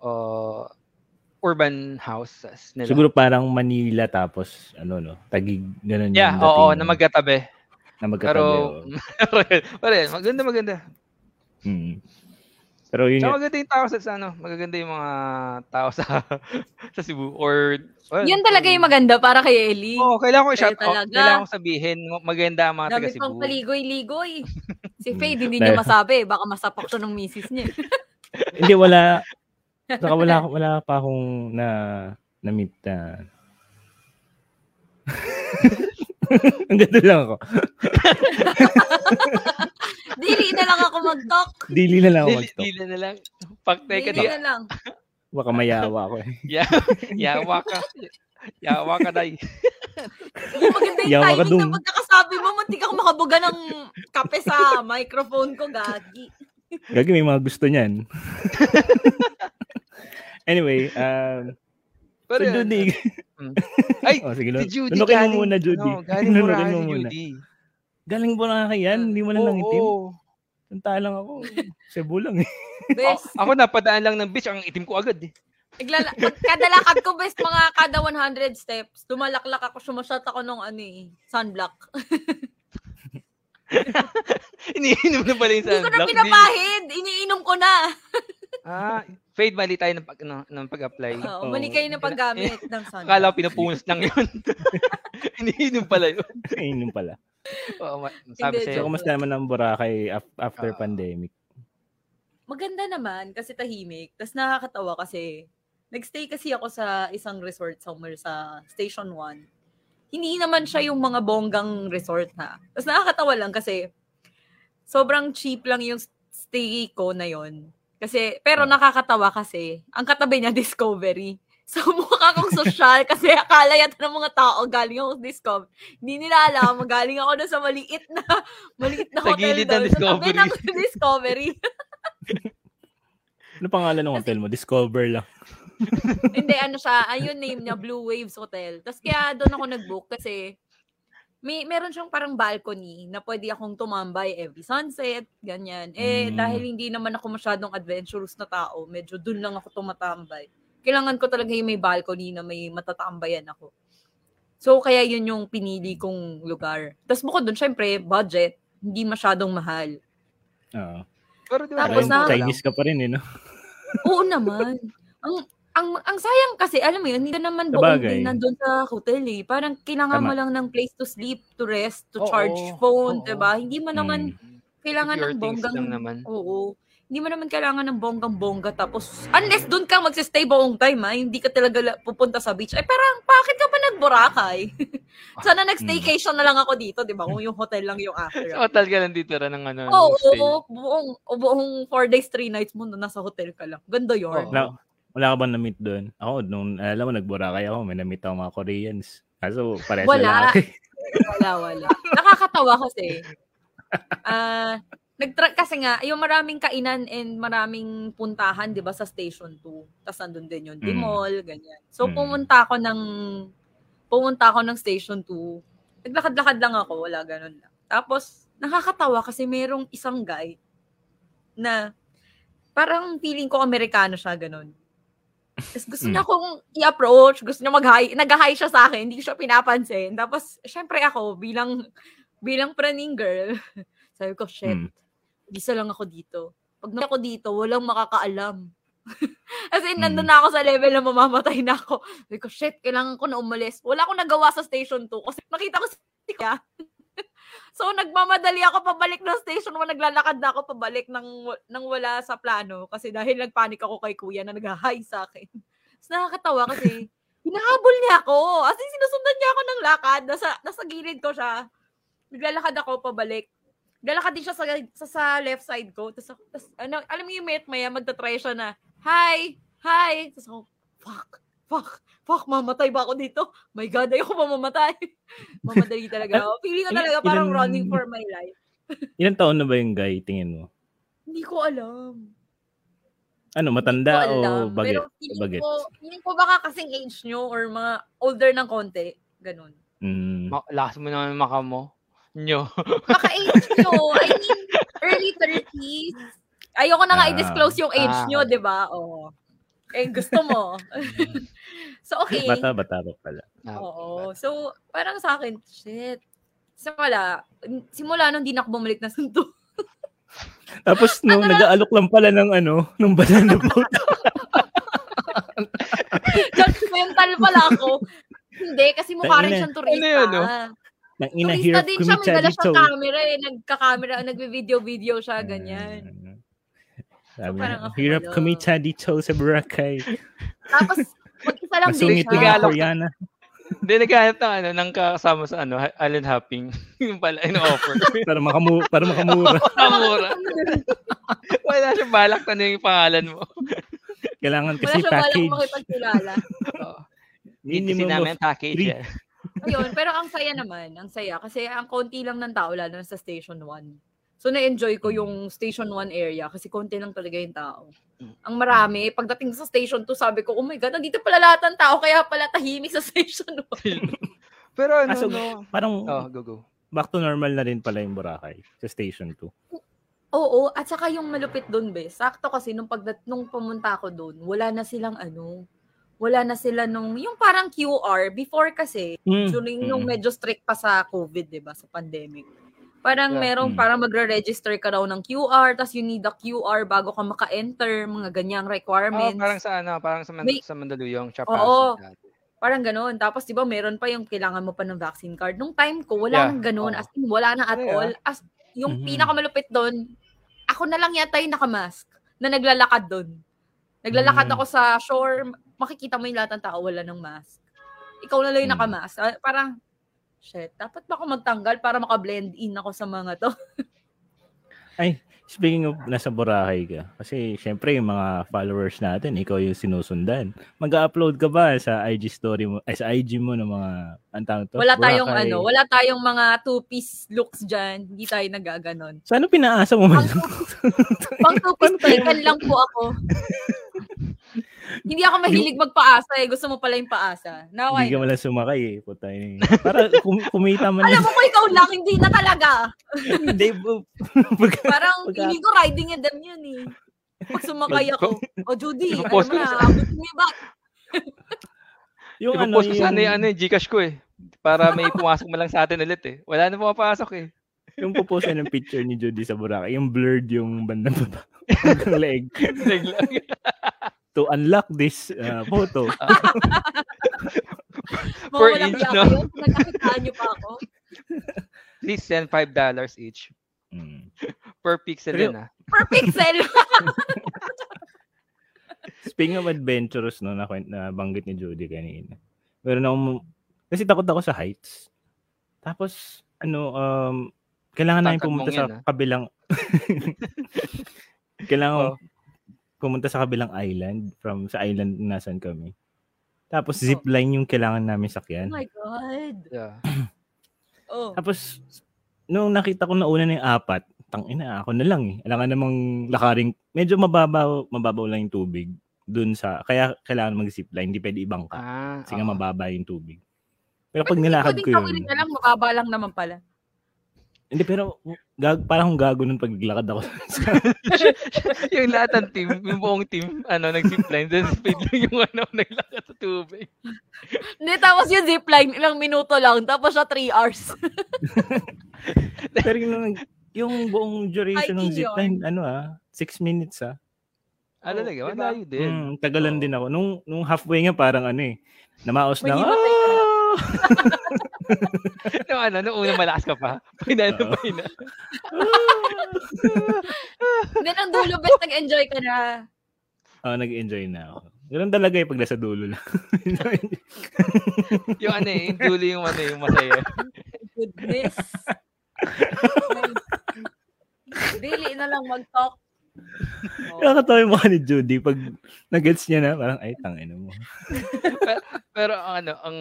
[SPEAKER 2] uh, urban houses nila.
[SPEAKER 1] Siguro parang Manila tapos ano no, Tagig ganun
[SPEAKER 2] yeah,
[SPEAKER 1] yung dating
[SPEAKER 2] oo,
[SPEAKER 1] nun,
[SPEAKER 2] na magkatabi.
[SPEAKER 1] na magkatabi,
[SPEAKER 2] Pero,
[SPEAKER 1] oo.
[SPEAKER 2] pare, maganda, maganda.
[SPEAKER 1] Mm. Pero yun
[SPEAKER 2] Tsaka
[SPEAKER 1] yun.
[SPEAKER 2] maganda yung tao sa, sa ano, magaganda yung mga tao sa sa Cebu or well,
[SPEAKER 5] Yun talaga yung maganda para kay Ellie.
[SPEAKER 2] Oo, kailangan ko i-shout
[SPEAKER 5] Kayo
[SPEAKER 2] out.
[SPEAKER 5] talaga.
[SPEAKER 2] Kailangan ko sabihin, maganda ang mga taga
[SPEAKER 5] Dami pang
[SPEAKER 2] Cebu.
[SPEAKER 5] paligoy-ligoy. Si
[SPEAKER 1] Mm.
[SPEAKER 5] Faye, hindi niya
[SPEAKER 1] Dahil-
[SPEAKER 5] masabi. Baka masapak to ng misis niya.
[SPEAKER 1] Hindi, wala. Saka wala, ako- wala pa akong na na-meet na Ganito lang ako.
[SPEAKER 5] Dili na lang ako mag-talk.
[SPEAKER 1] Dili na lang ako
[SPEAKER 2] Dili,
[SPEAKER 1] mag-stop.
[SPEAKER 2] dili na lang. Pakte ka
[SPEAKER 5] Dili
[SPEAKER 2] di.
[SPEAKER 5] na lang.
[SPEAKER 1] Baka mayawa ako eh.
[SPEAKER 2] Ya- Yawa ka. Yawa ka, day.
[SPEAKER 5] Yung maganda yung
[SPEAKER 1] Yawa ka
[SPEAKER 5] timing
[SPEAKER 1] dun.
[SPEAKER 5] ng pagkakasabi mo. Muntik ako makabuga ng kape sa microphone ko, Gagi.
[SPEAKER 1] Gagi, may mga gusto niyan. anyway, um,
[SPEAKER 2] Pero
[SPEAKER 1] so
[SPEAKER 2] yan.
[SPEAKER 1] Judy.
[SPEAKER 2] Mm. Ay,
[SPEAKER 1] oh, sige,
[SPEAKER 2] si
[SPEAKER 1] Lord.
[SPEAKER 2] Judy
[SPEAKER 1] Tunukin
[SPEAKER 2] galing.
[SPEAKER 1] mo muna, Judy.
[SPEAKER 2] Ano, galing mo
[SPEAKER 1] Tunukin
[SPEAKER 2] rahan
[SPEAKER 1] mo
[SPEAKER 2] si
[SPEAKER 1] muna.
[SPEAKER 2] Judy.
[SPEAKER 1] Galing po na kakayan, hindi mo na lang
[SPEAKER 2] Oo,
[SPEAKER 1] itim.
[SPEAKER 2] oo.
[SPEAKER 1] Tunta lang ako. Cebu lang eh.
[SPEAKER 5] Best.
[SPEAKER 2] Ako napadaan lang ng beach, ang itim ko agad eh.
[SPEAKER 5] Iglala, pag- kada lakad ko, best, mga kada 100 steps, lumalaklak ako, sumashot ako nung ano eh, sunblock.
[SPEAKER 2] Iniinom na pala yung
[SPEAKER 5] Hindi ko
[SPEAKER 2] sunblock.
[SPEAKER 5] na pinapahid. Iniinom ko na.
[SPEAKER 2] Ah, fade mali tayo ng, pag, ng, ng pag-apply.
[SPEAKER 5] Oo,
[SPEAKER 1] Oo.
[SPEAKER 5] Oh, mali kayo ng paggamit ng sun.
[SPEAKER 2] Akala ko pinapunas lang yun. Iniinom pala yun.
[SPEAKER 1] Inom pala.
[SPEAKER 2] Oo, ma- sabi
[SPEAKER 5] Hindi,
[SPEAKER 1] So,
[SPEAKER 2] sa'yo.
[SPEAKER 5] joke.
[SPEAKER 1] kumusta naman ang Boracay af- after
[SPEAKER 2] Ah.
[SPEAKER 1] pandemic?
[SPEAKER 5] Maganda naman kasi tahimik. Tapos nakakatawa kasi nagstay kasi ako sa isang resort somewhere sa Station 1. Hindi naman siya
[SPEAKER 2] Mm-hmm.
[SPEAKER 5] yung mga bonggang resort na. Tapos nakakatawa lang kasi sobrang cheap lang yung stay ko na yon. Kasi,
[SPEAKER 2] Mm.
[SPEAKER 5] pero nakakatawa kasi, ang katabi niya, Discovery. So, mukha akong sosyal kasi akala yata ng mga tao galing ako sa Discovery. Hindi nila alam, galing ako doon sa maliit na, maliit na
[SPEAKER 2] Sa
[SPEAKER 5] hotel
[SPEAKER 2] gilid ng
[SPEAKER 5] doon.
[SPEAKER 2] Discovery.
[SPEAKER 5] Sa tabi ng Discovery.
[SPEAKER 1] Ano pangalan ng hotel mo? Discover lang.
[SPEAKER 5] Hindi, ano siya, ayun name niya, Blue Waves Hotel. Tapos kaya doon ako nag-book kasi may meron siyang parang balcony na pwede akong tumambay every sunset, ganyan. Eh,
[SPEAKER 1] Mm.
[SPEAKER 5] dahil hindi naman ako masyadong adventurous na tao, medyo doon lang ako tumatambay. Kailangan ko talaga yung may balcony na may matatambayan ako. So, kaya yun yung pinili kong lugar. Tapos bukod doon, syempre, budget, hindi masyadong mahal.
[SPEAKER 1] Oo.
[SPEAKER 2] Pero di ba,
[SPEAKER 5] Tapos
[SPEAKER 2] parang
[SPEAKER 1] Parang
[SPEAKER 5] na-
[SPEAKER 1] Chinese ka pa rin eh, no?
[SPEAKER 5] Oo naman. ang ang ang sayang kasi, alam mo yun, hindi ka naman buong
[SPEAKER 1] Sabagay.
[SPEAKER 5] din nandun sa hotel eh. Parang kailangan
[SPEAKER 1] Tama.
[SPEAKER 5] mo lang ng place to sleep, to rest, to
[SPEAKER 2] Oo,
[SPEAKER 5] charge
[SPEAKER 2] oo.
[SPEAKER 5] phone, 'di ba? Hindi mo naman
[SPEAKER 1] Mm.
[SPEAKER 5] kailangan
[SPEAKER 2] Pure
[SPEAKER 5] ng
[SPEAKER 2] things
[SPEAKER 5] bonggang
[SPEAKER 2] lang naman.
[SPEAKER 5] Oo. Hindi mo naman kailangan ng bonggang-bongga tapos unless doon ka magsistay buong time ah, hindi ka talaga la- pupunta sa beach. Ay parang bakit ka pa nag-Boracay? Sana
[SPEAKER 1] Mm.
[SPEAKER 5] nag-staycation na lang ako dito, 'di ba? Kung yung hotel lang yung after.
[SPEAKER 2] sa hotel ka lang dito ng ano.
[SPEAKER 5] Oo,
[SPEAKER 2] ng stay.
[SPEAKER 5] oo, buong o buong 4 days 3 nights mo na nasa hotel ka lang. Ganda 'yon.
[SPEAKER 2] Oo.
[SPEAKER 1] Wala, wala ka ba na-meet doon? Ako, nung, alam mo, nag-Boracay ako, may na-meet ako mga Koreans. Kaso, parehas eh.
[SPEAKER 5] Wala.
[SPEAKER 1] lalaki.
[SPEAKER 5] Wala, wala. Nakakatawa kasi. Ah, nagtra- kasi nga, yung maraming kainan and maraming puntahan, di ba, sa Station 2. Tapos nandun din yung
[SPEAKER 1] Mm.
[SPEAKER 5] Dimol, ganyan. So,
[SPEAKER 1] Mm.
[SPEAKER 5] pumunta ako ng, pumunta ako ng Station 2. Naglakad-lakad lang ako, wala ganun lang. Tapos, nakakatawa kasi merong isang guy na parang feeling ko Amerikano siya, ganun. Tapos gusto niya akong i-approach, gusto niya mag-hi, nag-hi siya sa akin, hindi ko siya pinapansin. Tapos, syempre ako, bilang, bilang praning girl, sabi ko, shit,
[SPEAKER 1] Hmm.
[SPEAKER 5] isa lang ako dito. Pag na ako dito, walang makakaalam. As in,
[SPEAKER 1] Mm.
[SPEAKER 5] nandun na ako sa level na mamamatay na ako. Sabi ko, shit, kailangan ko na umalis. Wala akong nagawa sa station 2 kasi nakita ko si Kuya. so, nagmamadali ako pabalik ng station 1. Naglalakad na ako pabalik ng, nang wala sa plano kasi dahil nagpanik ako kay Kuya na nag-hi sa akin. Tapos nakakatawa kasi, hinahabol niya ako. As in, sinusundan niya ako ng lakad. Nasa, nasa gilid ko siya. Naglalakad ako pabalik. Naglalakad din siya sa, sa, sa left side ko. Tapos, ako- tas, ano, alam mo yung mate maya, magta-try siya na, Hi! Hi! Tapos ako, fuck, fuck, fuck, mamatay ba ako dito? My God, ayoko mamamatay. Mamadali talaga ako. Feeling ko
[SPEAKER 1] Ilan-
[SPEAKER 5] talaga parang
[SPEAKER 1] ilan-
[SPEAKER 5] running for my life.
[SPEAKER 1] Ilan taon na ba yung guy, tingin mo?
[SPEAKER 5] Hindi ko alam.
[SPEAKER 1] Ano, matanda o baget?
[SPEAKER 5] feeling
[SPEAKER 1] Baget.
[SPEAKER 5] ko, feeling ko baka kasing age nyo or mga older ng konti. Ganun.
[SPEAKER 1] Mm.
[SPEAKER 2] Ma- lakas mo naman maka mo. Nyo.
[SPEAKER 5] Baka age nyo. I mean, early 30s. Ayoko na
[SPEAKER 1] Ah.
[SPEAKER 5] nga i-disclose yung age
[SPEAKER 2] Ah.
[SPEAKER 5] nyo, di ba? Oo. Eh, gusto mo. so, okay.
[SPEAKER 1] Bata, bata pa pala.
[SPEAKER 2] Ah,
[SPEAKER 5] Oo. So, parang sa akin, shit. So, wala. Simula nung di na ako bumalik na sundo. Ano
[SPEAKER 1] Tapos, no, nag-aalok lang pala ng ano, ng banana boat.
[SPEAKER 5] Judgmental pala ako. Hindi, kasi mukha rin
[SPEAKER 1] Tangina.
[SPEAKER 5] siyang turista.
[SPEAKER 2] Ano yun, no?
[SPEAKER 1] Nang ina,
[SPEAKER 5] Turista
[SPEAKER 1] hirap
[SPEAKER 5] din siya, may
[SPEAKER 1] kumitsa
[SPEAKER 5] dala
[SPEAKER 1] dito.
[SPEAKER 5] siyang camera eh. Nagka-camera, nagbe-video-video siya, ganyan.
[SPEAKER 1] Ah. Sabi
[SPEAKER 5] parang
[SPEAKER 1] niya,
[SPEAKER 5] ako,
[SPEAKER 1] hirap
[SPEAKER 5] wala.
[SPEAKER 1] kumita dito sa Boracay.
[SPEAKER 5] Tapos, mag-isa lang din
[SPEAKER 1] Masungit
[SPEAKER 5] siya.
[SPEAKER 1] yung mga Koreana.
[SPEAKER 2] Hindi, nagkahanap ng ano, nang kasama sa ano, ha- island hopping. yung pala, yung offer.
[SPEAKER 1] Para, makamu para makamura.
[SPEAKER 2] Kamura. Wala siya balak na yung pangalan mo.
[SPEAKER 1] Kailangan
[SPEAKER 5] Wala
[SPEAKER 1] kasi
[SPEAKER 5] siya walang
[SPEAKER 1] package.
[SPEAKER 5] makipagkilala.
[SPEAKER 2] Oo. Minimum
[SPEAKER 1] Minimum
[SPEAKER 2] namin
[SPEAKER 1] of
[SPEAKER 2] package. eh.
[SPEAKER 1] three.
[SPEAKER 2] yan.
[SPEAKER 5] Ayun, pero ang saya naman. Ang saya. Kasi ang konti lang ng tao, lalo na sa Station 1. So, na-enjoy ko yung Station 1 area kasi konti lang talaga yung tao. Ang marami, pagdating sa Station 2, sabi ko, oh my God, nandito pala lahat ng tao, kaya pala tahimik sa Station 1.
[SPEAKER 2] Pero ano,
[SPEAKER 1] Ah, so-
[SPEAKER 2] no?
[SPEAKER 1] Parang
[SPEAKER 2] Oh, go, go.
[SPEAKER 1] back to normal na rin pala yung Boracay sa Station 2.
[SPEAKER 5] Oo, at saka yung malupit doon, be. Sakto kasi nung pag nung pumunta ako doon, wala na silang ano, wala na sila nung yung
[SPEAKER 2] Hmm.
[SPEAKER 5] parang
[SPEAKER 1] Mm-hmm. Hmm.
[SPEAKER 5] QR before kasi during nung medyo strict pa sa COVID, 'di ba, sa pandemic. Parang
[SPEAKER 2] Yeah.
[SPEAKER 5] merong,
[SPEAKER 1] Mm.
[SPEAKER 5] parang magre-register ka daw ng QR, tapos you need a QR bago ka maka-enter, mga ganyang
[SPEAKER 2] Oh,
[SPEAKER 5] requirements.
[SPEAKER 2] parang sa ano, parang sa, Man-
[SPEAKER 5] May-
[SPEAKER 2] sa Mandaluyong, siya
[SPEAKER 5] Oo.
[SPEAKER 2] Pasig dati.
[SPEAKER 5] Parang ganun. Tapos, di ba, meron pa yung kailangan mo pa ng vaccine card. Nung time ko,
[SPEAKER 2] Yeah.
[SPEAKER 5] wala nang ganun.
[SPEAKER 2] Oo.
[SPEAKER 5] As in, wala na at
[SPEAKER 2] Yeah.
[SPEAKER 5] all. As, yung
[SPEAKER 1] Mhm.
[SPEAKER 5] pinakamalupit doon, ako na lang yata yung nakamask na naglalakad doon. Naglalakad
[SPEAKER 1] Mm.
[SPEAKER 5] ako sa shore, makikita mo yung lahat ng tao, wala ng mask. Ikaw na lang yung
[SPEAKER 1] Mm.
[SPEAKER 5] nakamask. Ah, Parang, shit, dapat ba ako magtanggal para maka-blend in ako sa mga to?
[SPEAKER 1] Speaking of nasa Boracay ka, kasi syempre yung mga followers natin, ikaw yung sinusundan. Mag-upload ka ba sa IG story mo, ay, sa IG mo ng mga antang to?
[SPEAKER 5] Wala tayong
[SPEAKER 1] Boracay.
[SPEAKER 5] ano, wala tayong mga two-piece looks dyan. Hindi tayo nagaganon.
[SPEAKER 1] Sa ano pinaasa mo man?
[SPEAKER 5] Pang two-piece chicken lang po ako. Hindi ako mahilig magpaasa eh. Gusto mo pala yung paasa. Now
[SPEAKER 1] Hindi ka
[SPEAKER 5] I know.
[SPEAKER 1] malang sumakay eh. Puta yun eh. Para kum- kumita man
[SPEAKER 5] Alam
[SPEAKER 1] lang.
[SPEAKER 5] mo ko ikaw lang, hindi na talaga.
[SPEAKER 1] Hindi po. Pag-
[SPEAKER 5] Parang
[SPEAKER 1] Pagka-
[SPEAKER 5] hindi ko riding and them yun eh. Pag sumakay ako, o Judy, ano
[SPEAKER 2] Ipopost
[SPEAKER 5] mo
[SPEAKER 2] ko
[SPEAKER 5] na,
[SPEAKER 2] sa-
[SPEAKER 5] abot mo yung bag.
[SPEAKER 1] yung ano
[SPEAKER 2] Ipopost ko
[SPEAKER 1] yung,
[SPEAKER 2] sana yung ano, yung Gcash ko eh. Para may pumasok mo lang sa atin ulit eh. Wala na pumapasok eh.
[SPEAKER 1] yung puposta ng picture ni Judy sa Boracay. Yung blurred yung bandang baba. Hanggang leg.
[SPEAKER 2] Biglang-
[SPEAKER 1] To unlock this uh, photo.
[SPEAKER 5] Mga
[SPEAKER 2] Per
[SPEAKER 5] walang
[SPEAKER 2] inch,
[SPEAKER 5] yaka
[SPEAKER 2] no?
[SPEAKER 5] yun. Nagkakitaan niyo pa ako.
[SPEAKER 2] Please send $5 dollars each.
[SPEAKER 1] Mm.
[SPEAKER 2] Per pixel
[SPEAKER 1] Pero-
[SPEAKER 2] yun ah.
[SPEAKER 5] Per pixel. Oh
[SPEAKER 1] Speaking of adventurous, no, na, na banggit ni Judy kanina. Meron akong, kasi takot ako sa heights. Tapos, ano, um, kailangan namin
[SPEAKER 2] Tangkad
[SPEAKER 1] pumunta
[SPEAKER 2] mong
[SPEAKER 1] sa
[SPEAKER 2] yan, ah.
[SPEAKER 1] kabilang,
[SPEAKER 2] Oh.
[SPEAKER 1] kailangan pumunta sa kabilang island, from sa island na nasan kami. Tapos,
[SPEAKER 5] Oh.
[SPEAKER 1] zipline yung kailangan namin
[SPEAKER 5] Oh
[SPEAKER 1] sakyan.
[SPEAKER 5] my God.
[SPEAKER 2] Yeah.
[SPEAKER 5] Oh.
[SPEAKER 1] Tapos, nung nakita ko na una na yung apat, tang ina, ako na lang eh. Alam ka namang lakaring, medyo mababaw, mababaw lang yung tubig dun sa, kaya kailangan mag-zipline, hindi pwede ibang ka.
[SPEAKER 2] Ah,
[SPEAKER 1] Kasi nga
[SPEAKER 2] oo.
[SPEAKER 1] mababa yung tubig. Pero pag nilakad ko yun,
[SPEAKER 5] Pwedeng tawirin na lang, mababa lang naman pala.
[SPEAKER 1] hindi, pero gag, parang akong gago nun pag naglakad ako.
[SPEAKER 2] yung lahat ng team, yung buong team, ano, nag-zipline. Then speed lang yung ano, naglakad sa tubig.
[SPEAKER 5] Hindi, tapos yung zipline, ilang minuto lang, tapos siya 3 hours.
[SPEAKER 1] pero yung, yung buong duration ng
[SPEAKER 5] Hiking
[SPEAKER 1] zipline, ano ah, six minutes ah.
[SPEAKER 2] Ah,
[SPEAKER 5] Oo,
[SPEAKER 2] talaga,
[SPEAKER 5] diba?
[SPEAKER 2] wala yun din.
[SPEAKER 1] Mm, tagalan
[SPEAKER 2] Oo.
[SPEAKER 1] din ako. Nung, nung halfway nga parang ano eh, namaos
[SPEAKER 5] May
[SPEAKER 1] na,
[SPEAKER 5] himatay ka.
[SPEAKER 1] ah!
[SPEAKER 2] Nung ano, nung una malakas ka pa. Pahina na
[SPEAKER 1] Oo.
[SPEAKER 2] pahina.
[SPEAKER 5] Hindi, nang dulo, best nag-enjoy ka na.
[SPEAKER 1] Oh, nag-enjoy na ako. Ganun talaga eh, pag nasa dulo lang.
[SPEAKER 2] Yung ano eh, yung dulo yung ano, yung masaya.
[SPEAKER 5] Goodness. Dili na lang mag-talk. Oh.
[SPEAKER 1] Nakakatawa yung mukha ni Judy pag nag-gets niya na, parang, ay, tangin mo.
[SPEAKER 2] Pero ang ano, ang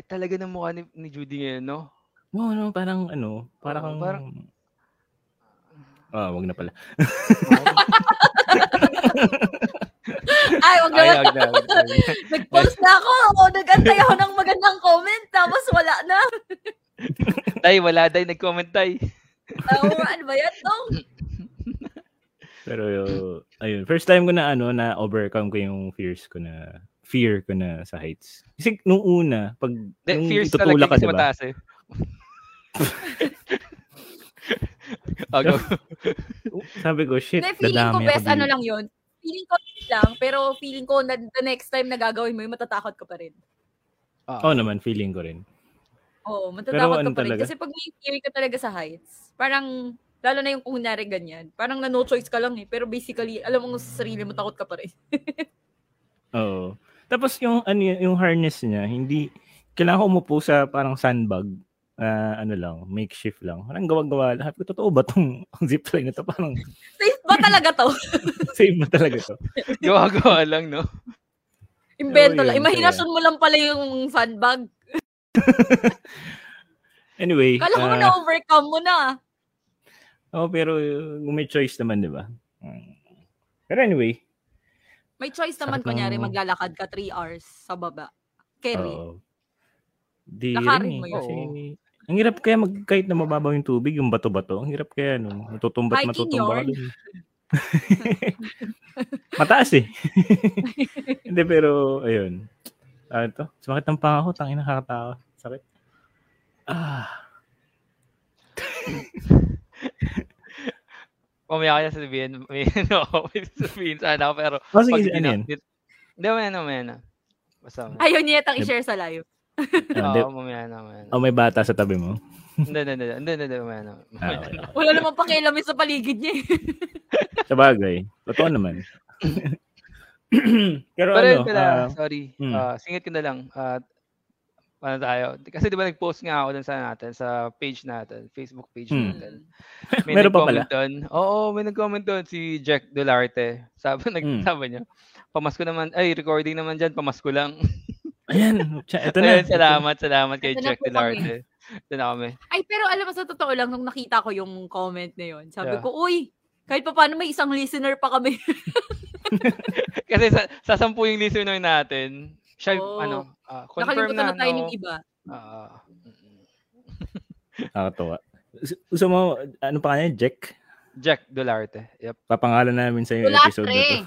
[SPEAKER 2] eh, talaga ng mukha ni, ni Judy ngayon, no?
[SPEAKER 1] No, no, parang ano, parang,
[SPEAKER 2] Oo, parang-
[SPEAKER 1] Ah, wag na pala.
[SPEAKER 5] Ay, wag
[SPEAKER 2] Ay,
[SPEAKER 5] naman.
[SPEAKER 2] wag na, wag na.
[SPEAKER 5] Nag-post na ako. Oo, Nag-antay ako ng magandang comment. Tapos wala na.
[SPEAKER 2] Tay, wala day, nag-comment tay.
[SPEAKER 5] Oo, ano ba yan? Tong?
[SPEAKER 1] Pero, ayun, first time ko na ano, na overcome ko yung fears ko na, fear ko na sa heights. Kasi nung una, pag
[SPEAKER 2] De,
[SPEAKER 1] nung
[SPEAKER 2] fierce talaga
[SPEAKER 1] itutulak ka,
[SPEAKER 2] kasi
[SPEAKER 1] diba?
[SPEAKER 2] mataas eh. oh, go.
[SPEAKER 1] Sabi ko, shit,
[SPEAKER 5] Hindi, feeling ko
[SPEAKER 1] dadami ako
[SPEAKER 5] best ano
[SPEAKER 1] dito.
[SPEAKER 5] lang yun. Feeling ko lang, pero feeling ko na the next time na gagawin mo, yun, matatakot ka pa rin.
[SPEAKER 1] Oo naman, feeling ko rin.
[SPEAKER 5] Oo, matatakot
[SPEAKER 1] ano
[SPEAKER 5] ka pa rin.
[SPEAKER 1] talaga?
[SPEAKER 5] Kasi pag may fear ka talaga sa heights, parang, lalo na yung kunwari ganyan, parang na no choice ka lang eh. Pero basically, alam mo sa sarili mo, takot ka pa rin.
[SPEAKER 1] Oo. Tapos yung ano yun, yung harness niya, hindi kailangan ko umupo sa parang sandbag. ah, ano lang, makeshift lang. Parang gawa-gawa. lang. Sabi ko, totoo ba tong ang zipline na to? Parang
[SPEAKER 5] Safe ba talaga to?
[SPEAKER 1] save ba talaga to?
[SPEAKER 2] Gawa-gawa lang, no?
[SPEAKER 5] Invento
[SPEAKER 1] Oo,
[SPEAKER 5] lang.
[SPEAKER 1] yun,
[SPEAKER 5] Imahinasyon mo lang pala yung sandbag.
[SPEAKER 1] Anyway,
[SPEAKER 5] Kala ko
[SPEAKER 1] ah,
[SPEAKER 5] na-overcome mo na.
[SPEAKER 1] oh, pero uh, may choice naman, di ba? Mm. Pero anyway,
[SPEAKER 5] May choice naman,
[SPEAKER 1] Sakto.
[SPEAKER 5] kunyari, maglalakad ka 3 hours sa baba. Carry.
[SPEAKER 1] oo. Di rin
[SPEAKER 5] Lakarin mo
[SPEAKER 1] eh,
[SPEAKER 5] yun.
[SPEAKER 1] kasi ang hirap kaya mag kahit na mababaw yung tubig, yung bato-bato, ang hirap kaya no, matutumbat
[SPEAKER 5] Hiking
[SPEAKER 1] matutumba ka
[SPEAKER 5] yarn.
[SPEAKER 1] dun. Mataas eh. Hindi pero ayun. Ah, ito. Sumakit ang pangako, tangin nakakatawa. Sakit. Ah.
[SPEAKER 2] Pamaya ka na sabihin, may ano ako, may sabihin sana ako, pero
[SPEAKER 1] Oh,
[SPEAKER 2] pag
[SPEAKER 1] sige,
[SPEAKER 2] hindi
[SPEAKER 1] ano
[SPEAKER 2] na-
[SPEAKER 1] yan?
[SPEAKER 2] Hindi, mamaya na, mamaya na. Basta, mamaya.
[SPEAKER 5] Ayaw niya itang i-share sa live.
[SPEAKER 1] Ah, di-
[SPEAKER 2] Oo, mamaya na, mamaya na.
[SPEAKER 1] Oh, may bata sa tabi mo.
[SPEAKER 2] Hindi, hindi, hindi, hindi, hindi, mamaya na.
[SPEAKER 1] Ah, okay.
[SPEAKER 5] Wala namang pakialamin sa paligid niya eh.
[SPEAKER 1] Sa bagay. Totoo naman. Pero,
[SPEAKER 2] Pero
[SPEAKER 1] ano,
[SPEAKER 2] yun pala,
[SPEAKER 1] ah,
[SPEAKER 2] sorry.
[SPEAKER 1] mm.
[SPEAKER 2] Ah, singit ko na lang. At ano tayo? Kasi di ba nag-post nga ako dun sa natin, sa page natin, Facebook page
[SPEAKER 1] Mm.
[SPEAKER 2] natin.
[SPEAKER 1] Meron pa pala.
[SPEAKER 2] nag-comment Doon. Oo, may nag-comment doon si Jack Dolarte. Sabi,
[SPEAKER 1] Mm.
[SPEAKER 2] nag, sabi niya, pamasko naman, ay, recording naman dyan, pamasko lang.
[SPEAKER 1] ayan. Tsa, ito na.
[SPEAKER 2] Ayun, salamat, salamat kay
[SPEAKER 5] Ito na
[SPEAKER 2] Jack
[SPEAKER 5] po kami.
[SPEAKER 2] Dolarte. Ito na kami.
[SPEAKER 5] Ay, pero alam mo, sa totoo lang, nung nakita ko yung comment na yun, sabi
[SPEAKER 2] Yeah.
[SPEAKER 5] ko, uy, kahit pa paano may isang listener pa kami.
[SPEAKER 2] Kasi sa, sa sampu yung listener natin, siya,
[SPEAKER 5] Oo.
[SPEAKER 2] ano, ah, confirm
[SPEAKER 5] Oh. Nakalimutan
[SPEAKER 2] na,
[SPEAKER 5] na, tayo
[SPEAKER 2] no?
[SPEAKER 5] ng iba.
[SPEAKER 2] Ah, mm,
[SPEAKER 1] Nakakatawa. Gusto- Gusto mo, ano pa kanya? Jack?
[SPEAKER 2] Jack Dolarte. Yep.
[SPEAKER 1] Papangalan namin sa yung episode na to.
[SPEAKER 5] Dolatre.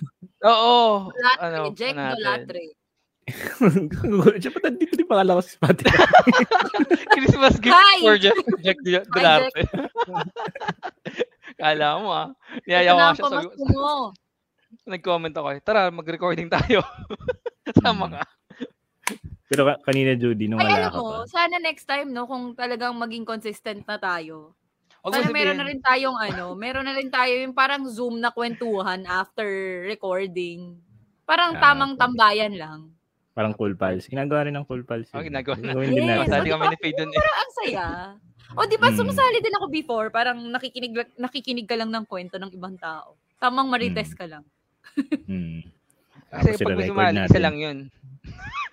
[SPEAKER 2] Oo.
[SPEAKER 5] Dolatre.
[SPEAKER 2] ano,
[SPEAKER 5] Jack
[SPEAKER 2] natin.
[SPEAKER 5] Dolatre.
[SPEAKER 1] Gugulo siya, ba't dito din pangalan ko sa Spotify?
[SPEAKER 2] Christmas gift
[SPEAKER 5] Hi!
[SPEAKER 2] for Jack, Jack Dula-
[SPEAKER 5] Hi,
[SPEAKER 2] Dularte. Kala mo ah.
[SPEAKER 5] Ito
[SPEAKER 2] Niyayaw
[SPEAKER 5] na
[SPEAKER 2] ka
[SPEAKER 5] ang
[SPEAKER 2] siya. Sabi,
[SPEAKER 5] pamasko mo.
[SPEAKER 2] nag-comment ako eh. Tara, mag-recording tayo. Sama
[SPEAKER 1] Hmm.
[SPEAKER 2] ka.
[SPEAKER 1] Pero ka- kanina, Judy, nung
[SPEAKER 5] Ay, ano
[SPEAKER 1] wala
[SPEAKER 5] alam
[SPEAKER 1] ka
[SPEAKER 5] mo,
[SPEAKER 1] pa.
[SPEAKER 5] sana next time, no, kung talagang maging consistent na tayo.
[SPEAKER 2] Huwag mo
[SPEAKER 5] Sana meron
[SPEAKER 2] sabihin.
[SPEAKER 5] na rin tayong ano, meron na rin tayo yung parang Zoom na kwentuhan after recording. Parang
[SPEAKER 1] Ah,
[SPEAKER 5] tamang
[SPEAKER 1] okay.
[SPEAKER 5] tambayan lang.
[SPEAKER 1] Parang cool pals. Ginagawa rin ng cool pals.
[SPEAKER 2] Oh,
[SPEAKER 1] yun.
[SPEAKER 2] ginagawa na.
[SPEAKER 1] Gawin din
[SPEAKER 5] Yes.
[SPEAKER 1] natin.
[SPEAKER 2] Masali kami ni Faye dun eh.
[SPEAKER 5] Pero ang saya. O, di ba,
[SPEAKER 1] Mm.
[SPEAKER 5] sumasali din ako before. Parang nakikinig, nakikinig ka lang ng kwento ng ibang tao. Tamang marites ka lang.
[SPEAKER 1] Hmm.
[SPEAKER 2] Kasi
[SPEAKER 1] Tapos
[SPEAKER 2] pag may
[SPEAKER 1] i-record
[SPEAKER 2] sumali,
[SPEAKER 1] natin.
[SPEAKER 2] isa lang yun.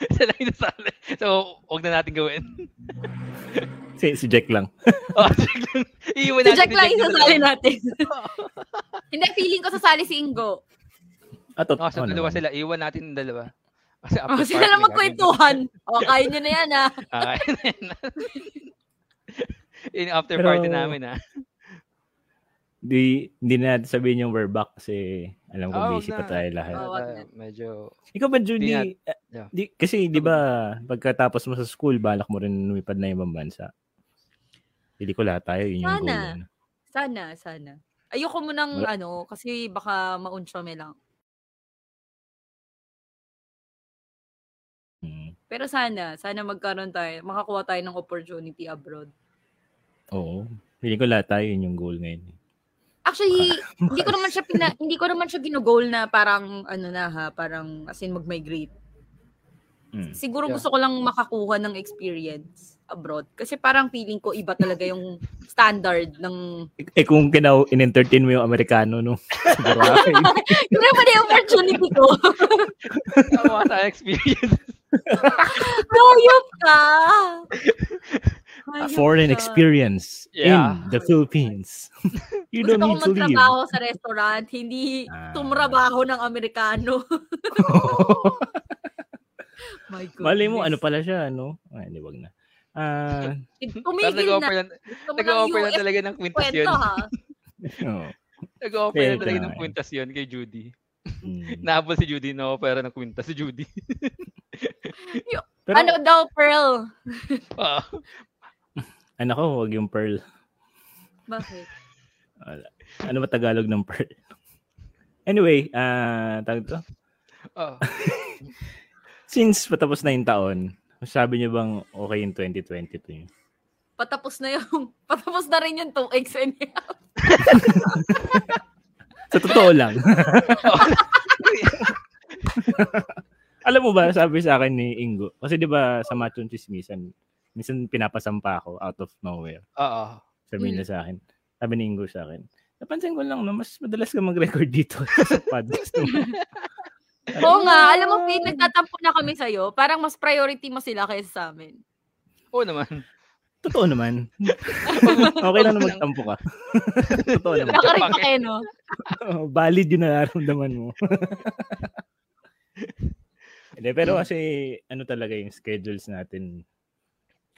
[SPEAKER 2] isa lang yung nasali. So, huwag na natin gawin.
[SPEAKER 1] Si, si Jack lang.
[SPEAKER 2] Oh, Jack lang. Iiwan
[SPEAKER 5] Si
[SPEAKER 2] natin
[SPEAKER 5] Jack
[SPEAKER 2] na
[SPEAKER 5] lang isasali
[SPEAKER 2] dalawa.
[SPEAKER 5] natin. Hindi, feeling ko sasali si Ingo.
[SPEAKER 1] Ah, totoo
[SPEAKER 2] Oh, so dalawa
[SPEAKER 1] naman.
[SPEAKER 2] sila. Iwan natin yung dalawa. Kasi
[SPEAKER 5] O, Oh, sila lang magkwentuhan. O, kaya nyo na yan, ah. ha?
[SPEAKER 2] Ah, Okay. In after
[SPEAKER 1] Pero-
[SPEAKER 2] party namin ah.
[SPEAKER 1] Di, hindi na natin sabihin yung we're back kasi alam ko
[SPEAKER 2] Oh,
[SPEAKER 1] busy
[SPEAKER 2] wag
[SPEAKER 1] pa
[SPEAKER 2] na.
[SPEAKER 1] tayo lahat.
[SPEAKER 5] Oh. wag na.
[SPEAKER 2] medyo
[SPEAKER 1] Ikaw ba,
[SPEAKER 2] Di
[SPEAKER 1] Judy? ah,
[SPEAKER 2] yeah.
[SPEAKER 1] di, kasi, di ba, pagkatapos mo sa school, balak mo rin lumipad na ibang bansa. Pili ko lahat tayo, yun yung
[SPEAKER 5] Sana.
[SPEAKER 1] goal. ano. yun.
[SPEAKER 5] Sana, sana. Ayoko mo nang
[SPEAKER 1] Wala.
[SPEAKER 5] ano, kasi baka maunsyome lang.
[SPEAKER 1] Hmm.
[SPEAKER 5] Pero sana, sana magkaroon tayo, makakuha tayo ng opportunity abroad.
[SPEAKER 1] Oo. Pili ko lahat tayo, yun yung goal ngayon. eh.
[SPEAKER 5] Actually,
[SPEAKER 1] Ah,
[SPEAKER 5] hindi ko naman siya pina, hindi ko naman siya ginugol na parang ano na ha, parang as in mag-migrate.
[SPEAKER 1] Hmm.
[SPEAKER 5] Siguro
[SPEAKER 2] Yeah.
[SPEAKER 5] gusto ko lang makakuha ng experience abroad kasi parang feeling ko iba talaga yung standard ng
[SPEAKER 1] Eh, eh, kung kinaw, in-entertain mo yung Amerikano, no? Siguro ako, eh.
[SPEAKER 5] Yun naman yung opportunity ko.
[SPEAKER 2] Tama sa experience.
[SPEAKER 5] Hayop ka.
[SPEAKER 1] A
[SPEAKER 5] Hayop
[SPEAKER 1] foreign
[SPEAKER 5] ka.
[SPEAKER 1] experience
[SPEAKER 2] Yeah.
[SPEAKER 1] in the Philippines. you
[SPEAKER 5] Gusto
[SPEAKER 1] don't
[SPEAKER 5] ko
[SPEAKER 1] need to leave.
[SPEAKER 5] magtrabaho sa restaurant, hindi
[SPEAKER 1] Ah.
[SPEAKER 5] tumrabaho ng Amerikano. My goodness.
[SPEAKER 1] Malay mo, ano pala siya, ano? Ay, hindi, wag na. Ah,
[SPEAKER 2] Parang
[SPEAKER 5] Tumigil na.
[SPEAKER 2] nag-offer na,
[SPEAKER 5] Gusto mo ng
[SPEAKER 2] nag-offer na
[SPEAKER 5] US
[SPEAKER 2] talaga ng kwintas yun.
[SPEAKER 5] kwento ha.
[SPEAKER 1] oo.
[SPEAKER 2] Nag-offer na
[SPEAKER 1] Kwento
[SPEAKER 2] talaga
[SPEAKER 1] na
[SPEAKER 2] ng
[SPEAKER 1] eh.
[SPEAKER 2] kwintas yun kay Judy.
[SPEAKER 1] Mm.
[SPEAKER 2] Nahabol si Judy, na-offer ng kwintas si Judy.
[SPEAKER 1] Pero,
[SPEAKER 5] ano daw, Pearl?
[SPEAKER 2] Ah,
[SPEAKER 1] anak ko, wag yung pearl.
[SPEAKER 5] Bakit?
[SPEAKER 1] Ano ba Tagalog ng pearl? Anyway, ah, tawag to?
[SPEAKER 2] ah.
[SPEAKER 1] Since patapos na yung taon, masabi niyo bang okay yung 2022 niyo?
[SPEAKER 5] Patapos na yung, patapos na rin yung 2 eggs and
[SPEAKER 1] Sa totoo lang. Alam mo ba, sabi sa akin ni Ingo, kasi di ba sa Machong Chismisan, minsan pinapasampa ako out of nowhere.
[SPEAKER 2] Oo.
[SPEAKER 1] Sabi
[SPEAKER 5] Mm.
[SPEAKER 1] niya sa akin. Sabi ni Ingo sa akin, napansin ko lang na mas madalas ka mag-record dito sa podcast.
[SPEAKER 5] Oo nga, alam mo, Faye, nagtatampo na kami sa'yo. Parang mas priority mo sila kaysa sa amin.
[SPEAKER 2] Oo naman.
[SPEAKER 1] Totoo naman. okay lang na magtampo ka. Totoo naman.
[SPEAKER 5] Baka rin
[SPEAKER 2] Bakit?
[SPEAKER 5] kayo, no?
[SPEAKER 1] Oh, valid yung nararamdaman mo. Hindi, pero kasi ano talaga yung schedules natin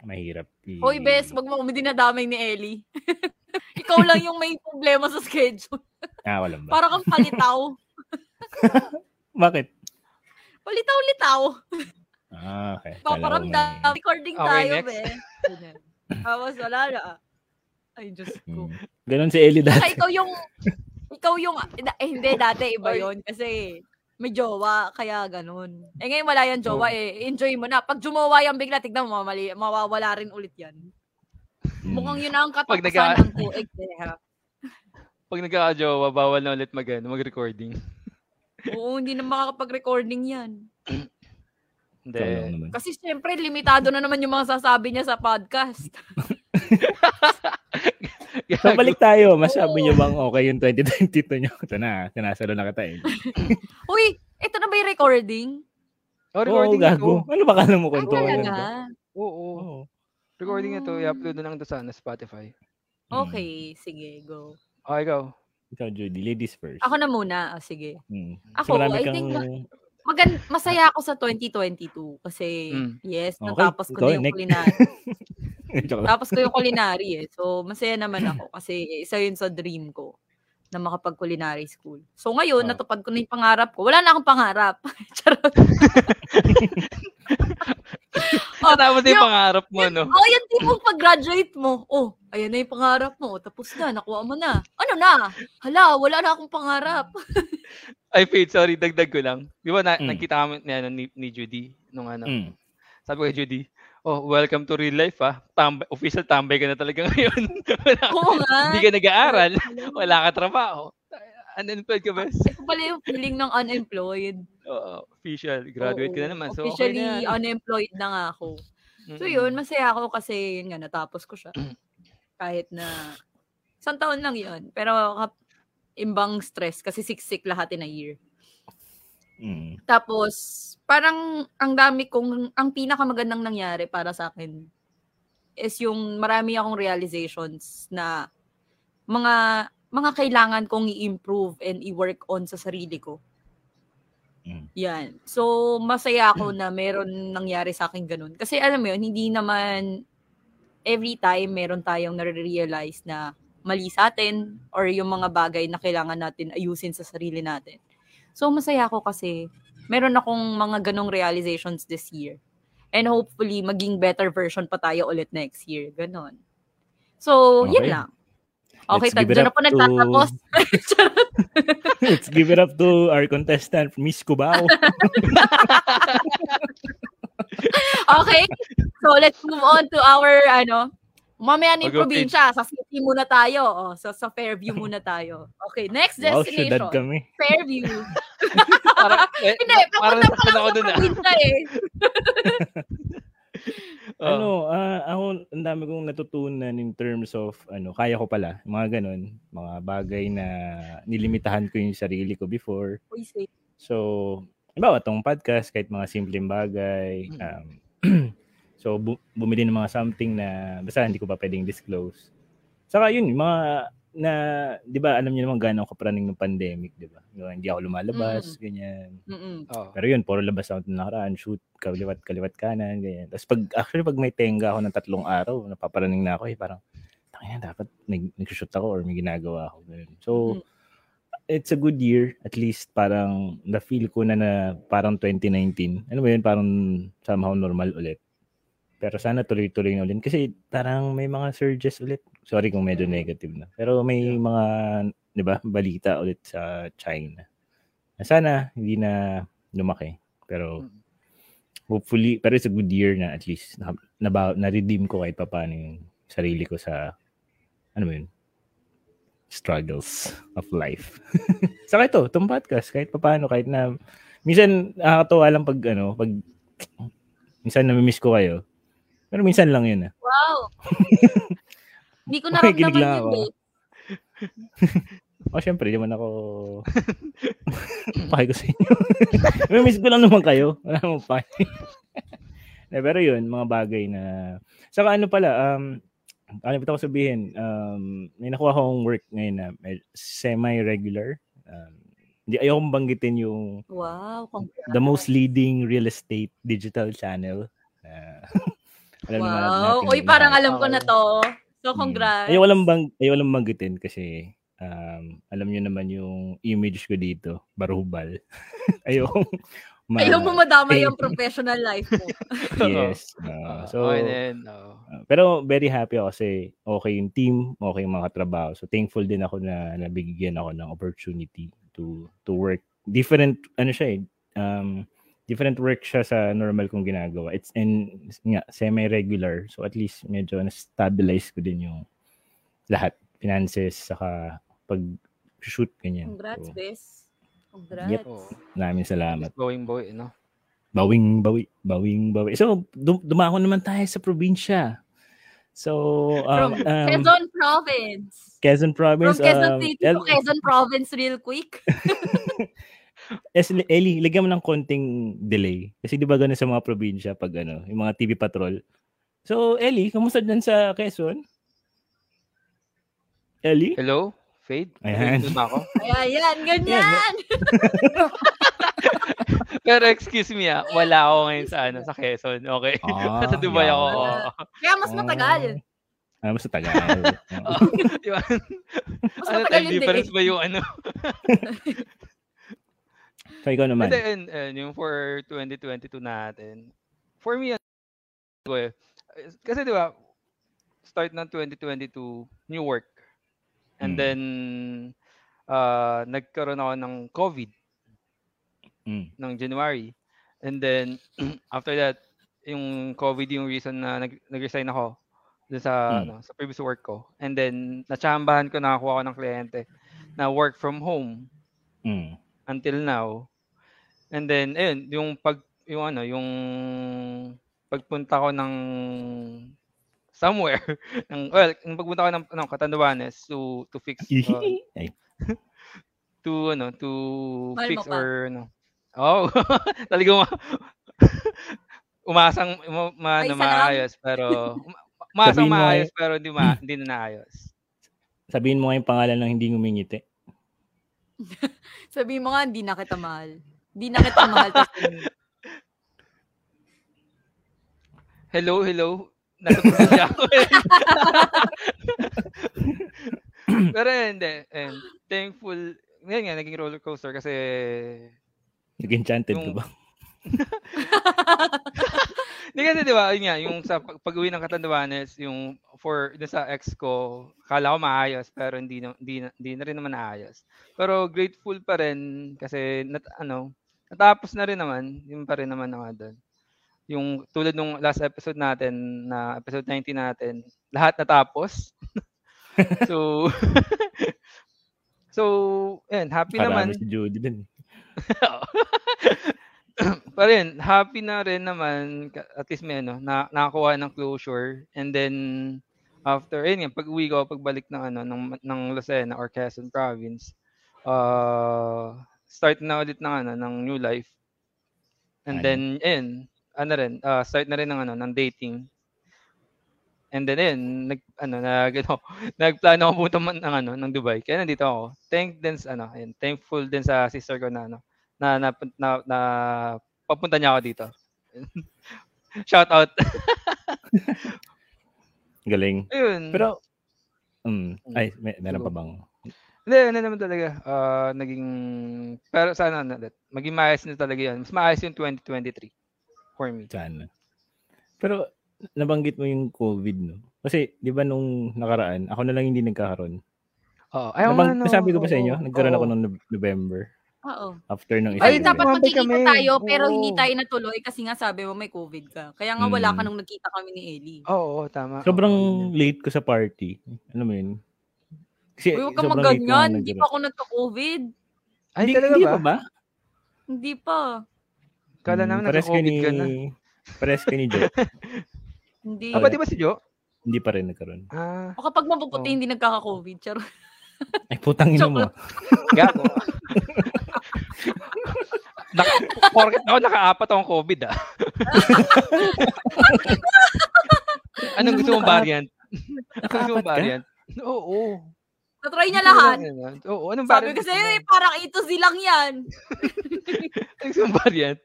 [SPEAKER 1] mahirap. i-
[SPEAKER 5] Hoy, bes, wag mo kami dinadamay ni Ellie. Ikaw lang yung may problema sa schedule.
[SPEAKER 1] Ah, walang ba?
[SPEAKER 5] Para kang palitaw.
[SPEAKER 1] Bakit?
[SPEAKER 5] Palitaw-litaw.
[SPEAKER 1] Ah, okay. Kala ko may-
[SPEAKER 5] Paparamdam. Recording
[SPEAKER 2] Okay,
[SPEAKER 5] tayo,
[SPEAKER 2] next.
[SPEAKER 5] bes. Ganyan. Tapos wala na. Ay, Diyos ko.
[SPEAKER 1] Mm. Ganon si Ellie
[SPEAKER 5] Tsaka
[SPEAKER 1] dati.
[SPEAKER 5] ikaw yung, ikaw yung, eh, hindi, dati iba yun. Kasi may jowa, kaya ganun. Eh ngayon wala yan jowa,
[SPEAKER 1] Oh.
[SPEAKER 5] eh, enjoy mo na. Pag jumawa yan bigla, tignan mo, mali, mawawala rin ulit yan.
[SPEAKER 1] Mm.
[SPEAKER 5] Mukhang yun na ang
[SPEAKER 2] Pag
[SPEAKER 5] katapusan
[SPEAKER 2] naga-
[SPEAKER 5] ng tuig. eh, ha?
[SPEAKER 2] Pag nagkakajowa, bawal na ulit mag, ano, mag-recording.
[SPEAKER 5] Oo, hindi na makakapag-recording yan.
[SPEAKER 2] Hindi.
[SPEAKER 1] Ikaw lang naman.
[SPEAKER 5] Kasi syempre, limitado na naman yung mga sasabi niya sa podcast.
[SPEAKER 1] So, balik tayo. Masabi
[SPEAKER 5] Oo.
[SPEAKER 1] niyo bang okay yung 2022 niyo? Ito na, sinasalo na kita eh.
[SPEAKER 5] Uy, ito na ba yung recording?
[SPEAKER 2] Oh,
[SPEAKER 1] Oo,
[SPEAKER 2] recording na to.
[SPEAKER 1] gago. Ano ba kala mo kwento?
[SPEAKER 5] Ah, talaga?
[SPEAKER 2] Oo, oo.
[SPEAKER 1] Oo.
[SPEAKER 2] Recording na to.
[SPEAKER 5] Ah.
[SPEAKER 2] I-upload na lang to sa ano, Spotify.
[SPEAKER 5] Okay, sige, go.
[SPEAKER 2] Oh, ikaw.
[SPEAKER 1] Ikaw, Judy, ladies first.
[SPEAKER 5] Ako na muna. Ah, sige.
[SPEAKER 1] Mm.
[SPEAKER 5] Ako,
[SPEAKER 1] marami
[SPEAKER 5] I think Magan masaya ako sa 2022 kasi
[SPEAKER 2] Mm.
[SPEAKER 5] yes,
[SPEAKER 1] Okay,
[SPEAKER 5] natapos ko
[SPEAKER 1] ikaw,
[SPEAKER 5] na yung
[SPEAKER 1] next.
[SPEAKER 5] culinary.
[SPEAKER 1] Joke lang.
[SPEAKER 5] Tapos ko yung culinary eh. So, masaya naman ako kasi isa yun sa dream ko na makapag-culinary school. So,
[SPEAKER 2] Oh.
[SPEAKER 5] ngayon,
[SPEAKER 1] Ah.
[SPEAKER 5] natupad ko na yung pangarap ko. Wala na akong pangarap. Charot. Oh,
[SPEAKER 2] Natapos na yung
[SPEAKER 5] yung-
[SPEAKER 2] pangarap mo, no?
[SPEAKER 5] Oh, yung tipong pag-graduate mo. Oh, ayan na yung pangarap mo. Oh, Tapos na, nakuha mo na. Ano na? Hala, wala na akong pangarap.
[SPEAKER 2] Ay, Faith, sorry, dagdag ko lang. Di ba, na,
[SPEAKER 1] Mm.
[SPEAKER 2] nakita kami ni, ano, ni, ni Judy, nung ano.
[SPEAKER 1] Mm.
[SPEAKER 2] Sabi ko kay Judy, oh, welcome to real life, ah. Tambay, official tambay ka na talaga ngayon. Wala ka-
[SPEAKER 5] Oo nga.
[SPEAKER 2] Hindi ka nag-aaral. Wala ka trabaho. Unemployed ka ba?
[SPEAKER 5] Ito pala yung feeling ng unemployed.
[SPEAKER 2] Oo, official. Graduate ka na
[SPEAKER 5] Oo,
[SPEAKER 2] naman. So, okay
[SPEAKER 5] Officially,
[SPEAKER 2] na yan.
[SPEAKER 5] unemployed na nga ako. So
[SPEAKER 2] Mm-mm.
[SPEAKER 5] yun, masaya ako kasi yun nga, natapos ko siya. Kahit na, isang taon lang yun. Pero kap- imbang stress kasi siksik lahat in a year.
[SPEAKER 1] Mm.
[SPEAKER 5] Tapos, parang ang dami kong, ang pinakamagandang nangyari para sa akin is yung marami akong realizations na mga mga kailangan kong i-improve and i-work on sa sarili ko.
[SPEAKER 1] Mm.
[SPEAKER 5] Yan. So, masaya ako na meron nangyari sa akin ganun. Kasi alam mo yun, hindi naman every time meron tayong nare-realize na mali sa atin or yung mga bagay na kailangan natin ayusin sa sarili natin. So, masaya ako kasi meron akong mga ganong realizations this year. And hopefully, maging better version pa tayo ulit next year. Ganon. So, yun
[SPEAKER 1] Okay.
[SPEAKER 5] lang. Okay,
[SPEAKER 1] Let's give it
[SPEAKER 5] tadyo na
[SPEAKER 1] up
[SPEAKER 5] po nagtatapos.
[SPEAKER 1] Let's give it up to our contestant, Miss Cubao.
[SPEAKER 5] Okay. So let's move on to our ano. Mamaya na yung
[SPEAKER 2] Okay, okay.
[SPEAKER 5] probinsya. Sa city muna tayo. O, sa, sa Fairview muna tayo. Okay, next
[SPEAKER 1] wow, syudad
[SPEAKER 5] destination.
[SPEAKER 1] kami.
[SPEAKER 5] Fairview.
[SPEAKER 2] Parang, eh,
[SPEAKER 5] Hindi,
[SPEAKER 2] parang
[SPEAKER 5] papunta pa
[SPEAKER 2] nasaktan
[SPEAKER 5] lang
[SPEAKER 2] ako
[SPEAKER 5] sa
[SPEAKER 2] dun, ah.
[SPEAKER 5] probinsya eh.
[SPEAKER 2] Oo.
[SPEAKER 1] Ano, ah, ako, ang dami kong natutunan in terms of, ano, kaya ko pala, mga ganon, mga bagay na nilimitahan ko yung sarili ko before.
[SPEAKER 5] Uy, say,
[SPEAKER 1] So, halimbawa, itong podcast, kahit mga simpleng bagay, um, so, bu- bumili ng mga something na basta hindi ko pa pwedeng disclose. Saka yun, yung mga na, di ba, alam niyo naman gano'ng kapraning ng pandemic, di ba? Yung Hindi ako lumalabas, ganyan.
[SPEAKER 5] mm-mm.
[SPEAKER 2] Oo.
[SPEAKER 1] Pero yun, puro labas ako ng nakaraan, shoot, kaliwat, kaliwat kanan, ganyan. Tapos pag, actually, pag may tenga ako ng tatlong araw, napaparaning na ako eh, parang, tangina, dapat nag, nag-shoot ako or may ginagawa ako. Ganyan. So,
[SPEAKER 5] Mhm.
[SPEAKER 1] it's a good year, at least parang na-feel ko na na parang 2019. Ano ba yun, parang somehow normal ulit. Pero sana tuloy-tuloy na ulit. Kasi parang may mga surges ulit. Sorry kung medyo negative na. Pero may mga, di ba, balita ulit sa China. Sana hindi na lumaki. Pero
[SPEAKER 2] Mm.
[SPEAKER 1] hopefully, pero it's a good year na at least na, na, redeem ko kahit papaano yung sarili ko sa ano mo yun struggles of life. Saka ito, itong podcast, kahit papaano, kahit na, minsan, nakakatawa lang pag, ano, pag, minsan namimiss ko kayo. Pero minsan lang yun, ah.
[SPEAKER 5] Wow. Hindi ko
[SPEAKER 1] Makikinig
[SPEAKER 5] naramdaman
[SPEAKER 1] lang
[SPEAKER 5] yun
[SPEAKER 1] ako.
[SPEAKER 5] eh.
[SPEAKER 1] O, Oh, syempre, di man ako, pakay ko sa inyo. namimiss ko lang naman kayo. Wala namang pakay. Eh, pero yun, mga bagay na, saka ano pala, um, ano ba ito ko sabihin, um, may nakuha akong work ngayon na med- semi-regular. Um, hindi, ayokong banggitin yung
[SPEAKER 5] Wow. congrats.
[SPEAKER 1] the most leading real estate digital channel. Uh, alam naman
[SPEAKER 5] Wow.
[SPEAKER 1] natin
[SPEAKER 5] Uy,
[SPEAKER 1] lahat.
[SPEAKER 5] parang alam ko na
[SPEAKER 2] Okay.
[SPEAKER 5] to. So,
[SPEAKER 1] Mm.
[SPEAKER 5] congrats.
[SPEAKER 1] Ayaw lang bang ayaw lang banggitin kasi um, alam niyo naman yung image ko dito, barubal. ayaw Ma-
[SPEAKER 5] Ayaw mo madamay ang professional life mo.
[SPEAKER 1] Yes. Ah, so,
[SPEAKER 2] okay din. oo.
[SPEAKER 1] ah, pero very happy ako kasi okay yung team, okay yung mga trabaho. So, thankful din ako na nabigyan ako ng opportunity to to work. Different, ano siya eh, um, different work siya sa normal kong ginagawa. It's in, nga, semi-regular. So, at least medyo na-stabilize ko din yung lahat. Finances, saka pag-shoot, ganyan.
[SPEAKER 5] Congrats,
[SPEAKER 1] So,
[SPEAKER 5] bes. Congrats.
[SPEAKER 1] Yep.
[SPEAKER 2] Oo.
[SPEAKER 1] maraming salamat.
[SPEAKER 2] Just going boy, ano? no?
[SPEAKER 1] Bawing bawi, bawing bawi. So, dum- dumako naman tayo sa probinsya. So, um,
[SPEAKER 5] From
[SPEAKER 1] um,
[SPEAKER 5] Quezon Province.
[SPEAKER 1] Quezon
[SPEAKER 5] From
[SPEAKER 1] Province.
[SPEAKER 5] Quezon
[SPEAKER 1] um,
[SPEAKER 5] City
[SPEAKER 1] El-
[SPEAKER 5] to Quezon Province real quick.
[SPEAKER 1] Es, Eli, lagyan mo ng konting delay. Kasi di ba ganun sa mga probinsya pag ano, yung mga TV patrol. So, Eli, kamusta dyan sa Quezon? Eli?
[SPEAKER 2] Hello? Fade?
[SPEAKER 1] Ayan.
[SPEAKER 2] Fade na ako?
[SPEAKER 5] Kaya yan, ganyan.
[SPEAKER 2] Pero excuse me ah, wala ako ngayon sa ano, sa Quezon. Okay.
[SPEAKER 1] Ah,
[SPEAKER 2] sa Dubai
[SPEAKER 1] yeah.
[SPEAKER 2] ako.
[SPEAKER 5] Wala.
[SPEAKER 2] oo.
[SPEAKER 5] Kaya mas matagal.
[SPEAKER 1] Ah, mas matagal. Oh. Oo.
[SPEAKER 2] Diba?
[SPEAKER 1] Ah.
[SPEAKER 5] Mas
[SPEAKER 2] ano
[SPEAKER 5] matagal eh.
[SPEAKER 2] time
[SPEAKER 5] yung delay.
[SPEAKER 2] difference ba yung ano?
[SPEAKER 1] so, ikaw naman.
[SPEAKER 2] Hindi, and, and yung for 2022 natin. For me, ano ko eh, kasi di ba, start ng 2022, new work. And
[SPEAKER 1] Mm.
[SPEAKER 2] then, uh, nagkaroon ako ng COVID
[SPEAKER 1] Mm.
[SPEAKER 2] ng January. And then, after that, yung COVID yung reason na nag- nag-resign ako dun sa,
[SPEAKER 1] Mm.
[SPEAKER 2] ano, sa previous work ko. And then, natsambahan ko, nakakuha ko ng kliyente na work from home
[SPEAKER 1] Mm.
[SPEAKER 2] until now. And then, ayun, yung pag, yung ano, yung pagpunta ko ng somewhere, ng, well, yung pagpunta ko ng, ano, Catanduanes to, to fix, uh,
[SPEAKER 1] Ay,
[SPEAKER 2] to ano to
[SPEAKER 5] Mahal mo
[SPEAKER 2] fix
[SPEAKER 5] pa.
[SPEAKER 2] or ano. Oh, talagang ma- umasang ma, ma, ano,
[SPEAKER 5] May isa lang.
[SPEAKER 2] maayos pero uma- umasang
[SPEAKER 1] Sabihin mo hmm.
[SPEAKER 2] maayos pero hindi ma, hindi na naayos.
[SPEAKER 1] sabihin mo nga yung pangalan ng hindi ngumingiti.
[SPEAKER 5] Sabi mo nga, hindi na kita mahal. Hindi na kita mahal.
[SPEAKER 2] Hello, hello. Natutulog siya ako. eh. pero hindi, and thankful ngayon nga, naging roller coaster kasi
[SPEAKER 1] Nag-enchanted ka
[SPEAKER 2] Yung-
[SPEAKER 1] ba?
[SPEAKER 2] hindi kasi di ba, yun nga, yung sa pag- pag-uwi ng Catanduanes, yung for dun sa ex ko, kala ko maayos pero hindi na, hindi na, hindi na rin naman naayos. Pero grateful pa rin kasi nat, ano, natapos na rin naman, yun pa rin naman ako doon. Yung tulad nung last episode natin, na episode 90 natin, lahat natapos. so, so, yun, happy naman.
[SPEAKER 1] Parami si Judy eh. din.
[SPEAKER 2] pa rin, happy na rin naman, ka- at least may ano, na, nakakuha ng closure. And then, after, ayun nga, pag-uwi ko, pagbalik ng, ano, ng, ng Lucena or Quezon Province, uh, start na ulit ng, ano, ng new life. And
[SPEAKER 1] Ayun.
[SPEAKER 2] then, ayun, ano rin, ah, start na rin ng, ano, ng dating. And then, ayun, nag, ano, nag, ano, nagplano ako pumunta man ng, ano, ng Dubai. Kaya nandito ako. Thank din, sa- ano, ayun, thankful din sa sister ko na, ano, na na, na, na papunta niya ako dito. Shout out.
[SPEAKER 1] Galing.
[SPEAKER 2] Ayun.
[SPEAKER 1] Pero, um,
[SPEAKER 2] Mm.
[SPEAKER 1] ay, may, meron
[SPEAKER 2] Go.
[SPEAKER 1] pa bang?
[SPEAKER 2] hindi, ano naman talaga. ah, naging, pero sana na, maging maayos na talaga yun. Mas maayos yung 2023 for me.
[SPEAKER 1] Sana. Pero, nabanggit mo yung COVID, no? Kasi, di ba nung nakaraan, ako na lang hindi nagkakaroon.
[SPEAKER 2] Oo. Ayaw
[SPEAKER 1] Nabang,
[SPEAKER 2] nga, no.
[SPEAKER 1] Ano nasabi ko ba sa inyo?
[SPEAKER 2] ano? Oo,
[SPEAKER 1] Nagkaroon ako
[SPEAKER 2] oo.
[SPEAKER 1] noong Nob- November.
[SPEAKER 5] Oo.
[SPEAKER 1] After nung isang
[SPEAKER 5] Ay,
[SPEAKER 1] linggo.
[SPEAKER 5] dapat
[SPEAKER 2] Bumabay
[SPEAKER 5] magkikita
[SPEAKER 2] kami.
[SPEAKER 5] tayo, pero
[SPEAKER 2] Oo.
[SPEAKER 5] hindi tayo natuloy kasi nga sabi mo may COVID ka. Kaya nga wala ka
[SPEAKER 1] Mm.
[SPEAKER 5] nung nagkita kami ni Ellie.
[SPEAKER 2] Oo, oo, tama.
[SPEAKER 1] Sobrang
[SPEAKER 2] Oo.
[SPEAKER 1] late ko sa party. Ano mo yun? Kasi,
[SPEAKER 5] Uy, huwag ka
[SPEAKER 1] Eh, sobrang late ko nga
[SPEAKER 5] maganyan. Hindi pa
[SPEAKER 1] nagkaroon.
[SPEAKER 5] ako nagka-COVID.
[SPEAKER 2] Ay,
[SPEAKER 1] Hindi-
[SPEAKER 2] talaga
[SPEAKER 1] hindi
[SPEAKER 2] ba?
[SPEAKER 1] pa ba?
[SPEAKER 5] Hindi pa.
[SPEAKER 2] Kala
[SPEAKER 1] Mm,
[SPEAKER 2] namin
[SPEAKER 1] pares kayo
[SPEAKER 2] nagka-COVID ka na.
[SPEAKER 1] ni- Pares ka ni Joe.
[SPEAKER 5] Hindi.
[SPEAKER 2] Ah, pati ba si Joe?
[SPEAKER 1] Hindi pa rin nagkaroon.
[SPEAKER 2] Ah,
[SPEAKER 5] O kapag mapuputi,
[SPEAKER 2] Oo.
[SPEAKER 1] Oh.
[SPEAKER 5] hindi nagkaka-COVID. Charot.
[SPEAKER 1] Ay, putang ina mo.
[SPEAKER 2] gago. Naka, porket ako, naka-apat akong COVID ah. Anong gusto mong variant? Anong gusto mong
[SPEAKER 1] Naka-apat ka?
[SPEAKER 2] variant? Oo. oo.
[SPEAKER 5] Natry niya
[SPEAKER 2] Hindi ko
[SPEAKER 5] lahat.
[SPEAKER 2] lang yun, ah. Oo, anong
[SPEAKER 5] Sabi
[SPEAKER 2] variant?
[SPEAKER 5] ko
[SPEAKER 2] gusto
[SPEAKER 5] sa'yo, eh,
[SPEAKER 2] mo?
[SPEAKER 5] parang ito silang yan.
[SPEAKER 2] Anong gusto mong variant?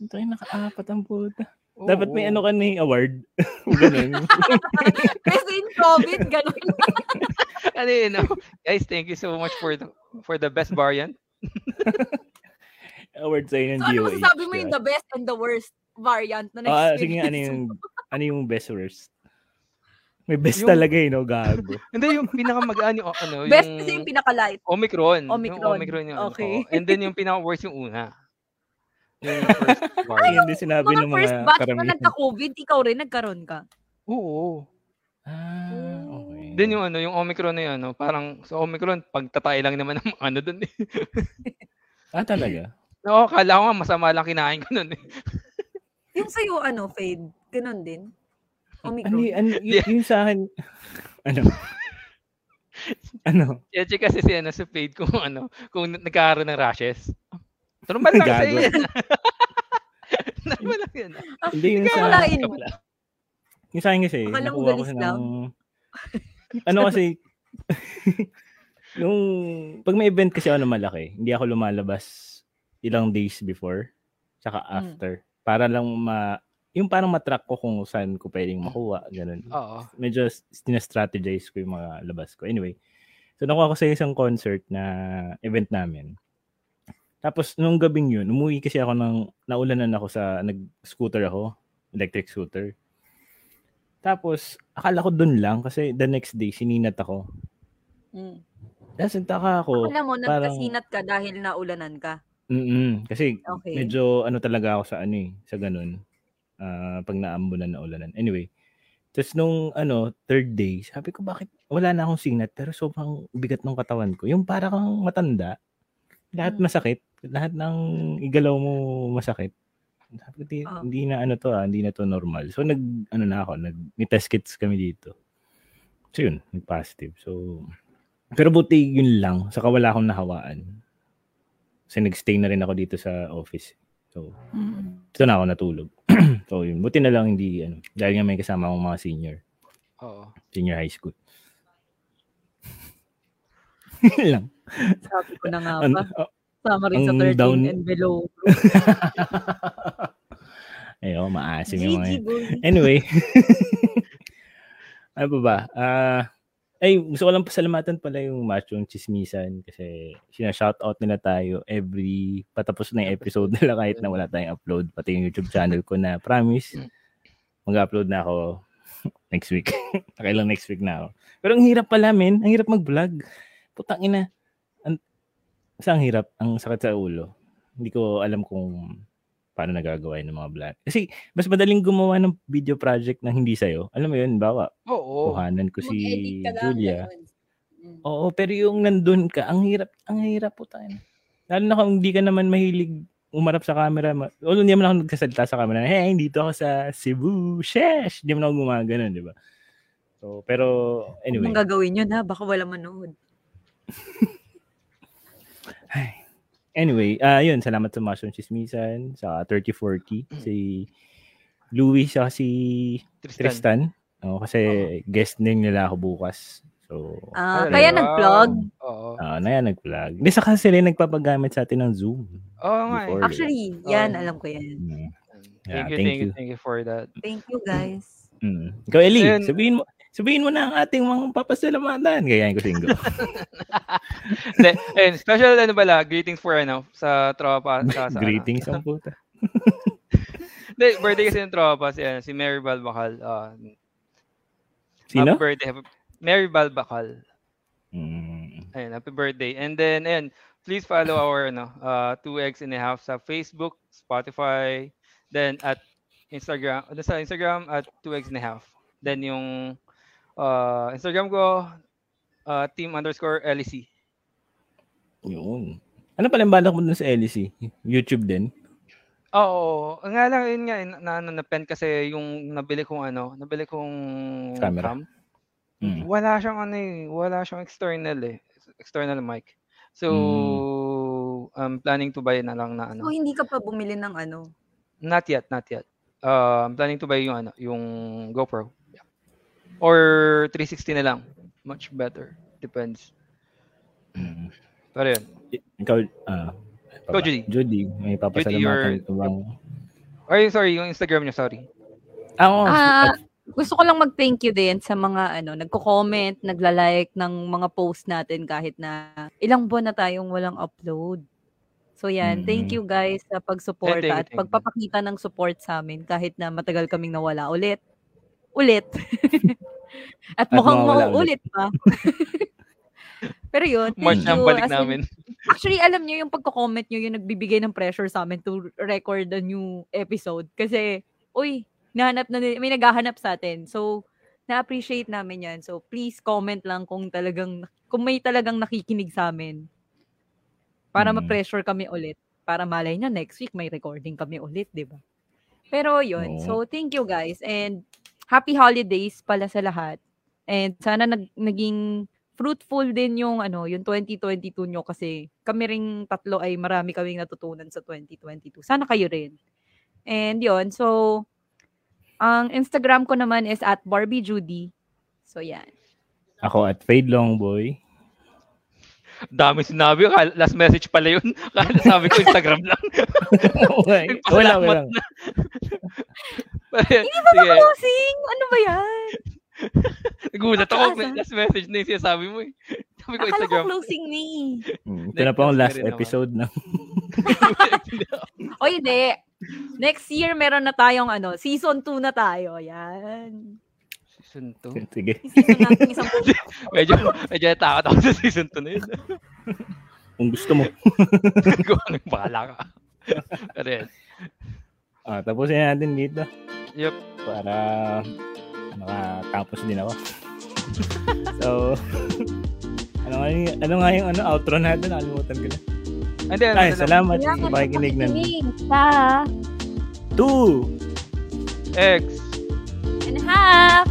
[SPEAKER 1] Putang ina, naka-apat ang puta.
[SPEAKER 2] Oo,
[SPEAKER 1] Dapat may
[SPEAKER 2] oo.
[SPEAKER 1] ano ka na eh, award. Ganun.
[SPEAKER 5] Kasi in COVID, ganun.
[SPEAKER 2] Ano yun, ah? Guys, thank you so much for the, for the best variant.
[SPEAKER 1] award sa inyo ng
[SPEAKER 5] So,
[SPEAKER 1] DOH.
[SPEAKER 5] ano masasabi mo yung
[SPEAKER 1] diba?
[SPEAKER 5] the best and the worst variant na
[SPEAKER 1] Ah,
[SPEAKER 5] next
[SPEAKER 1] sige, ano yung, ano yung best worst? May best
[SPEAKER 2] Yung-
[SPEAKER 1] talaga eh, no? Gago.
[SPEAKER 2] Hindi, yung pinakamag-ano, yung ano, yung...
[SPEAKER 5] Best kasi yung pinaka-light.
[SPEAKER 2] Omicron.
[SPEAKER 5] Omicron.
[SPEAKER 2] Yung Omicron yung ano
[SPEAKER 5] Okay.
[SPEAKER 2] ko. And then yung pinaka-worst yung una. Yung first
[SPEAKER 1] Ayun
[SPEAKER 2] variant.
[SPEAKER 1] din sinabi
[SPEAKER 5] Ano? Mga
[SPEAKER 1] ng mga
[SPEAKER 5] first batch mo
[SPEAKER 1] karamihan.
[SPEAKER 5] nagka-COVID, ikaw rin nagkaroon ka.
[SPEAKER 2] Oo.
[SPEAKER 1] Ah, okay.
[SPEAKER 2] Then yung ano, yung Omicron na yun, ano, parang sa Omicron, pagtatay lang naman ng mga ano dun eh.
[SPEAKER 1] Ah, talaga?
[SPEAKER 2] Oo, kala ko nga masama lang kinain ko nun eh.
[SPEAKER 5] Yung sa'yo, ano, Fade? Ganun din?
[SPEAKER 1] Ano, y-
[SPEAKER 5] Omicron?
[SPEAKER 1] ano y- yung sa akin... ano? ano?
[SPEAKER 2] Yeah, check kasi si ano, si Fade kung ano, kung n- nagkaroon ng rashes. Normal lang sa
[SPEAKER 1] Gago.
[SPEAKER 2] yan. Normal lang yan.
[SPEAKER 1] Hindi yung sa...
[SPEAKER 5] Kakalain mo.
[SPEAKER 1] Yung sa akin kasi,
[SPEAKER 5] Akala mo
[SPEAKER 1] nakuha ko
[SPEAKER 5] galis
[SPEAKER 1] siya
[SPEAKER 5] lang.
[SPEAKER 1] ng... ano kasi... nung... Pag may event kasi ako na malaki, hindi ako lumalabas ilang days before, tsaka
[SPEAKER 5] Hmm.
[SPEAKER 1] after. Para lang ma... Yung parang matrack ko kung saan ko pwedeng makuha, ganun.
[SPEAKER 2] Oo.
[SPEAKER 1] medyo s- sinastrategize ko yung mga labas ko. Anyway, so nakuha ko sa isang concert na event namin. Tapos nung gabing yun, umuwi kasi ako ng naulanan ako sa nag-scooter ako, electric scooter. Tapos akala ko dun lang kasi the next day sininat ako.
[SPEAKER 4] Mm.
[SPEAKER 1] Tapos nagtaka ako.
[SPEAKER 5] Alam mo,
[SPEAKER 1] parang-
[SPEAKER 5] nagkasinat ka dahil naulanan ka.
[SPEAKER 1] Mm-mm, kasi
[SPEAKER 5] Okay.
[SPEAKER 1] medyo ano talaga ako sa ano eh, sa ganun. Ah, pag naambulan na ulanan. Anyway, tapos nung ano, third day, sabi ko bakit wala na akong sinat pero sobrang bigat ng katawan ko. Yung para kang matanda, lahat masakit, lahat ng igalaw mo masakit. Sabi ko, "Di-
[SPEAKER 5] Oo.
[SPEAKER 1] hindi na ano to ah, hindi na to normal. So nag, ano na ako, nag, may test kits kami dito. So yun, nag-positive. So, pero buti yun lang, saka wala akong nahawaan. Kasi nag-stay na rin ako dito sa office. So,
[SPEAKER 5] Mm.
[SPEAKER 1] dito na ako natulog. so, yun. Buti na lang hindi, ano, dahil nga may kasama akong mga senior,
[SPEAKER 2] Oo.
[SPEAKER 1] senior high school. Yun lang.
[SPEAKER 5] Sabi ko na nga
[SPEAKER 1] Ano, Oh.
[SPEAKER 5] ba. Sama rin sa
[SPEAKER 1] ang
[SPEAKER 5] 13
[SPEAKER 1] down-
[SPEAKER 5] and below.
[SPEAKER 1] eh, oh, maasim yung mga eh,
[SPEAKER 5] GG,
[SPEAKER 1] yan.
[SPEAKER 5] boy.
[SPEAKER 1] Anyway. ano pa ba? Ah, ay, gusto ko lang pasalamatan pala yung machong chismisan kasi sina-shoutout nila tayo every patapos na yung episode nila kahit na wala tayong upload. Pati yung YouTube channel ko na promise, mag-upload na ako next week. Nakailang next week na ako. Pero ang hirap pala, men. Ang hirap mag-vlog. Putang ina. Ang, sa ang hirap, ang sakit sa ulo. Hindi ko alam kung paano nagagawa yun ng mga vlog. Kasi mas madaling gumawa ng video project na hindi sa'yo. Alam mo yun, bawa,
[SPEAKER 2] Oo.
[SPEAKER 1] kuhanan ko si
[SPEAKER 4] Mag-edit ka lang,
[SPEAKER 1] Julia. Oh,
[SPEAKER 4] ganun. Mm.
[SPEAKER 1] Oo, pero yung nandun ka, ang hirap, ang hirap po tayo. Lalo na kung hindi ka naman mahilig umarap sa camera. ma- Although hindi naman ako nagsasalita sa camera. Hey, dito ako sa Cebu. Shesh! Hindi naman ako gumagano, di ba? So, pero
[SPEAKER 5] Anong
[SPEAKER 1] anyway.
[SPEAKER 5] gagawin yun ha? Baka wala manood.
[SPEAKER 1] Ay. Anyway, ah yun, salamat sa Mushroom Chismisan, sa 3040, si Louis, sa si
[SPEAKER 2] Tristan.
[SPEAKER 1] Tristan. Oo, kasi guest din nila ako bukas. So,
[SPEAKER 5] Ah,
[SPEAKER 2] Ay,
[SPEAKER 5] kaya
[SPEAKER 2] wow.
[SPEAKER 5] nag-vlog.
[SPEAKER 2] Oo.
[SPEAKER 1] ah na yan, nag-vlog. Hindi, saka sila yung nagpapagamit sa atin ng Zoom.
[SPEAKER 2] Oo nga eh.
[SPEAKER 1] Before.
[SPEAKER 5] Actually, yan,
[SPEAKER 2] Oo.
[SPEAKER 5] alam ko yan.
[SPEAKER 1] Mm. Yeah,
[SPEAKER 2] Thank you,
[SPEAKER 1] thank
[SPEAKER 2] thank you,
[SPEAKER 1] you.
[SPEAKER 2] thank you for that.
[SPEAKER 5] Thank you guys.
[SPEAKER 1] Mm. Ikaw, Eli,
[SPEAKER 2] Ayun.
[SPEAKER 1] sabihin mo, sabihin mo na ang ating mga papasalamatan. Gayahin ko singgo.
[SPEAKER 2] De, and special ano bala, greetings for ano sa tropa sa, sa
[SPEAKER 1] Greetings ang puta.
[SPEAKER 2] Ano. De, birthday kasi ng tropa si ano, si Mary Balbacal. ah Happy
[SPEAKER 1] Sino?
[SPEAKER 2] birthday. happy- Mary Balbacal.
[SPEAKER 1] Mm.
[SPEAKER 2] Ayun, happy birthday. And then ayun, please follow our ano, uh 2x and a half sa Facebook, Spotify, then at Instagram, ano sa Instagram at 2x and a half. Then yung uh, Instagram ko uh, team underscore LEC.
[SPEAKER 1] Yun. Ano pala yung balak mo dun sa LEC? YouTube din?
[SPEAKER 2] Oo, ang nga lang yun nga na, na, ano, na-pen kasi yung nabili kong ano, nabili kong
[SPEAKER 1] Camera.
[SPEAKER 2] cam.
[SPEAKER 1] Mm.
[SPEAKER 2] Wala siyang ano eh, wala siyang external eh, external mic. So, I'm planning to buy na lang na ano.
[SPEAKER 5] So, hindi ka pa bumili ng ano.
[SPEAKER 2] Not yet, not yet. Uh, I'm planning to buy yung ano, yung GoPro. Yeah. Or 360 na lang. Much better. Depends.
[SPEAKER 1] Mm.
[SPEAKER 2] Pero yun.
[SPEAKER 1] Ikaw, ah,
[SPEAKER 2] Ikaw, Judy.
[SPEAKER 1] Judy, may papasalamatan
[SPEAKER 2] you're-
[SPEAKER 1] ka bang?
[SPEAKER 2] Or yung- sorry, yung Instagram niya, sorry.
[SPEAKER 1] Ah, oo.
[SPEAKER 5] Ah, Gusto ko lang mag-thank you din sa mga ano, nagko-comment, nagla-like ng mga post natin kahit na ilang buwan na tayong walang upload. So yan, thank
[SPEAKER 1] Mm.
[SPEAKER 5] you guys sa pagsuporta
[SPEAKER 2] Thank you,
[SPEAKER 5] at
[SPEAKER 2] thank you.
[SPEAKER 5] pagpapakita ng support sa amin kahit na matagal kaming nawala ulit. Ulit. at
[SPEAKER 1] At
[SPEAKER 5] mukhang
[SPEAKER 1] mawawala
[SPEAKER 5] mauulit pa. Pero yun, thank
[SPEAKER 2] March
[SPEAKER 5] you.
[SPEAKER 2] na ang balik
[SPEAKER 5] Hmm. As in,
[SPEAKER 2] namin.
[SPEAKER 5] Actually, alam nyo, yung pagko-comment nyo, yung nagbibigay ng pressure sa amin to record a new episode. Kasi, uy, nahanap na, ni- may naghahanap sa atin. So, na-appreciate namin yan. So, please comment lang kung talagang, kung may talagang nakikinig sa amin. Para
[SPEAKER 1] Mm.
[SPEAKER 5] ma-pressure kami ulit. Para malay nyo, next week may recording kami ulit, di ba? Pero yun.
[SPEAKER 1] Oo.
[SPEAKER 5] So, thank you guys. And happy holidays pala sa lahat. And sana nag, naging fruitful din yung ano, yung 2022 nyo kasi kami ring tatlo ay marami kaming natutunan sa 2022. Sana kayo rin. And yon so ang Instagram ko naman is at Barbie Judy. So yan.
[SPEAKER 1] Ako at Fade Longboy.
[SPEAKER 2] Dami sinabi. Akala- Last message pala yun. Kala sabi ko Instagram lang.
[SPEAKER 1] okay. Wala,
[SPEAKER 2] Salamat
[SPEAKER 1] wala. Mm.
[SPEAKER 2] na. Hindi ba
[SPEAKER 5] Closing! Ano ba yan?
[SPEAKER 2] Nagulat ako.
[SPEAKER 5] Nakaasan?
[SPEAKER 2] Last message na yung sinasabi mo eh. Sabi ko
[SPEAKER 5] Akala ko
[SPEAKER 2] Instagram.
[SPEAKER 5] closing ni.
[SPEAKER 1] Mm, Ito na po ang
[SPEAKER 2] Next
[SPEAKER 1] last
[SPEAKER 2] na rin naman.
[SPEAKER 1] episode na.
[SPEAKER 5] O hindi. Next year meron na tayong ano, season 2 na tayo. Yan.
[SPEAKER 2] Season 2.
[SPEAKER 1] Sige.
[SPEAKER 5] Yung Season natin isang
[SPEAKER 2] Medyo, medyo natakot ako sa season 2 na yun.
[SPEAKER 1] Kung gusto mo.
[SPEAKER 2] Gawa ng bahala ka. Pero yan.
[SPEAKER 1] Ah, tapusin na natin dito.
[SPEAKER 2] Yup.
[SPEAKER 1] Para makatapos din ako. so, ano nga, yung, ano nga yung ano, outro natin? Nakalimutan ko na.
[SPEAKER 2] Hindi, ano,
[SPEAKER 1] Ay,
[SPEAKER 2] ano,
[SPEAKER 1] salamat sa
[SPEAKER 3] Salamat
[SPEAKER 1] pakikinig na.
[SPEAKER 3] Sa
[SPEAKER 1] Two!
[SPEAKER 2] X.
[SPEAKER 3] and half.